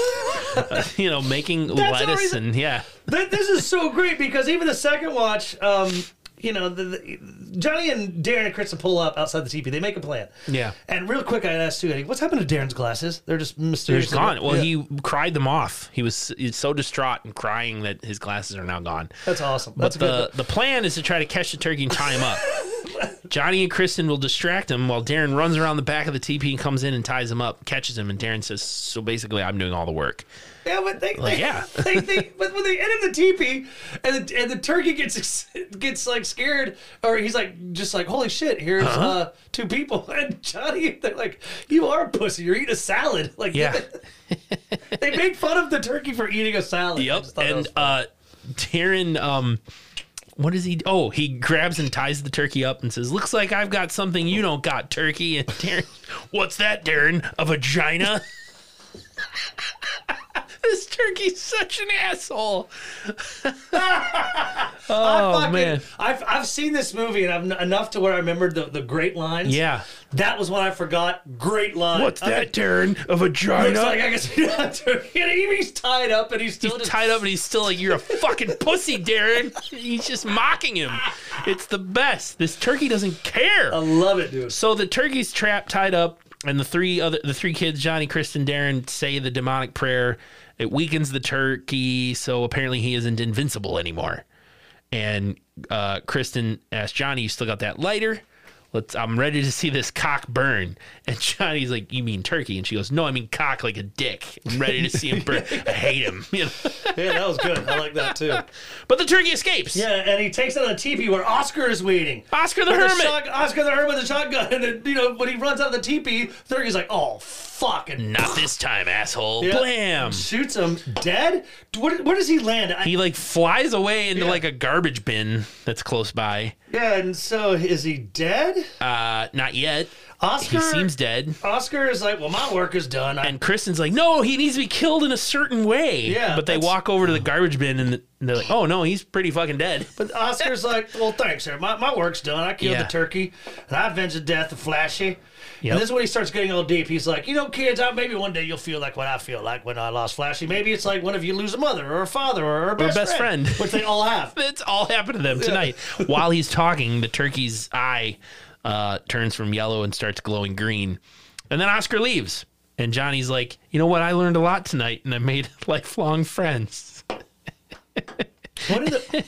Speaker 2: uh, you know, making
Speaker 1: the
Speaker 2: lettuce
Speaker 1: reason-
Speaker 2: and yeah.
Speaker 1: Th- this is so great because even the second watch, um, you know, the, the, Johnny and Darren and Kristen pull up outside the teepee. They make a plan.
Speaker 2: Yeah.
Speaker 1: And real quick, I asked too, Eddie, what's happened to Darren's glasses? They're just
Speaker 2: They're
Speaker 1: mysteriously
Speaker 2: gone. Well,
Speaker 1: Yeah.
Speaker 2: he cried them off. He was he's so distraught and crying that his glasses are now gone.
Speaker 1: That's awesome.
Speaker 2: But
Speaker 1: That's good.
Speaker 2: the, the plan is to try to catch the turkey and tie him up. Johnny and Kristen will distract him while Darren runs around the back of the teepee and comes in and ties him up, catches him, and Darren says, So basically, I'm doing all the work.
Speaker 1: Yeah, but they,
Speaker 2: Like,
Speaker 1: they
Speaker 2: yeah.
Speaker 1: they, they but when they enter the teepee and the, and the turkey gets ex- gets like scared or he's like just like holy shit here's
Speaker 2: Uh-huh.
Speaker 1: uh, two people and Johnny they're like you are a pussy you're eating a salad like
Speaker 2: Yeah.
Speaker 1: they make fun of the turkey for eating a salad I
Speaker 2: Yep.
Speaker 1: just thought that
Speaker 2: And
Speaker 1: was-
Speaker 2: uh Taryn um what does he oh he grabs and ties the turkey up and says, Looks like I've got something you don't got, turkey. And Taryn What's that, Darren? A vagina? this turkey's such an asshole.
Speaker 1: I
Speaker 2: oh,
Speaker 1: fucking-
Speaker 2: man.
Speaker 1: I've I've seen this movie and I've enough to where I remembered the, the great lines
Speaker 2: Yeah.
Speaker 1: that was when I forgot great lines
Speaker 2: What's
Speaker 1: I mean,
Speaker 2: that, Darren? A
Speaker 1: It's
Speaker 2: vagina?
Speaker 1: like I can see that turkey. and He's tied up and he's still
Speaker 2: He's
Speaker 1: just
Speaker 2: tied up and he's still like, You're a fucking pussy, Darren. He's just mocking him. It's the best. This turkey doesn't care.
Speaker 1: I love it, dude.
Speaker 2: So the turkey's trapped, tied up, and the three other the three kids, Johnny, Kristen, Darren, say the demonic prayer. It weakens the turkey, so apparently he isn't invincible anymore. And uh, Kristen asks Johnny, "You still got that lighter?" let's I'm ready to see this cock burn. And Johnny's like, You mean turkey? And she goes, No, I mean cock like a dick. I'm ready to see him burn. I hate him. You know?
Speaker 1: Yeah, that was good. I like that too.
Speaker 2: But the turkey escapes.
Speaker 1: Yeah, and he takes out a teepee where Oscar is waiting.
Speaker 2: Oscar the
Speaker 1: With the
Speaker 2: Hermit.
Speaker 1: shot- Oscar the Hermit with a shotgun, and then you know when he runs out of the teepee, Thurgy's like, "Oh fuck!" and
Speaker 2: Not this time, asshole.
Speaker 1: Yeah.
Speaker 2: Blam.
Speaker 1: shoots him dead. Where, where does he land? I,
Speaker 2: He like flies away into
Speaker 1: Yeah.
Speaker 2: like a garbage bin that's close by.
Speaker 1: yeah, and so is he dead?
Speaker 2: Uh, not yet.
Speaker 1: Oscar
Speaker 2: He seems dead.
Speaker 1: Oscar is like, "Well, my work is done." I,
Speaker 2: And Kristen's like, no, he needs to be killed in a certain way.
Speaker 1: Yeah,
Speaker 2: But they
Speaker 1: that's-
Speaker 2: walk over to the garbage bin and, the, and they're like, oh no, he's pretty fucking dead.
Speaker 1: but Oscar's like, "Well, thanks, sir. My, my work's done. I killed
Speaker 2: Yeah.
Speaker 1: the turkey, and I avenged the death of Flashy."
Speaker 2: Yep.
Speaker 1: And this is when he starts getting all deep. He's like, you know, kids, I, maybe one day you'll feel like what I feel like when I lost Flashy. Maybe it's like one of you lose a mother or a father or a best,
Speaker 2: best friend.
Speaker 1: which they all have.
Speaker 2: That's all happened to them tonight. While he's talking, the turkey's eye uh, turns from yellow and starts glowing green. And then Oscar leaves. And Johnny's like, you know what? I learned a lot tonight and I made lifelong friends.
Speaker 1: What are the,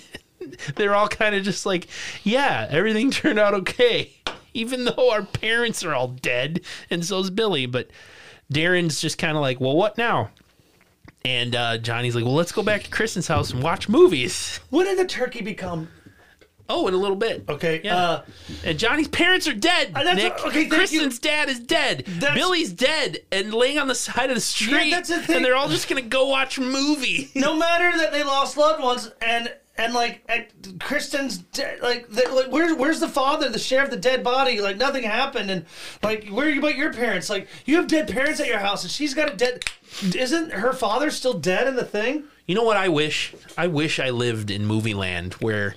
Speaker 2: They're all kind of just like, yeah, everything turned out okay. Even though our parents are all dead and so's Billy. But Darren's just kind of like, well, what now? And uh, Johnny's like, well, let's go back to Kristen's house and watch movies.
Speaker 1: what did the turkey become?
Speaker 2: Oh, in a little bit.
Speaker 1: Okay.
Speaker 2: Yeah.
Speaker 1: Uh,
Speaker 2: And Johnny's parents are dead.
Speaker 1: Uh, that's-
Speaker 2: Nick.
Speaker 1: okay, thank
Speaker 2: Kristen's dad is dead.
Speaker 1: That's-
Speaker 2: Billy's dead and laying on the side of the street.
Speaker 1: that's the thing.
Speaker 2: And they're all just gonna go watch a movie.
Speaker 1: no matter that they lost loved ones and and like and Kristen's de- like, the, like where's where's the father the sheriff the dead body like nothing happened and like where are you about your parents like you have dead parents at your house and she's got a dead isn't her father still dead in the thing
Speaker 2: You know what I wish? I wish I lived in movie land where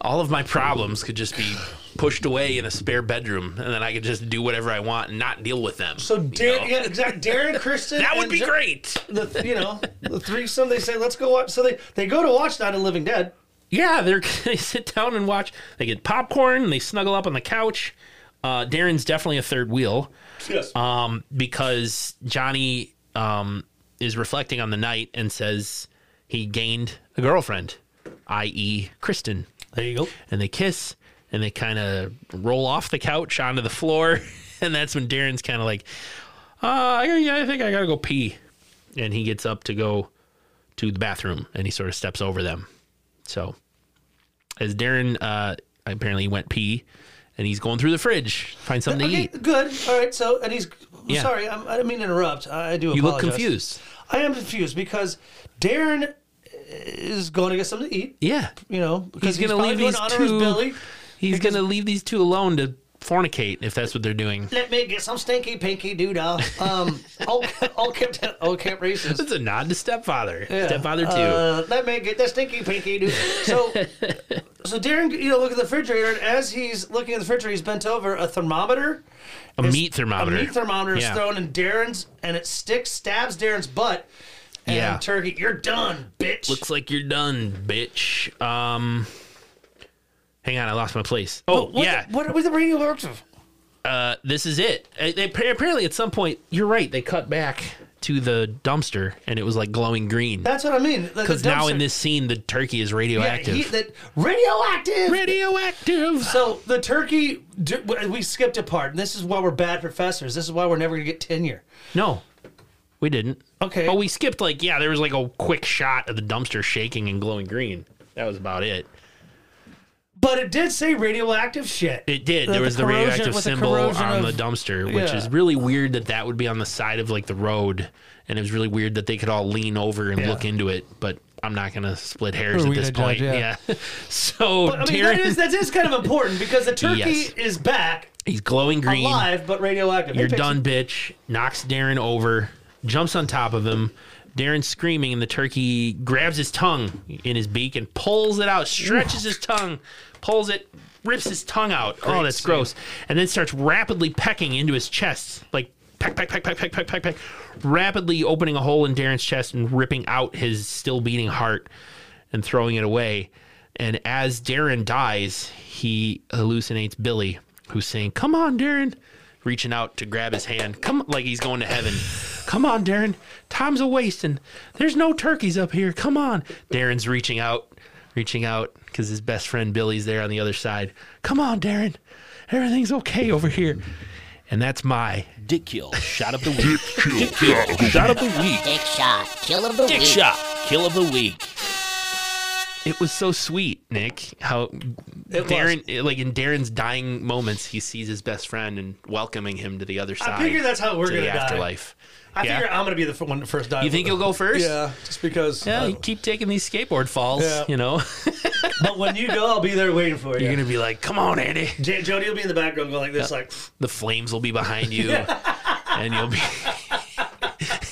Speaker 2: all of my problems could just be pushed away in a spare bedroom and then I could just do whatever I want and not deal with them.
Speaker 1: so Dar-
Speaker 2: know?
Speaker 1: yeah exactly Darren Kristen
Speaker 2: that would
Speaker 1: and
Speaker 2: be
Speaker 1: Jo-
Speaker 2: great.
Speaker 1: the you know the threesome they say let's go watch so they they go to watch Night of the Living Dead
Speaker 2: Yeah, they're they sit down and watch. They get popcorn. They snuggle up on the couch. Uh, Darren's definitely a third wheel.
Speaker 1: yes
Speaker 2: um, because Johnny um, is reflecting on the night and says he gained a girlfriend, i.e., Kristen.
Speaker 1: there you go
Speaker 2: And they kiss and they kind of roll off the couch onto the floor. And that's when Darren's kind of like, uh, I, yeah, I think I got to go pee. And he gets up to go to the bathroom and he sort of steps over them. So as Darren uh, apparently went pee and he's going through the fridge, find something to
Speaker 1: okay
Speaker 2: eat.
Speaker 1: good all right so and he's
Speaker 2: Yeah.
Speaker 1: sorry I'm, I didn't mean to interrupt I, I do
Speaker 2: You look
Speaker 1: apologize.
Speaker 2: confused.
Speaker 1: I am confused because Darren is going to get something to eat.
Speaker 2: Yeah.
Speaker 1: You know, because
Speaker 2: He's
Speaker 1: he's,
Speaker 2: gonna
Speaker 1: going to leave
Speaker 2: leave these
Speaker 1: honor his
Speaker 2: two-
Speaker 1: Billy.
Speaker 2: He's going to leave these two alone to fornicate if that's what they're doing.
Speaker 1: Let me get some stinky pinky doodah. Um, all, all kept all kept racist.
Speaker 2: It's a nod to Stepfather.
Speaker 1: Yeah.
Speaker 2: Stepfather 2.
Speaker 1: Uh, let me get that stinky pinky doo. So, so Darren, you know, look at the refrigerator. And as he's looking at the refrigerator, he's bent over. A thermometer,
Speaker 2: a meat thermometer.
Speaker 1: a meat thermometer is
Speaker 2: Yeah.
Speaker 1: thrown in Darren's, and it sticks, stabs Darren's butt. And
Speaker 2: Yeah.
Speaker 1: Turkey, you're done, bitch.
Speaker 2: Looks like you're done, bitch. Um, hang on, I lost my place. Oh,
Speaker 1: what,
Speaker 2: yeah.
Speaker 1: the- what was the radio works of?
Speaker 2: uh, this is it. Uh, They, apparently, at some point, you're right, they cut back to the dumpster and it was like glowing green.
Speaker 1: That's what I mean. The- the
Speaker 2: Because now in
Speaker 1: dumpster-
Speaker 2: this scene, the turkey is
Speaker 1: Yeah,
Speaker 2: radioactive.
Speaker 1: he, that radioactive.
Speaker 2: radioactive.
Speaker 1: so the turkey, d- we skipped a part, and this is why we're bad professors. This is why we're never gonna get tenure.
Speaker 2: No, we didn't.
Speaker 1: Okay.
Speaker 2: But we skipped like yeah, there was like a quick shot of the dumpster shaking and glowing green. That was about it.
Speaker 1: But it did say radioactive shit.
Speaker 2: It did.
Speaker 1: The-
Speaker 2: there
Speaker 1: the
Speaker 2: was the,
Speaker 1: corrosion-
Speaker 2: radioactive
Speaker 1: with the
Speaker 2: symbol
Speaker 1: corrosion
Speaker 2: on
Speaker 1: of-
Speaker 2: the dumpster, which
Speaker 1: Yeah.
Speaker 2: is really weird that that would be on the side of like the road, and it was really weird that they could all lean over and
Speaker 1: Yeah.
Speaker 2: look into it. But I'm not gonna split
Speaker 1: Who
Speaker 2: hairs
Speaker 1: are
Speaker 2: at
Speaker 1: we
Speaker 2: this
Speaker 1: to judge?
Speaker 2: point.
Speaker 1: Yeah.
Speaker 2: yeah. so
Speaker 1: I mean,
Speaker 2: Darren,
Speaker 1: that is, that is kind of important because the turkey
Speaker 2: Yes.
Speaker 1: is back
Speaker 2: he's glowing green.
Speaker 1: alive, but radioactive. They
Speaker 2: You're
Speaker 1: picked-
Speaker 2: done, bitch. Knocks Darren over, jumps on top of him. Darren's screaming, and the turkey grabs his tongue in his beak and pulls it out, stretches his tongue, pulls it, rips his tongue out. oh, that's gross. And then starts rapidly pecking into his chest, like peck, peck, peck, peck, peck, peck, peck, peck, rapidly opening a hole in Darren's chest and ripping out his still beating heart and throwing it away. And as Darren dies, he hallucinates Billy, who's saying, Come on, Darren, reaching out to grab his hand. Come like he's going to heaven. Come on, Darren. Time's a wasting. There's no turkeys up here. Come on. Darren's reaching out, reaching out, because his best friend Billy's there on the other side. Come on, Darren. Everything's okay over here. And that's my
Speaker 6: Dick kill. Shot of the week. Dick kill. Shot of the week.
Speaker 4: Dick shot. Kill of the
Speaker 6: Dick
Speaker 4: week.
Speaker 6: shot. Kill of the week.
Speaker 2: it was so sweet, Nick. How
Speaker 1: It
Speaker 2: Darren, like in Darren's dying moments, he sees his best friend and welcoming him to the other side.
Speaker 1: I figure that's how we're
Speaker 2: to
Speaker 1: gonna
Speaker 2: the
Speaker 1: die.
Speaker 2: afterlife.
Speaker 1: I
Speaker 2: yeah.
Speaker 1: figure I'm gonna be the f- one to first die.
Speaker 2: you think you'll go first?
Speaker 1: Yeah, just because. uh,
Speaker 2: Yeah, you keep taking these skateboard falls.
Speaker 1: Yeah.
Speaker 2: You know,
Speaker 1: but when you go, I'll be there waiting for you.
Speaker 2: you're gonna be like, "Come on, Andy."
Speaker 1: J- Jody will be in the background going like this, like
Speaker 2: The flames will be behind you, and you'll be.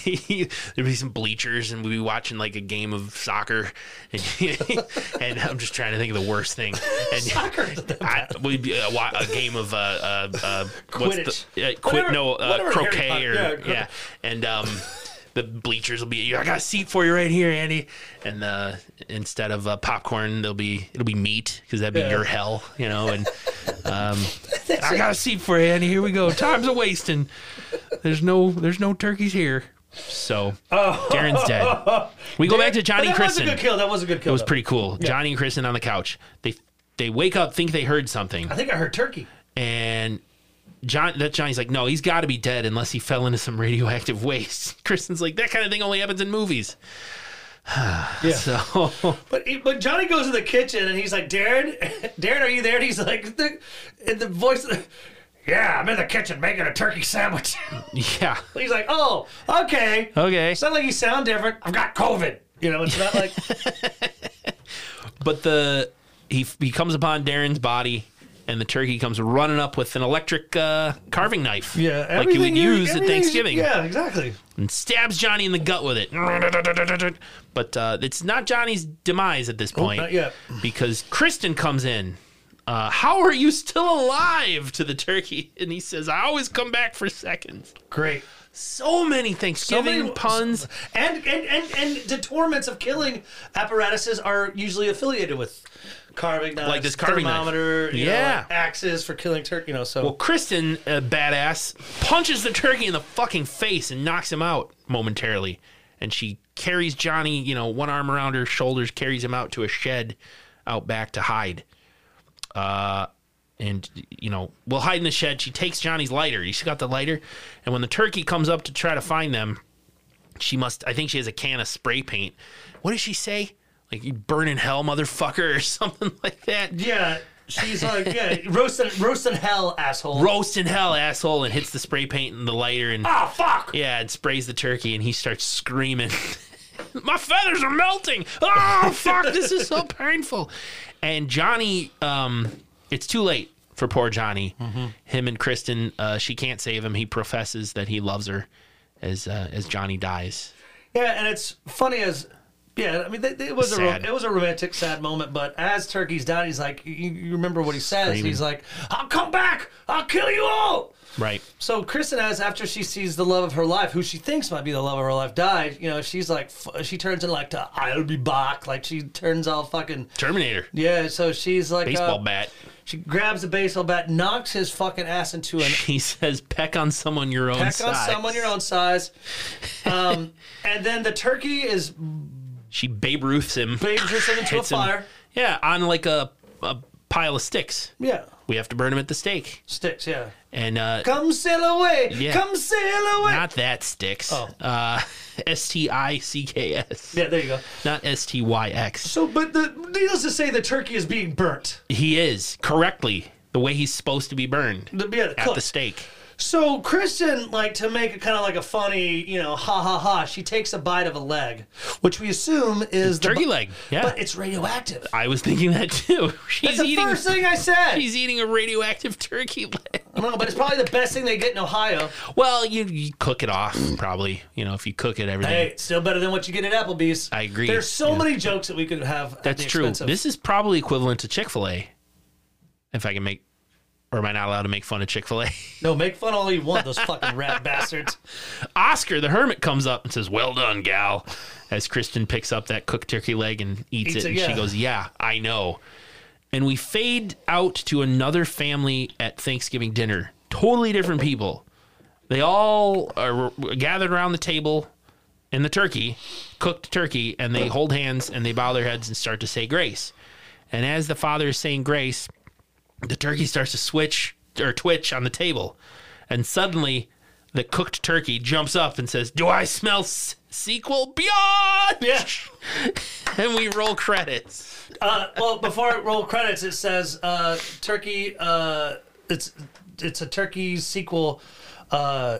Speaker 2: There'll be some bleachers, and we'll be watching like a game of soccer, and, and I'm just trying to think of the worst thing. And I, we'd be a, wa- a game of uh, uh, uh,
Speaker 1: Quidditch.
Speaker 2: the, uh, quit,
Speaker 1: Whatever-
Speaker 2: no, uh,
Speaker 1: whatever Harry
Speaker 2: croquet,
Speaker 1: Potter-
Speaker 2: or
Speaker 1: yeah,
Speaker 2: yeah,
Speaker 1: croquet.
Speaker 2: and um, the bleachers will be. I got a seat for you right here, Andy. And uh, instead of uh, popcorn, there'll be it'll be meat because that'd be
Speaker 1: Yeah.
Speaker 2: your hell, you know. And um, I got a seat for you, Andy. Here we go. Time's a wasting. There's no there's no turkeys here. So Darren's dead. We go back to
Speaker 1: Oh. But
Speaker 2: Johnny
Speaker 1: that
Speaker 2: Kristen.
Speaker 1: was a good kill. That was a good kill.
Speaker 2: It was pretty cool. Johnny and Kristen on the couch. They they wake up, think they heard something,
Speaker 1: I think I heard turkey.
Speaker 2: and John that Johnny's like, no, he's got to be dead unless he fell into some radioactive waste. Kristen's like, that kind of thing only happens in movies.
Speaker 1: Yeah.
Speaker 2: So
Speaker 1: But he, but Johnny goes in the kitchen and he's like, Darren, Darren, are you there? And he's like, the, and the voice, yeah, I'm in the kitchen making a turkey sandwich.
Speaker 2: yeah,
Speaker 1: he's like, oh, okay.
Speaker 2: okay.
Speaker 1: It's not like you sound different. I've got COVID. You know, it's not like
Speaker 2: But the he he comes upon Darren's body. And the turkey comes running up with an electric uh, carving knife, like you would
Speaker 1: everything
Speaker 2: use at
Speaker 1: everything's-
Speaker 2: Thanksgiving.
Speaker 1: Yeah, exactly.
Speaker 2: and stabs Johnny in the gut with it. But uh, it's not Johnny's demise at this point.
Speaker 1: not yet.
Speaker 2: Because Kristen comes in. Uh, How are you still alive to the turkey? And he says, I always come back for seconds.
Speaker 1: Great.
Speaker 2: So many Thanksgiving
Speaker 1: many-
Speaker 2: puns.
Speaker 1: And and and and the torments of killing apparatuses are usually affiliated with carving knives,
Speaker 2: Like this carving knife.
Speaker 1: thermometer, you know,
Speaker 2: Yeah.
Speaker 1: like axes for killing turkey. You know, so
Speaker 2: Well, Kristen, a badass, punches the turkey in the fucking face and knocks him out momentarily. And she carries Johnny, you know, one arm around her shoulders, carries him out to a shed out back to hide. Uh, and, you know, we'll hide in the shed. She takes Johnny's lighter. She's got the lighter. And when the turkey comes up to try to find them, she must, I think she has a can of spray paint. What does she say? Like, you burn in hell, motherfucker, or something like that.
Speaker 1: yeah, she's like, yeah, roasted roasted hell, asshole.
Speaker 2: roast in hell, asshole, and hits the spray paint and the lighter and
Speaker 1: Ah, fuck!
Speaker 2: yeah, and sprays the turkey and he starts screaming. My feathers are melting. Oh fuck, this is so painful. And Johnny, um, it's too late for poor Johnny.
Speaker 1: Mm-hmm.
Speaker 2: Him and Kristen, uh, she can't save him. He professes that he loves her as uh, as Johnny dies.
Speaker 1: Yeah, and it's funny as. Yeah, I mean, they, they- it was a ro-
Speaker 2: Sad.
Speaker 1: it was a romantic, sad moment. But as Turkey's down, he's like, you, you remember what he says? He's like, "I'll come back. I'll kill you all."
Speaker 2: Right.
Speaker 1: So Kristen has, after she sees the love of her life, who she thinks might be the love of her life, die. You know, she's like, f- she turns into like, to, I'll be back. Like she turns all fucking.
Speaker 2: Terminator.
Speaker 1: Yeah, so she's like,
Speaker 2: Baseball
Speaker 1: uh,
Speaker 2: bat.
Speaker 1: She grabs a baseball bat, knocks his fucking ass into an
Speaker 2: He says, "Peck on someone your own
Speaker 1: peck on
Speaker 2: size."
Speaker 1: someone your own size. Um, and then the turkey is
Speaker 2: She Babe Ruths him.
Speaker 1: Babe Ruths him into a
Speaker 2: Hits him.
Speaker 1: fire.
Speaker 2: Yeah, on like a, a pile of sticks.
Speaker 1: yeah
Speaker 2: We have to burn him at the stake.
Speaker 1: sticks. Yeah,
Speaker 2: And uh,
Speaker 1: come sail away.
Speaker 2: Yeah.
Speaker 1: Come sail away.
Speaker 2: not that sticks.
Speaker 1: Oh.
Speaker 2: Uh, S T I C K S.
Speaker 1: yeah, there you go.
Speaker 2: Not S T Y X.
Speaker 1: So, but the needless to say, the turkey is being burnt.
Speaker 2: He is correctly the way he's supposed to be burned
Speaker 1: The, yeah, the
Speaker 2: at
Speaker 1: cook.
Speaker 2: the stake.
Speaker 1: So Kristen, like to make it kind of like a funny, you know, ha ha ha. She takes a bite of a leg, which we assume is the
Speaker 2: Turkey
Speaker 1: bu-
Speaker 2: leg. Yeah.
Speaker 1: but it's radioactive.
Speaker 2: I was thinking that too. She's
Speaker 1: That's the
Speaker 2: eating.
Speaker 1: first thing I said.
Speaker 2: She's eating a radioactive turkey leg.
Speaker 1: I don't know, but it's probably the best thing they get in Ohio.
Speaker 2: Well, you, you cook it off probably. You know, if you cook it, everything.
Speaker 1: Hey, it's still better than what you get at Applebee's.
Speaker 2: I agree.
Speaker 1: There's so
Speaker 2: Yeah.
Speaker 1: many jokes that we could have. at
Speaker 2: That's
Speaker 1: the
Speaker 2: true.
Speaker 1: expense of-
Speaker 2: This is probably equivalent to Chick Fil A. If I can make, or am I not allowed to make fun of Chick Fil A?
Speaker 1: no, make fun all you want, those fucking rat bastards.
Speaker 2: Oscar the Hermit comes up and says, Well done, gal. As Kristen picks up that cooked turkey leg and eats,
Speaker 1: Eats
Speaker 2: it,
Speaker 1: it,
Speaker 2: and she
Speaker 1: yeah.
Speaker 2: goes, Yeah, I know. And we fade out to another family at Thanksgiving dinner. Totally different people. They all are gathered around the table and the turkey, cooked turkey, and they hold hands and they bow their heads and start to say grace. And as the father is saying grace, the turkey starts to switch or Twitch on the table, and suddenly the cooked turkey jumps up and says, "Do I smell s- sequel beyond?"
Speaker 1: Yeah.
Speaker 2: and we roll credits.
Speaker 1: Uh, well, before it roll credits, it says uh, Turkey. Uh, it's it's a Turkey sequel uh,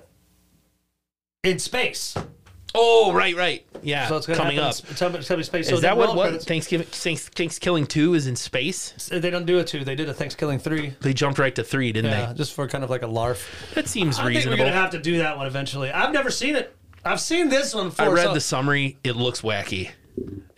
Speaker 1: in space.
Speaker 2: Oh, right, right, yeah,
Speaker 1: So it's gonna
Speaker 2: coming
Speaker 1: happen
Speaker 2: up.
Speaker 1: in sp- it's coming space. So
Speaker 2: Is that
Speaker 1: they
Speaker 2: what,
Speaker 1: roll
Speaker 2: what
Speaker 1: credits.
Speaker 2: Thanksgiving Thanks, Thanksgiving Two is in space?
Speaker 1: They don't do a two. They did a Thanksgiving three.
Speaker 2: They jumped right to three, didn't
Speaker 1: Yeah, just for kind of like a larf.
Speaker 2: they? That seems
Speaker 1: I think we're
Speaker 2: reasonable.
Speaker 1: gonna have to do that one eventually. I've never seen it. I've seen this one before.
Speaker 2: I read
Speaker 1: so
Speaker 2: the summary. It looks wacky.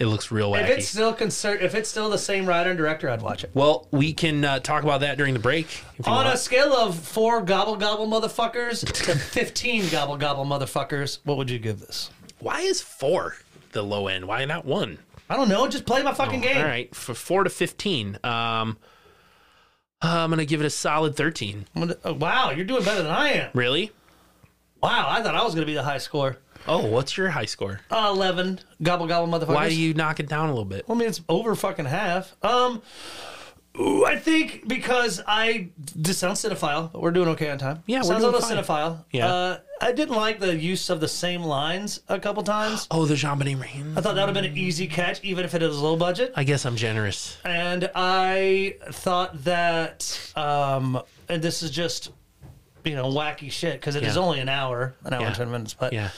Speaker 2: It looks real
Speaker 1: If
Speaker 2: wacky.
Speaker 1: it's still concern, if it's still the same writer and director, I'd watch it.
Speaker 2: Well, we can uh, talk about that during the break. If you
Speaker 1: On a
Speaker 2: want.
Speaker 1: scale of four gobble gobble motherfuckers to fifteen gobble gobble motherfuckers, what would you give this?
Speaker 2: Why is four the low end? Why not one?
Speaker 1: I don't know. Just play my fucking game.
Speaker 2: Oh, All right, for four to fifteen. Um, uh, I'm gonna give it a solid thirteen.
Speaker 1: I'm gonna- oh, wow, you're doing better than I am.
Speaker 2: Really?
Speaker 1: Wow, I thought I was gonna be the high score.
Speaker 2: Oh, what's your high score?
Speaker 1: Uh, Eleven gobble gobble motherfuckers.
Speaker 2: Why do you knock it down a little bit?
Speaker 1: Well, I mean, it's over fucking half. Um, ooh, I think because I this sounds cinephile, but we're doing okay on time.
Speaker 2: Yeah, we're
Speaker 1: sounds
Speaker 2: doing
Speaker 1: a little
Speaker 2: fine.
Speaker 1: cinephile.
Speaker 2: Yeah.
Speaker 1: uh, I didn't like the use of the same lines a couple times.
Speaker 2: Oh, the Jean Bonnet Rain.
Speaker 1: I thought that would have been an easy catch, even if it is low budget.
Speaker 2: I guess I'm generous.
Speaker 1: And I thought that, um, and this is just you know wacky shit because it is
Speaker 2: Yeah.
Speaker 1: only an hour, an hour
Speaker 2: Yeah.
Speaker 1: and ten minutes, but
Speaker 2: Yeah.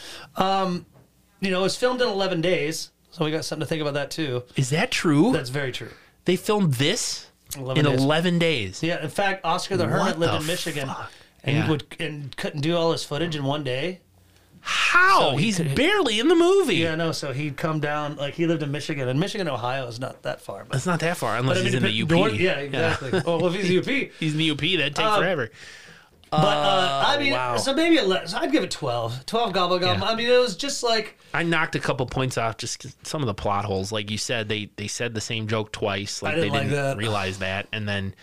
Speaker 1: you know it was filmed in eleven days, so we got something to think about that too.
Speaker 2: Is that true?
Speaker 1: That's very true.
Speaker 2: they filmed this
Speaker 1: 11
Speaker 2: in
Speaker 1: days.
Speaker 2: eleven days.
Speaker 1: Yeah, in fact, Oscar the Hermit
Speaker 2: What
Speaker 1: lived
Speaker 2: the
Speaker 1: in Michigan
Speaker 2: fuck?
Speaker 1: and
Speaker 2: Yeah.
Speaker 1: would and couldn't do all his footage in one day.
Speaker 2: How? He's barely in the movie.
Speaker 1: Yeah, no, so he'd come down like he lived in Michigan and Michigan, Ohio is not that far, but,
Speaker 2: It's not that far unless
Speaker 1: but I mean,
Speaker 2: he's in the
Speaker 1: dep-
Speaker 2: UP.
Speaker 1: north- yeah, exactly. Oh, well, if he's UP,
Speaker 2: He's in the UP. That'd take
Speaker 1: Um,
Speaker 2: forever.
Speaker 1: but uh, I mean,
Speaker 2: Oh, wow.
Speaker 1: so maybe 11, so I'd give it 12. 12 gobble gobble.
Speaker 2: Yeah.
Speaker 1: I mean, it was just like
Speaker 2: I knocked a couple points off just 'cause some of the plot holes. Like you said, they they said the same joke twice. Like
Speaker 1: I didn't
Speaker 2: they
Speaker 1: like
Speaker 2: didn't
Speaker 1: that.
Speaker 2: realize that, and then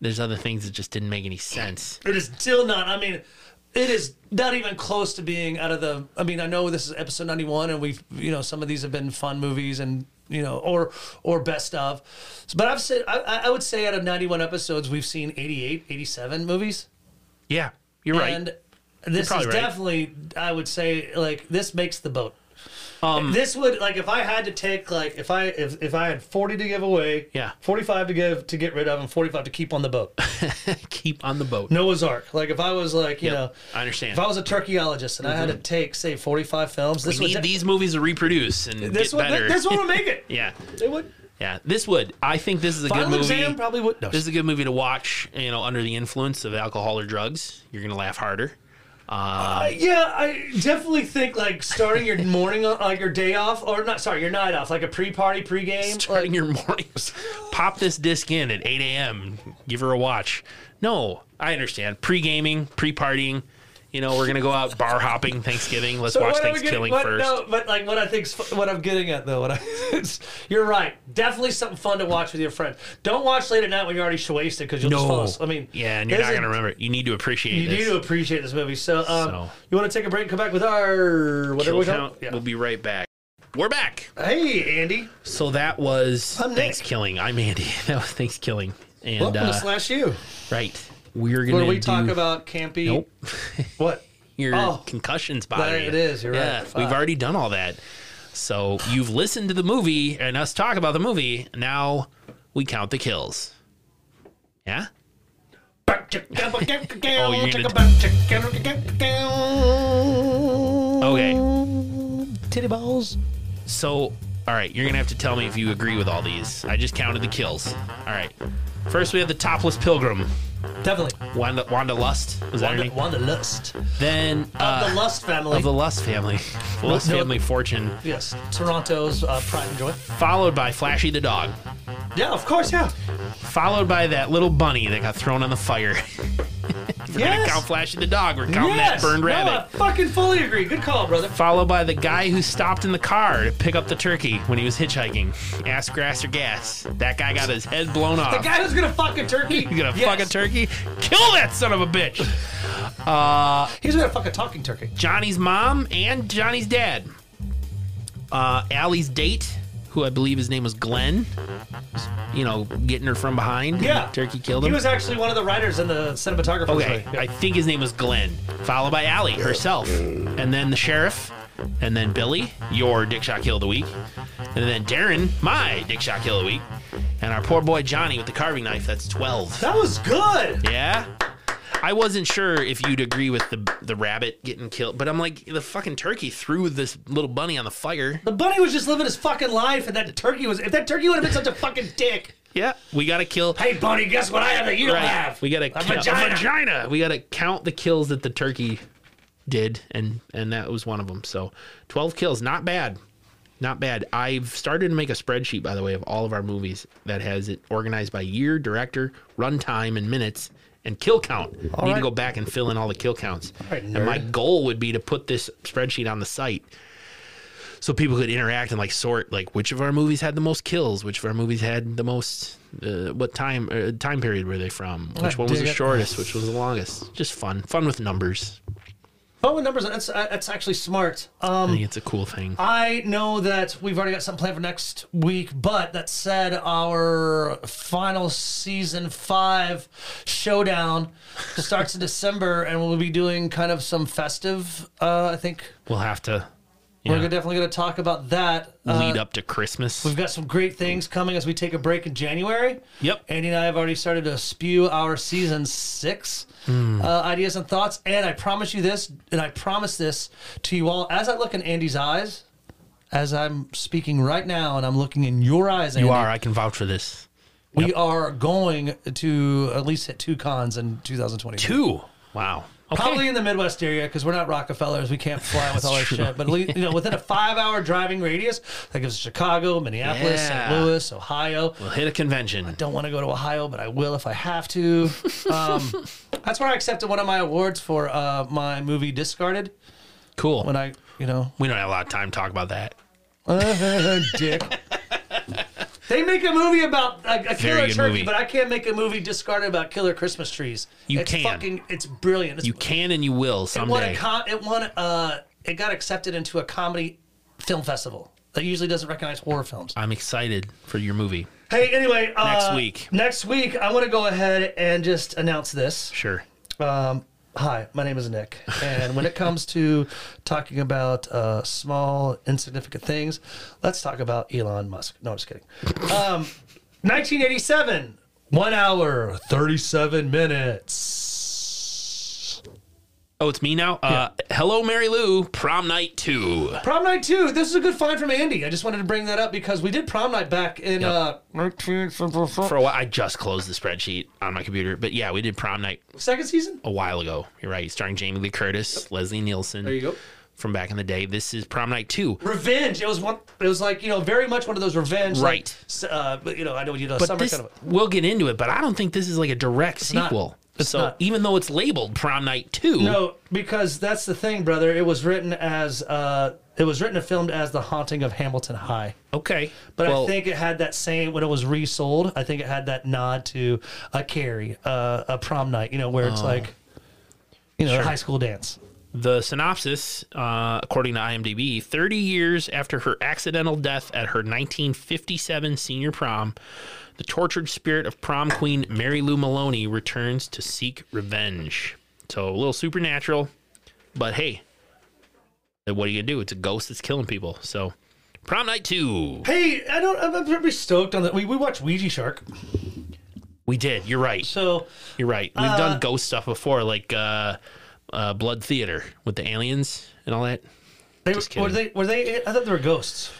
Speaker 2: there's other things that just didn't make any sense.
Speaker 1: it is still not. I mean, it is not even close to being out of the. I mean, I know this is episode ninety one, and we've you know some of these have been fun movies, and you know or or best of. But I've said I, I would say out of ninety one episodes, we've seen 88, 87 movies,
Speaker 2: Yeah, you're right.
Speaker 1: and this is
Speaker 2: probably right.
Speaker 1: definitely I would say like this makes the boat.
Speaker 2: Um,
Speaker 1: this would like if I had to take like if I if, if I had forty to give away,
Speaker 2: Yeah.
Speaker 1: forty five to give to get rid of, and forty five to keep on the boat.
Speaker 2: Keep on the boat.
Speaker 1: Noah's Ark. Like if I was like you
Speaker 2: Yep,
Speaker 1: know.
Speaker 2: I understand.
Speaker 1: If I was a turkeyologist and I had to take, say, 45 films, this
Speaker 2: we need
Speaker 1: would
Speaker 2: these movies to reproduce and
Speaker 1: this
Speaker 2: get
Speaker 1: would,
Speaker 2: better.
Speaker 1: this one would make it.
Speaker 2: yeah,
Speaker 1: It would.
Speaker 2: yeah. This would. I think this is a
Speaker 1: Final
Speaker 2: good movie.
Speaker 1: exam probably would. Uh, No,
Speaker 2: This is a good movie to watch. You know, under the influence of alcohol or drugs, you're gonna laugh harder.
Speaker 1: I- yeah, I definitely think like starting your morning, on- like your day off, or not, sorry, your night off, like a pre-party, pre-game.
Speaker 2: starting your mornings. Pop this disc in at 8 a.m. Give her a watch. No, I understand. Pre gaming, pre partying. You know, we're gonna go out bar hopping Thanksgiving. Let's
Speaker 1: So
Speaker 2: watch
Speaker 1: what are we getting-
Speaker 2: Thanksgiving
Speaker 1: what-
Speaker 2: first.
Speaker 1: No, but like what I think's fu- what I'm getting at though, what I, it's, you're right. Definitely something fun to watch with your friends. Don't watch late at night when you're already wasted because you'll just fall. asleep. I mean,
Speaker 2: yeah, and you're not
Speaker 1: isn't-
Speaker 2: gonna remember. it. You need to appreciate
Speaker 1: You
Speaker 2: this.
Speaker 1: need to appreciate this movie. So, um,
Speaker 2: So.
Speaker 1: you want to take a break and come back with our whatever
Speaker 2: Kill
Speaker 1: we
Speaker 2: count.
Speaker 1: call yeah.
Speaker 2: We'll be right back. We're back.
Speaker 1: Hey, Andy.
Speaker 2: So that was
Speaker 1: I'm Nick.
Speaker 2: Thanksgiving. I'm Andy. That was Thanksgiving. And
Speaker 1: Welcome
Speaker 2: uh,
Speaker 1: to Slash U.
Speaker 2: right, we're gonna
Speaker 1: Where we
Speaker 2: do-
Speaker 1: talk about campy.
Speaker 2: Nope.
Speaker 1: What?
Speaker 2: your
Speaker 1: Oh.
Speaker 2: concussions bother
Speaker 1: There
Speaker 2: you.
Speaker 1: it is, you're right. Fuck.
Speaker 2: We've already done all that. So you've listened to the movie and us talk about the movie. Now we count the kills. Yeah?
Speaker 1: oh,
Speaker 2: you're gonna- Okay.
Speaker 1: Titty balls.
Speaker 2: So, all right, you're going to have to tell me if you agree with all these. I just counted the kills. All right. First, we have the topless pilgrim,
Speaker 1: Definitely.
Speaker 2: Wanda, Wanda Lust. Was that her
Speaker 1: Wanda,
Speaker 2: name?
Speaker 1: Wanda Lust.
Speaker 2: Then,
Speaker 1: of
Speaker 2: uh,
Speaker 1: the Lust family.
Speaker 2: of the Lust family. Lust
Speaker 1: no.
Speaker 2: family fortune.
Speaker 1: yes. Toronto's uh, pride and joy.
Speaker 2: Followed by Flashy the dog.
Speaker 1: Yeah, of course, yeah.
Speaker 2: Followed by that little bunny that got thrown on the fire. We're going
Speaker 1: Yes.
Speaker 2: to count Flashy the dog. We're counting
Speaker 1: Yes.
Speaker 2: that burned
Speaker 1: no,
Speaker 2: rabbit.
Speaker 1: I fucking fully agree. Good call, brother.
Speaker 2: followed by the guy who stopped in the car to pick up the turkey when he was hitchhiking. Ass grass or gas. That guy got his head blown off.
Speaker 1: The guy who's gonna fuck a turkey.
Speaker 2: He's gonna
Speaker 1: Yes.
Speaker 2: fuck a turkey? Kill that son of a bitch!
Speaker 1: He's gonna fuck a talking turkey.
Speaker 2: Johnny's mom and Johnny's dad. Uh, Allie's date who I believe his name was Glenn, you know, getting her from behind.
Speaker 1: Yeah.
Speaker 2: Turkey killed him.
Speaker 1: He was actually one of the writers in the cinematographer.
Speaker 2: Okay, I think his name was Glenn, followed by Allie herself, and then the sheriff, and then Billy, your Dick Shot Kill of the Week, and then Darren, my Dick Shot Kill of the Week, and our poor boy Johnny with the carving knife. That's 12.
Speaker 1: That was good.
Speaker 2: Yeah? I wasn't sure if you'd agree with the the rabbit getting killed, but I'm like, the fucking turkey threw this little bunny on the fire.
Speaker 1: The bunny was just living his fucking life, and that turkey was. If that turkey would have been such a fucking dick.
Speaker 2: Yeah. We gotta kill.
Speaker 1: Hey, bunny, guess what I have that you
Speaker 2: Right.
Speaker 1: don't have?
Speaker 2: We gotta
Speaker 1: a
Speaker 2: count-
Speaker 1: vagina.
Speaker 2: vagina. We gotta count the kills that the turkey did, and and that was one of them. So twelve kills, not bad, not bad. I've started to make a spreadsheet, by the way, of all of our movies that has it organized by year, director, runtime, and minutes. And kill count. I Need to
Speaker 1: right.
Speaker 2: go back and fill in all the kill counts.
Speaker 1: right,
Speaker 2: and my
Speaker 1: nerd.
Speaker 2: goal would be to put this spreadsheet on the site so people could interact and like sort like which of our movies had the most kills, which of our movies had the most, uh, what time uh, time period were they from, which one was
Speaker 1: Ah, dig
Speaker 2: the
Speaker 1: it.
Speaker 2: shortest, which was the longest. Just fun, fun with numbers.
Speaker 1: Phone with numbers. That's uh, that's actually smart.
Speaker 2: I
Speaker 1: Um,
Speaker 2: think it's a cool thing.
Speaker 1: I know that we've already got something planned for next week, but that said, our final season five showdown starts in December, and we'll be doing kind of some festive. Uh, I think
Speaker 2: We'll have to
Speaker 1: we're
Speaker 2: Yeah.
Speaker 1: gonna- definitely going to talk about that. Uh,
Speaker 2: lead up to Christmas.
Speaker 1: we've got some great things coming as we take a break in January.
Speaker 2: Yep.
Speaker 1: Andy and I have already started to spew our season six
Speaker 2: Hmm.
Speaker 1: uh, ideas and thoughts. And I promise you this, and I promise this to you all as I look in Andy's eyes, as I'm speaking right now, and I'm looking in your eyes, Andy,
Speaker 2: You are. I can vouch for this.
Speaker 1: we are going to at least hit two cons in 2020.
Speaker 2: Two. Wow. Okay.
Speaker 1: Probably in the Midwest area because we're not Rockefellers. We can't fly with all our shit. But at least, you know, within a five-hour driving radius, that gives us Chicago, Minneapolis,
Speaker 2: Yeah.
Speaker 1: St. Louis, Ohio.
Speaker 2: We'll hit a convention.
Speaker 1: don't want to go to Ohio, but I will if I have to. Um, that's where I accepted one of my awards for uh, my movie Discarded.
Speaker 2: Cool.
Speaker 1: When I, you know,
Speaker 2: we don't have a lot of time to talk about that.
Speaker 1: dick. They make a movie about a, a killer
Speaker 2: good
Speaker 1: turkey,
Speaker 2: movie.
Speaker 1: but I can't make a movie discarded about killer Christmas trees.
Speaker 2: You
Speaker 1: it's
Speaker 2: can.
Speaker 1: Fucking, it's brilliant. It's,
Speaker 2: You can and you will
Speaker 1: it won a
Speaker 2: someday.
Speaker 1: com- It won. Uh, it got accepted into a comedy film festival that usually doesn't recognize horror films.
Speaker 2: I'm excited for your movie.
Speaker 1: Hey, anyway, uh,
Speaker 2: Uh, Next week.
Speaker 1: Next week, I want to go ahead and just announce this.
Speaker 2: Sure.
Speaker 1: Um, hi, my name is Nick, and when it comes to talking about uh, small, insignificant things, let's talk about Elon Musk. No, I'm just kidding. Um, 1987, one hour, 37 minutes.
Speaker 2: Oh, it's me now. Uh, hello, Mary Lou. Prom night two.
Speaker 1: Prom night two. This is a good find from Andy. I just wanted to bring that up because we did prom night back in uh, 19
Speaker 2: For a while, I just closed the spreadsheet on my computer, but yeah, we did prom night
Speaker 1: second season.
Speaker 2: a while ago. You're right, starring Jamie Lee Curtis, Leslie Nielsen. There you
Speaker 1: go.
Speaker 2: From back in the day, this is prom night two.
Speaker 1: Revenge. It was one. It was like you know, very much one of those revenge. like,
Speaker 2: Right.
Speaker 1: s- uh, but you know, I know you know,
Speaker 2: But
Speaker 1: summer
Speaker 2: this,
Speaker 1: kind of.
Speaker 2: we'll get into it, but I don't think this is like a direct
Speaker 1: not.
Speaker 2: sequel.
Speaker 1: It's
Speaker 2: so
Speaker 1: not.
Speaker 2: even though it's labeled prom night two,
Speaker 1: No, because that's the thing, brother. It was written as uh, it was written and filmed as the haunting of Hamilton High.
Speaker 2: okay,
Speaker 1: But
Speaker 2: Well,
Speaker 1: I think it had that same when it was resold. I think it had that nod to a Carrie, uh, a prom night. You know, where
Speaker 2: Oh.
Speaker 1: it's like, you know, a high school dance.
Speaker 2: The synopsis, uh, according to IMDb, 30 years after her accidental death at her 1957 senior prom, the tortured spirit of prom queen Mary Lou Maloney returns to seek revenge. So a little supernatural, but hey, what are you going to do? It's a ghost that's killing people. So prom night two.
Speaker 1: Hey, I don't. I'm, I'm pretty stoked on that. We we watched Ouija Shark,
Speaker 2: We did. You're right.
Speaker 1: so
Speaker 2: You're right. We've done ghost stuff before, like uh, uh, Blood Theater with the aliens and all that.
Speaker 1: they
Speaker 2: Just
Speaker 1: were they
Speaker 2: kidding.
Speaker 1: were they. I thought they were ghosts.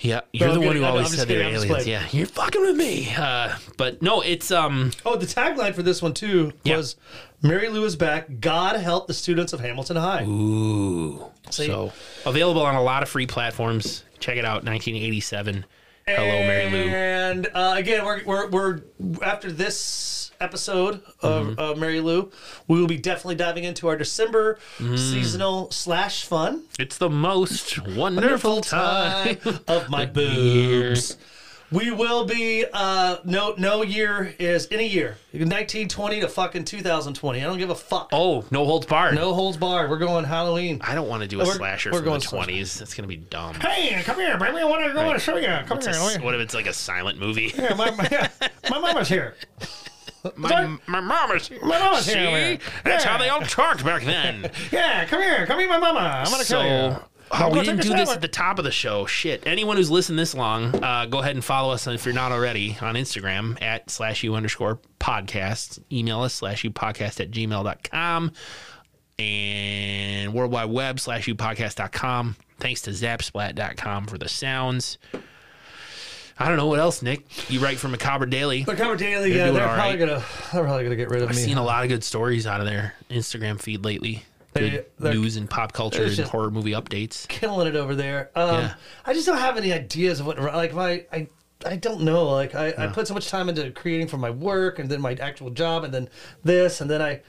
Speaker 2: Yeah, you're
Speaker 1: I'm
Speaker 2: the one
Speaker 1: kidding.
Speaker 2: who
Speaker 1: I'm-
Speaker 2: always
Speaker 1: I'm just
Speaker 2: said they're
Speaker 1: kidding. I'm just
Speaker 2: aliens.
Speaker 1: playing.
Speaker 2: yeah, you're fucking with me. Uh, but no, it's um,
Speaker 1: Oh, the tagline for this one too
Speaker 2: Yeah.
Speaker 1: was "Mary Lou is back. God help the students of Hamilton High."
Speaker 2: ooh.
Speaker 1: See?
Speaker 2: So available on a lot of free platforms. Check it out. 1987. Hello, Mary Lou.
Speaker 1: And uh, again, we're, we're, we're after this episode of
Speaker 2: Mm-hmm.
Speaker 1: uh, Mary Lou, we will be definitely diving into our December
Speaker 2: Mm.
Speaker 1: seasonal slash fun
Speaker 2: It's the most wonderful time.
Speaker 1: of my boobs. We will be. Uh, no, no year is any year. 1920 to fucking 2020. I don't give a fuck.
Speaker 2: Oh, no holds barred.
Speaker 1: No holds barred. We're going Halloween.
Speaker 2: I don't want to do a
Speaker 1: We're-
Speaker 2: slasher
Speaker 1: we're
Speaker 2: from the
Speaker 1: going slasher.
Speaker 2: twenties. That's gonna be dumb.
Speaker 1: Hey, come here, baby. I want to go
Speaker 2: Right.
Speaker 1: show you. Come
Speaker 2: It's a- what if it's like a silent movie?
Speaker 1: Yeah, my, my, my mama's here.
Speaker 2: my, my mama's
Speaker 1: My mama's
Speaker 2: See?
Speaker 1: here.
Speaker 2: That's
Speaker 1: Yeah.
Speaker 2: how they all talked back then.
Speaker 1: Yeah, come here. Come eat my mama. I'm gonna
Speaker 2: so,
Speaker 1: kill you.
Speaker 2: oh, we
Speaker 1: gonna take
Speaker 2: didn't
Speaker 1: a
Speaker 2: do this
Speaker 1: shower.
Speaker 2: at the top of the show. Shit. Anyone who's listened this long, uh, go ahead and follow us if you're not already on Instagram at slash u underscore podcast. Email us slash u podcast at gmail.com and world wide web slash u podcast.com. Thanks to zapsplat.com for the sounds. I don't know what else, Nick. You write for Macabre Daily.
Speaker 1: But Cover Daily, yeah,
Speaker 2: doing
Speaker 1: they're
Speaker 2: all
Speaker 1: probably
Speaker 2: right.
Speaker 1: gonna they're probably gonna get rid of
Speaker 2: I've
Speaker 1: me.
Speaker 2: seen a lot of good stories out of their Instagram feed lately.
Speaker 1: They-
Speaker 2: Good
Speaker 1: they're-
Speaker 2: news and pop culture
Speaker 1: there's
Speaker 2: and
Speaker 1: just-
Speaker 2: horror movie updates.
Speaker 1: killing it over there. Um,
Speaker 2: Yeah.
Speaker 1: I just don't have any ideas of what like my I I don't know. Like I, I put so much time into creating for my work and then my actual job and then this and then I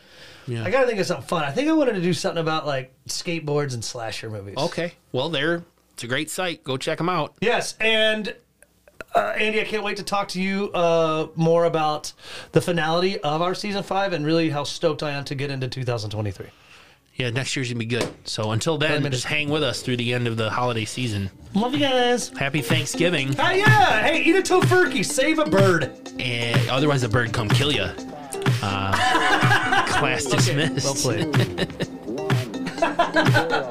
Speaker 2: Yeah.
Speaker 1: I gotta think of something fun. I think I wanted to do something about like skateboards and slasher movies.
Speaker 2: Okay. Well, there. It's a great site. Go check them out.
Speaker 1: Yes, and uh, Andy, I can't wait to talk to you uh, more about the finality of our season five and really how stoked I am to get into 2023.
Speaker 2: Yeah, next year's gonna be good. So until
Speaker 1: Wait a
Speaker 2: then,
Speaker 1: minute.
Speaker 2: just hang with us through the end of the holiday season.
Speaker 1: Love you guys.
Speaker 2: Happy Thanksgiving,
Speaker 1: Ah, yeah. Hey, eat a tofurkey. Save a bird.
Speaker 2: and otherwise the bird come kill you. Uh, class dismissed.
Speaker 1: Well played.